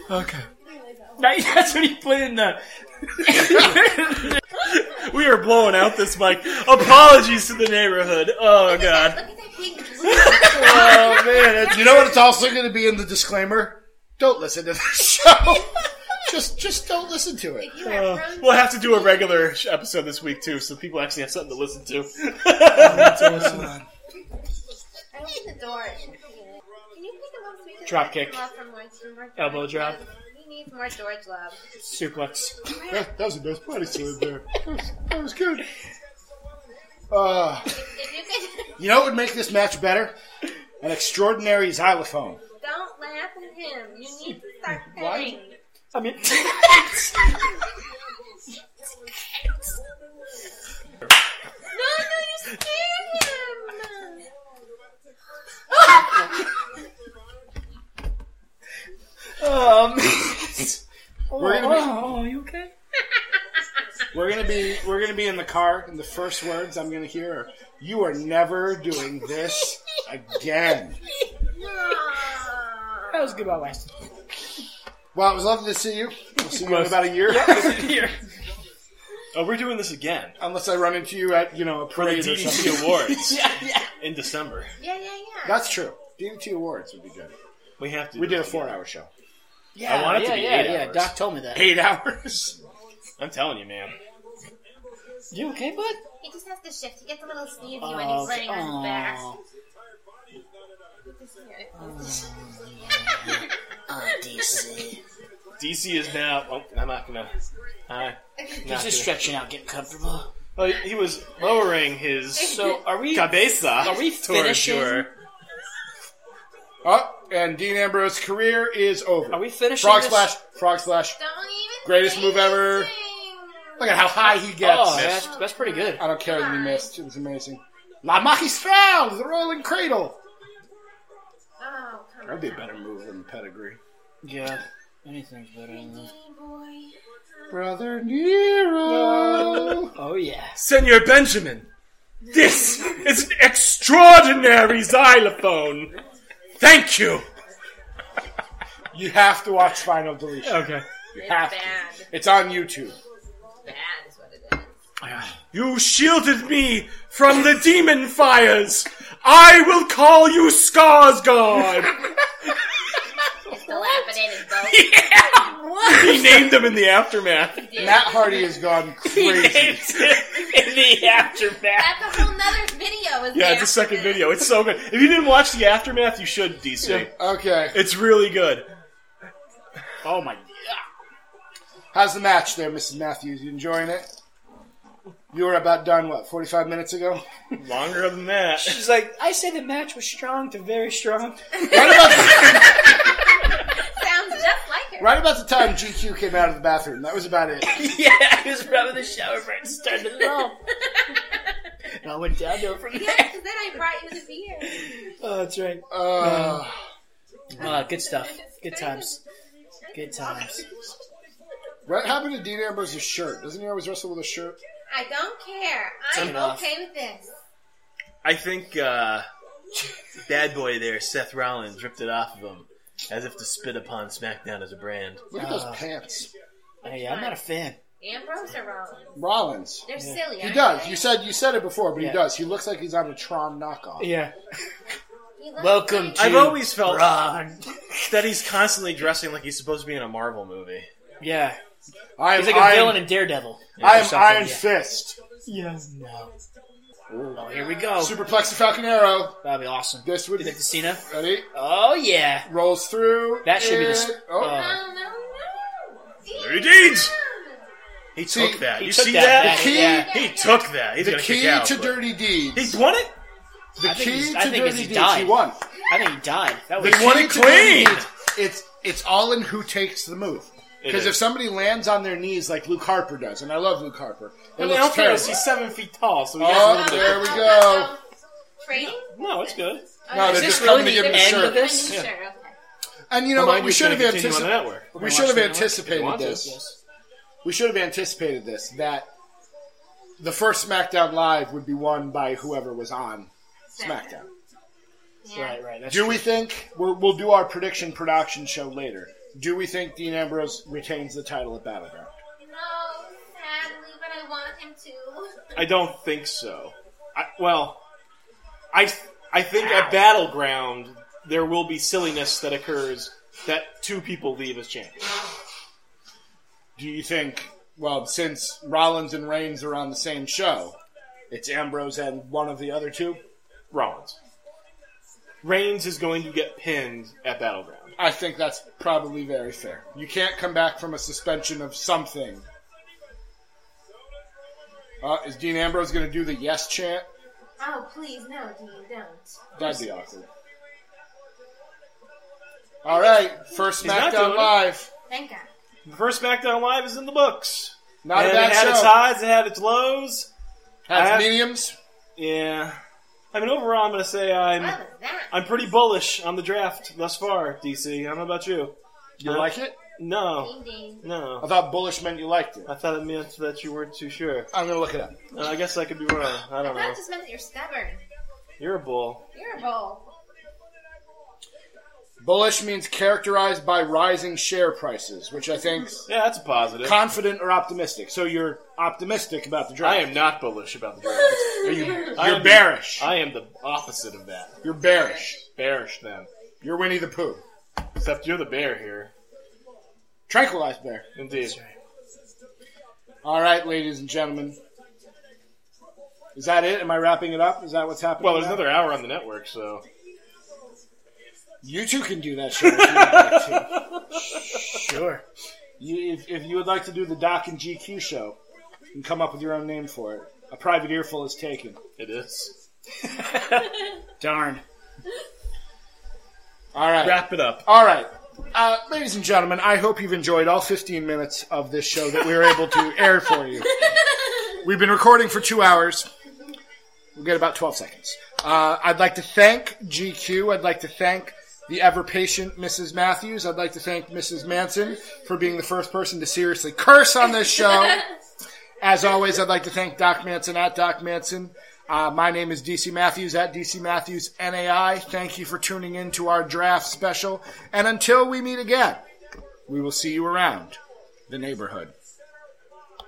[SPEAKER 4] That- that's when you put in the.
[SPEAKER 3] We are blowing out this mic. Apologies to the neighborhood. Oh,
[SPEAKER 6] Look at
[SPEAKER 3] God.
[SPEAKER 6] that- Look at that big blue.
[SPEAKER 2] Oh man! it's- You know what? It's also going to be in the disclaimer. Don't listen to the show. just, just don't listen to it.
[SPEAKER 6] You
[SPEAKER 4] Uh,
[SPEAKER 6] are from
[SPEAKER 3] We'll have to do a regular sh- episode this week, too, so people actually have something to listen to.
[SPEAKER 6] I opened the door. Can you pick him up so we can
[SPEAKER 4] Drop
[SPEAKER 6] let him
[SPEAKER 4] kick.
[SPEAKER 6] off from lunch and more George
[SPEAKER 4] Elbow drop.
[SPEAKER 6] love? He needs more George love.
[SPEAKER 4] Suplex.
[SPEAKER 2] Yeah, that was a nice party scene there. That was, that was good. Uh,
[SPEAKER 6] If you could,
[SPEAKER 2] you know what would make this match better? An extraordinary xylophone.
[SPEAKER 6] don't laugh at him. You need to start cutting.
[SPEAKER 4] I mean,
[SPEAKER 6] No, no, you scared him.
[SPEAKER 4] um,
[SPEAKER 2] We're gonna
[SPEAKER 4] oh, you okay?
[SPEAKER 2] be, we're gonna be, we're gonna be in the car, and the first words I'm gonna hear are, "You are never doing this again."
[SPEAKER 6] Aw.
[SPEAKER 4] That was good. About last.
[SPEAKER 2] Well, it was lovely to see you. We'll see you in about a year,
[SPEAKER 5] Oh, we're doing this again
[SPEAKER 2] unless I run into you at you know a
[SPEAKER 5] for the
[SPEAKER 2] parade or something.
[SPEAKER 5] DDT Awards
[SPEAKER 4] Yeah, yeah.
[SPEAKER 5] in December.
[SPEAKER 6] Yeah, yeah, yeah.
[SPEAKER 2] That's true. DDT Awards would be good.
[SPEAKER 5] We have to.
[SPEAKER 2] We
[SPEAKER 5] do
[SPEAKER 2] did a
[SPEAKER 5] this again.
[SPEAKER 2] four-hour show.
[SPEAKER 4] Yeah,
[SPEAKER 5] I want it to
[SPEAKER 4] yeah,
[SPEAKER 5] be
[SPEAKER 4] yeah,
[SPEAKER 5] eight
[SPEAKER 4] yeah.
[SPEAKER 5] hours.
[SPEAKER 4] Doc told me that.
[SPEAKER 2] Eight hours.
[SPEAKER 5] I'm telling you, man.
[SPEAKER 4] You okay, bud?
[SPEAKER 6] He just has to shift. He gets a little sneezy when he's
[SPEAKER 4] okay.
[SPEAKER 6] laying on his back.
[SPEAKER 4] Oh, Aw.
[SPEAKER 6] Just here.
[SPEAKER 5] DC is now. Oh, I'm not gonna. I.
[SPEAKER 4] He's just stretching out, getting comfortable.
[SPEAKER 5] Well, he was lowering his
[SPEAKER 4] So, are we?
[SPEAKER 5] cabeza. Are
[SPEAKER 4] we finishing?
[SPEAKER 2] Up Oh, and Dean Ambrose's career is over.
[SPEAKER 4] Are we finishing?
[SPEAKER 2] Frog
[SPEAKER 4] this?
[SPEAKER 2] splash. Frog splash.
[SPEAKER 6] Don't even.
[SPEAKER 2] Greatest
[SPEAKER 6] say
[SPEAKER 2] move ever.
[SPEAKER 6] anything.
[SPEAKER 2] Look at how high he gets.
[SPEAKER 7] Oh, that's, that's pretty good.
[SPEAKER 2] I don't care that he missed. It was amazing. La Magistral, the Rolling Cradle.
[SPEAKER 6] Oh, come
[SPEAKER 2] That'd
[SPEAKER 6] on.
[SPEAKER 2] be a better move than Pedigree.
[SPEAKER 7] Yeah. Anything's better than that.
[SPEAKER 6] Hey, boy.
[SPEAKER 2] Brother Nero.
[SPEAKER 7] Oh, yes.
[SPEAKER 3] Senor Benjamin, this is an extraordinary xylophone. Thank you.
[SPEAKER 2] you have to watch Final Deletion.
[SPEAKER 3] Okay.
[SPEAKER 2] You
[SPEAKER 6] It's
[SPEAKER 2] have to.
[SPEAKER 6] bad.
[SPEAKER 2] It's on YouTube.
[SPEAKER 6] Bad is what it is.
[SPEAKER 3] You shielded me from the demon fires. I will call you Skarsgård.
[SPEAKER 6] It's dilapidated boat.
[SPEAKER 3] he named him in the aftermath.
[SPEAKER 2] Matt Hardy has gone crazy.
[SPEAKER 3] in the aftermath.
[SPEAKER 6] That's a whole nother video. Is
[SPEAKER 3] Yeah, it's a second video. It's so good. If you didn't watch the aftermath, you should, DC.
[SPEAKER 2] Okay.
[SPEAKER 3] It's really good.
[SPEAKER 7] Oh, my.
[SPEAKER 2] How's the match there, Mrs. Matthews? You enjoying it? You were about done, what, 45 minutes ago?
[SPEAKER 3] Longer than that.
[SPEAKER 7] She's like, I say the match was strong to very strong.
[SPEAKER 2] Right about, the,
[SPEAKER 6] Sounds just like her.
[SPEAKER 2] right about the time GQ came out of the bathroom. That was about it.
[SPEAKER 7] yeah, I was rubbing the shower right started it all. and I went downhill from
[SPEAKER 6] Yeah,
[SPEAKER 7] there.
[SPEAKER 6] 'cause then I brought you the beer.
[SPEAKER 7] Oh, that's right.
[SPEAKER 2] Uh,
[SPEAKER 7] Uh, good stuff. Good times. Good times.
[SPEAKER 2] what happened to Dean Ambrose's shirt? Doesn't he always wrestle with a shirt?
[SPEAKER 6] I don't care. I'm
[SPEAKER 7] enough.
[SPEAKER 6] okay with this.
[SPEAKER 5] I think uh, bad boy there, Seth Rollins, ripped it off of him as if to spit upon SmackDown as a brand.
[SPEAKER 2] Look at
[SPEAKER 7] Uh.
[SPEAKER 2] those pants.
[SPEAKER 7] Hey, I'm not a fan.
[SPEAKER 6] Ambrose or Rollins?
[SPEAKER 2] Rollins.
[SPEAKER 6] They're silly.
[SPEAKER 2] He
[SPEAKER 6] aren't
[SPEAKER 2] does.
[SPEAKER 6] they?
[SPEAKER 2] You said you said it before, but
[SPEAKER 7] Yeah.
[SPEAKER 2] he does. He looks like he's on a Tron knockoff.
[SPEAKER 7] Yeah.
[SPEAKER 6] He looks
[SPEAKER 7] Welcome
[SPEAKER 6] like-
[SPEAKER 7] to.
[SPEAKER 5] I've always felt
[SPEAKER 7] Wrong.
[SPEAKER 5] that he's constantly dressing like he's supposed to be in a Marvel movie.
[SPEAKER 7] Yeah.
[SPEAKER 2] I'm,
[SPEAKER 7] He's like a
[SPEAKER 2] I'm-
[SPEAKER 7] villain in Daredevil.
[SPEAKER 2] I'm
[SPEAKER 7] something,
[SPEAKER 2] Iron
[SPEAKER 7] yeah.
[SPEAKER 2] Fist.
[SPEAKER 7] Yeah. No. Oh, here we go.
[SPEAKER 2] Superplex the Falcon Arrow.
[SPEAKER 7] That'd be awesome.
[SPEAKER 2] This would
[SPEAKER 7] Is it
[SPEAKER 2] be.
[SPEAKER 7] Casino?
[SPEAKER 2] Ready?
[SPEAKER 7] Oh, yeah.
[SPEAKER 2] Rolls through.
[SPEAKER 7] That should be the
[SPEAKER 2] and-
[SPEAKER 7] s-
[SPEAKER 2] Oh,
[SPEAKER 7] uh,
[SPEAKER 6] Oh, no, no.
[SPEAKER 5] He did. He took
[SPEAKER 2] See,
[SPEAKER 5] that.
[SPEAKER 7] he
[SPEAKER 5] you
[SPEAKER 7] took
[SPEAKER 5] see
[SPEAKER 7] that,
[SPEAKER 5] that?
[SPEAKER 2] the key,
[SPEAKER 7] yeah.
[SPEAKER 5] He took that. He's
[SPEAKER 2] the
[SPEAKER 5] gonna
[SPEAKER 2] key
[SPEAKER 5] kick out,
[SPEAKER 2] to
[SPEAKER 5] but-
[SPEAKER 2] Dirty Deeds.
[SPEAKER 5] He won it.
[SPEAKER 2] The
[SPEAKER 7] I think
[SPEAKER 2] key
[SPEAKER 7] he's-
[SPEAKER 2] to
[SPEAKER 7] I think it's
[SPEAKER 2] Dirty
[SPEAKER 7] he
[SPEAKER 2] Deeds. He
[SPEAKER 7] died.
[SPEAKER 2] won.
[SPEAKER 7] I think he died. That was
[SPEAKER 5] He won it
[SPEAKER 2] Key to Dirty
[SPEAKER 5] clean.
[SPEAKER 2] Deeds, It's it's all in who takes the move. Because
[SPEAKER 5] is.
[SPEAKER 2] if somebody lands on their knees like Luke Harper does, and I love Luke Harper, it
[SPEAKER 5] Well,
[SPEAKER 2] looks
[SPEAKER 5] Alfred
[SPEAKER 2] terrible.
[SPEAKER 5] is- he's seven feet tall, so he has a
[SPEAKER 2] Oh,
[SPEAKER 5] little bit.
[SPEAKER 2] there we
[SPEAKER 6] Oh,
[SPEAKER 2] go.
[SPEAKER 6] oh, Trading? Oh,
[SPEAKER 5] No, it's
[SPEAKER 2] No,
[SPEAKER 5] good.
[SPEAKER 6] Okay.
[SPEAKER 2] they're
[SPEAKER 7] this
[SPEAKER 2] just coming to
[SPEAKER 7] really
[SPEAKER 2] give him a
[SPEAKER 7] the end of
[SPEAKER 2] shirt.
[SPEAKER 7] it?
[SPEAKER 6] Sure,
[SPEAKER 7] Yeah.
[SPEAKER 6] okay.
[SPEAKER 2] And you know what?
[SPEAKER 5] Mind
[SPEAKER 2] We
[SPEAKER 5] you,
[SPEAKER 2] should have
[SPEAKER 5] it's gonna continue on
[SPEAKER 2] anticipated.
[SPEAKER 5] that way.
[SPEAKER 2] We should have
[SPEAKER 5] If
[SPEAKER 2] anticipated
[SPEAKER 5] you want
[SPEAKER 2] this.
[SPEAKER 5] to.
[SPEAKER 7] Yes.
[SPEAKER 2] We should have anticipated this that the first SmackDown Live would be won by whoever was on SmackDown.
[SPEAKER 6] Yeah.
[SPEAKER 7] Right, right. That's
[SPEAKER 2] Do we think we're, we'll do our prediction production show later? Do we think Dean Ambrose retains the title at Battleground?
[SPEAKER 6] No, sadly, but I want him to.
[SPEAKER 5] I don't think so. I, well, I I think at Battleground there will be silliness that occurs that two people leave as champion.
[SPEAKER 2] Do you think? Well, since Rollins and Reigns are on the same show, it's Ambrose and one of the other two.
[SPEAKER 5] Rollins. Reigns is going to get pinned at Battleground.
[SPEAKER 2] I think that's probably very fair. You can't come back from a suspension of something. Uh, is Dean Ambrose going to do the yes chant?
[SPEAKER 6] Oh, please, no, Dean, don't.
[SPEAKER 2] That'd be awkward. All right, first
[SPEAKER 5] He's not doing
[SPEAKER 2] SmackDown
[SPEAKER 5] it.
[SPEAKER 2] Live.
[SPEAKER 6] Thank God.
[SPEAKER 5] The first SmackDown Live is in the books.
[SPEAKER 2] Not a
[SPEAKER 5] and
[SPEAKER 2] bad
[SPEAKER 5] it had its
[SPEAKER 2] show.
[SPEAKER 5] highs, it had its lows.
[SPEAKER 2] Has
[SPEAKER 5] I-
[SPEAKER 2] mediums.
[SPEAKER 5] Yeah. I mean, overall, I'm going to say
[SPEAKER 6] What
[SPEAKER 5] I'm
[SPEAKER 6] was that?
[SPEAKER 5] I'm pretty bullish on the draft thus far, DC. I don't know about you.
[SPEAKER 2] You
[SPEAKER 5] Uh,
[SPEAKER 2] like it?
[SPEAKER 5] No,
[SPEAKER 6] Ding, ding.
[SPEAKER 2] I
[SPEAKER 5] no.
[SPEAKER 2] thought bullish meant you liked it.
[SPEAKER 5] I thought it meant that you weren't too sure.
[SPEAKER 2] I'm gonna look it up.
[SPEAKER 5] Uh, I guess I could be wrong. I
[SPEAKER 6] I
[SPEAKER 5] don't
[SPEAKER 6] thought
[SPEAKER 5] know.
[SPEAKER 6] it just meant that you're stubborn.
[SPEAKER 5] You're a bull.
[SPEAKER 6] You're a bull.
[SPEAKER 2] Bullish means characterized by rising share prices, which I think
[SPEAKER 5] Yeah, that's a positive.
[SPEAKER 2] confident or optimistic. So you're optimistic about the draft.
[SPEAKER 5] I am not bullish about the draft.
[SPEAKER 2] Are you,
[SPEAKER 5] I
[SPEAKER 2] you're
[SPEAKER 5] am-
[SPEAKER 2] bearish.
[SPEAKER 5] I am the opposite of that.
[SPEAKER 2] You're bearish.
[SPEAKER 5] Bearish then.
[SPEAKER 2] You're Winnie the Pooh.
[SPEAKER 5] Except you're the bear here.
[SPEAKER 2] Tranquilized bear.
[SPEAKER 5] Indeed.
[SPEAKER 2] All right, ladies and gentlemen. Is that it? Am I wrapping it up? Is that what's happening?
[SPEAKER 5] Well, there's
[SPEAKER 2] now?
[SPEAKER 5] another hour on the network, so.
[SPEAKER 2] You two can do that show if you would like to.
[SPEAKER 7] Sure.
[SPEAKER 2] You, if, if you would like to do the Doc and GQ show, you can come up with your own name for it. A private earful is taken.
[SPEAKER 5] It is.
[SPEAKER 7] Darn.
[SPEAKER 2] All right.
[SPEAKER 5] Wrap it up.
[SPEAKER 2] All right. Uh, ladies and gentlemen, I hope you've enjoyed all 15 minutes of this show that we were able to air for you. We've been recording for two hours. We'll get about 12 seconds. Uh, I'd like to thank GQ. I'd like to thank the ever patient Mrs. Matthews. I'd like to thank Mrs. Manson for being the first person to seriously curse on this show. As always, I'd like to thank Doc Manson at Doc Manson. Uh, my name is DC Matthews at DC Matthews NAI. Thank you for tuning in to our draft special. And until we meet again, we will see you around the neighborhood.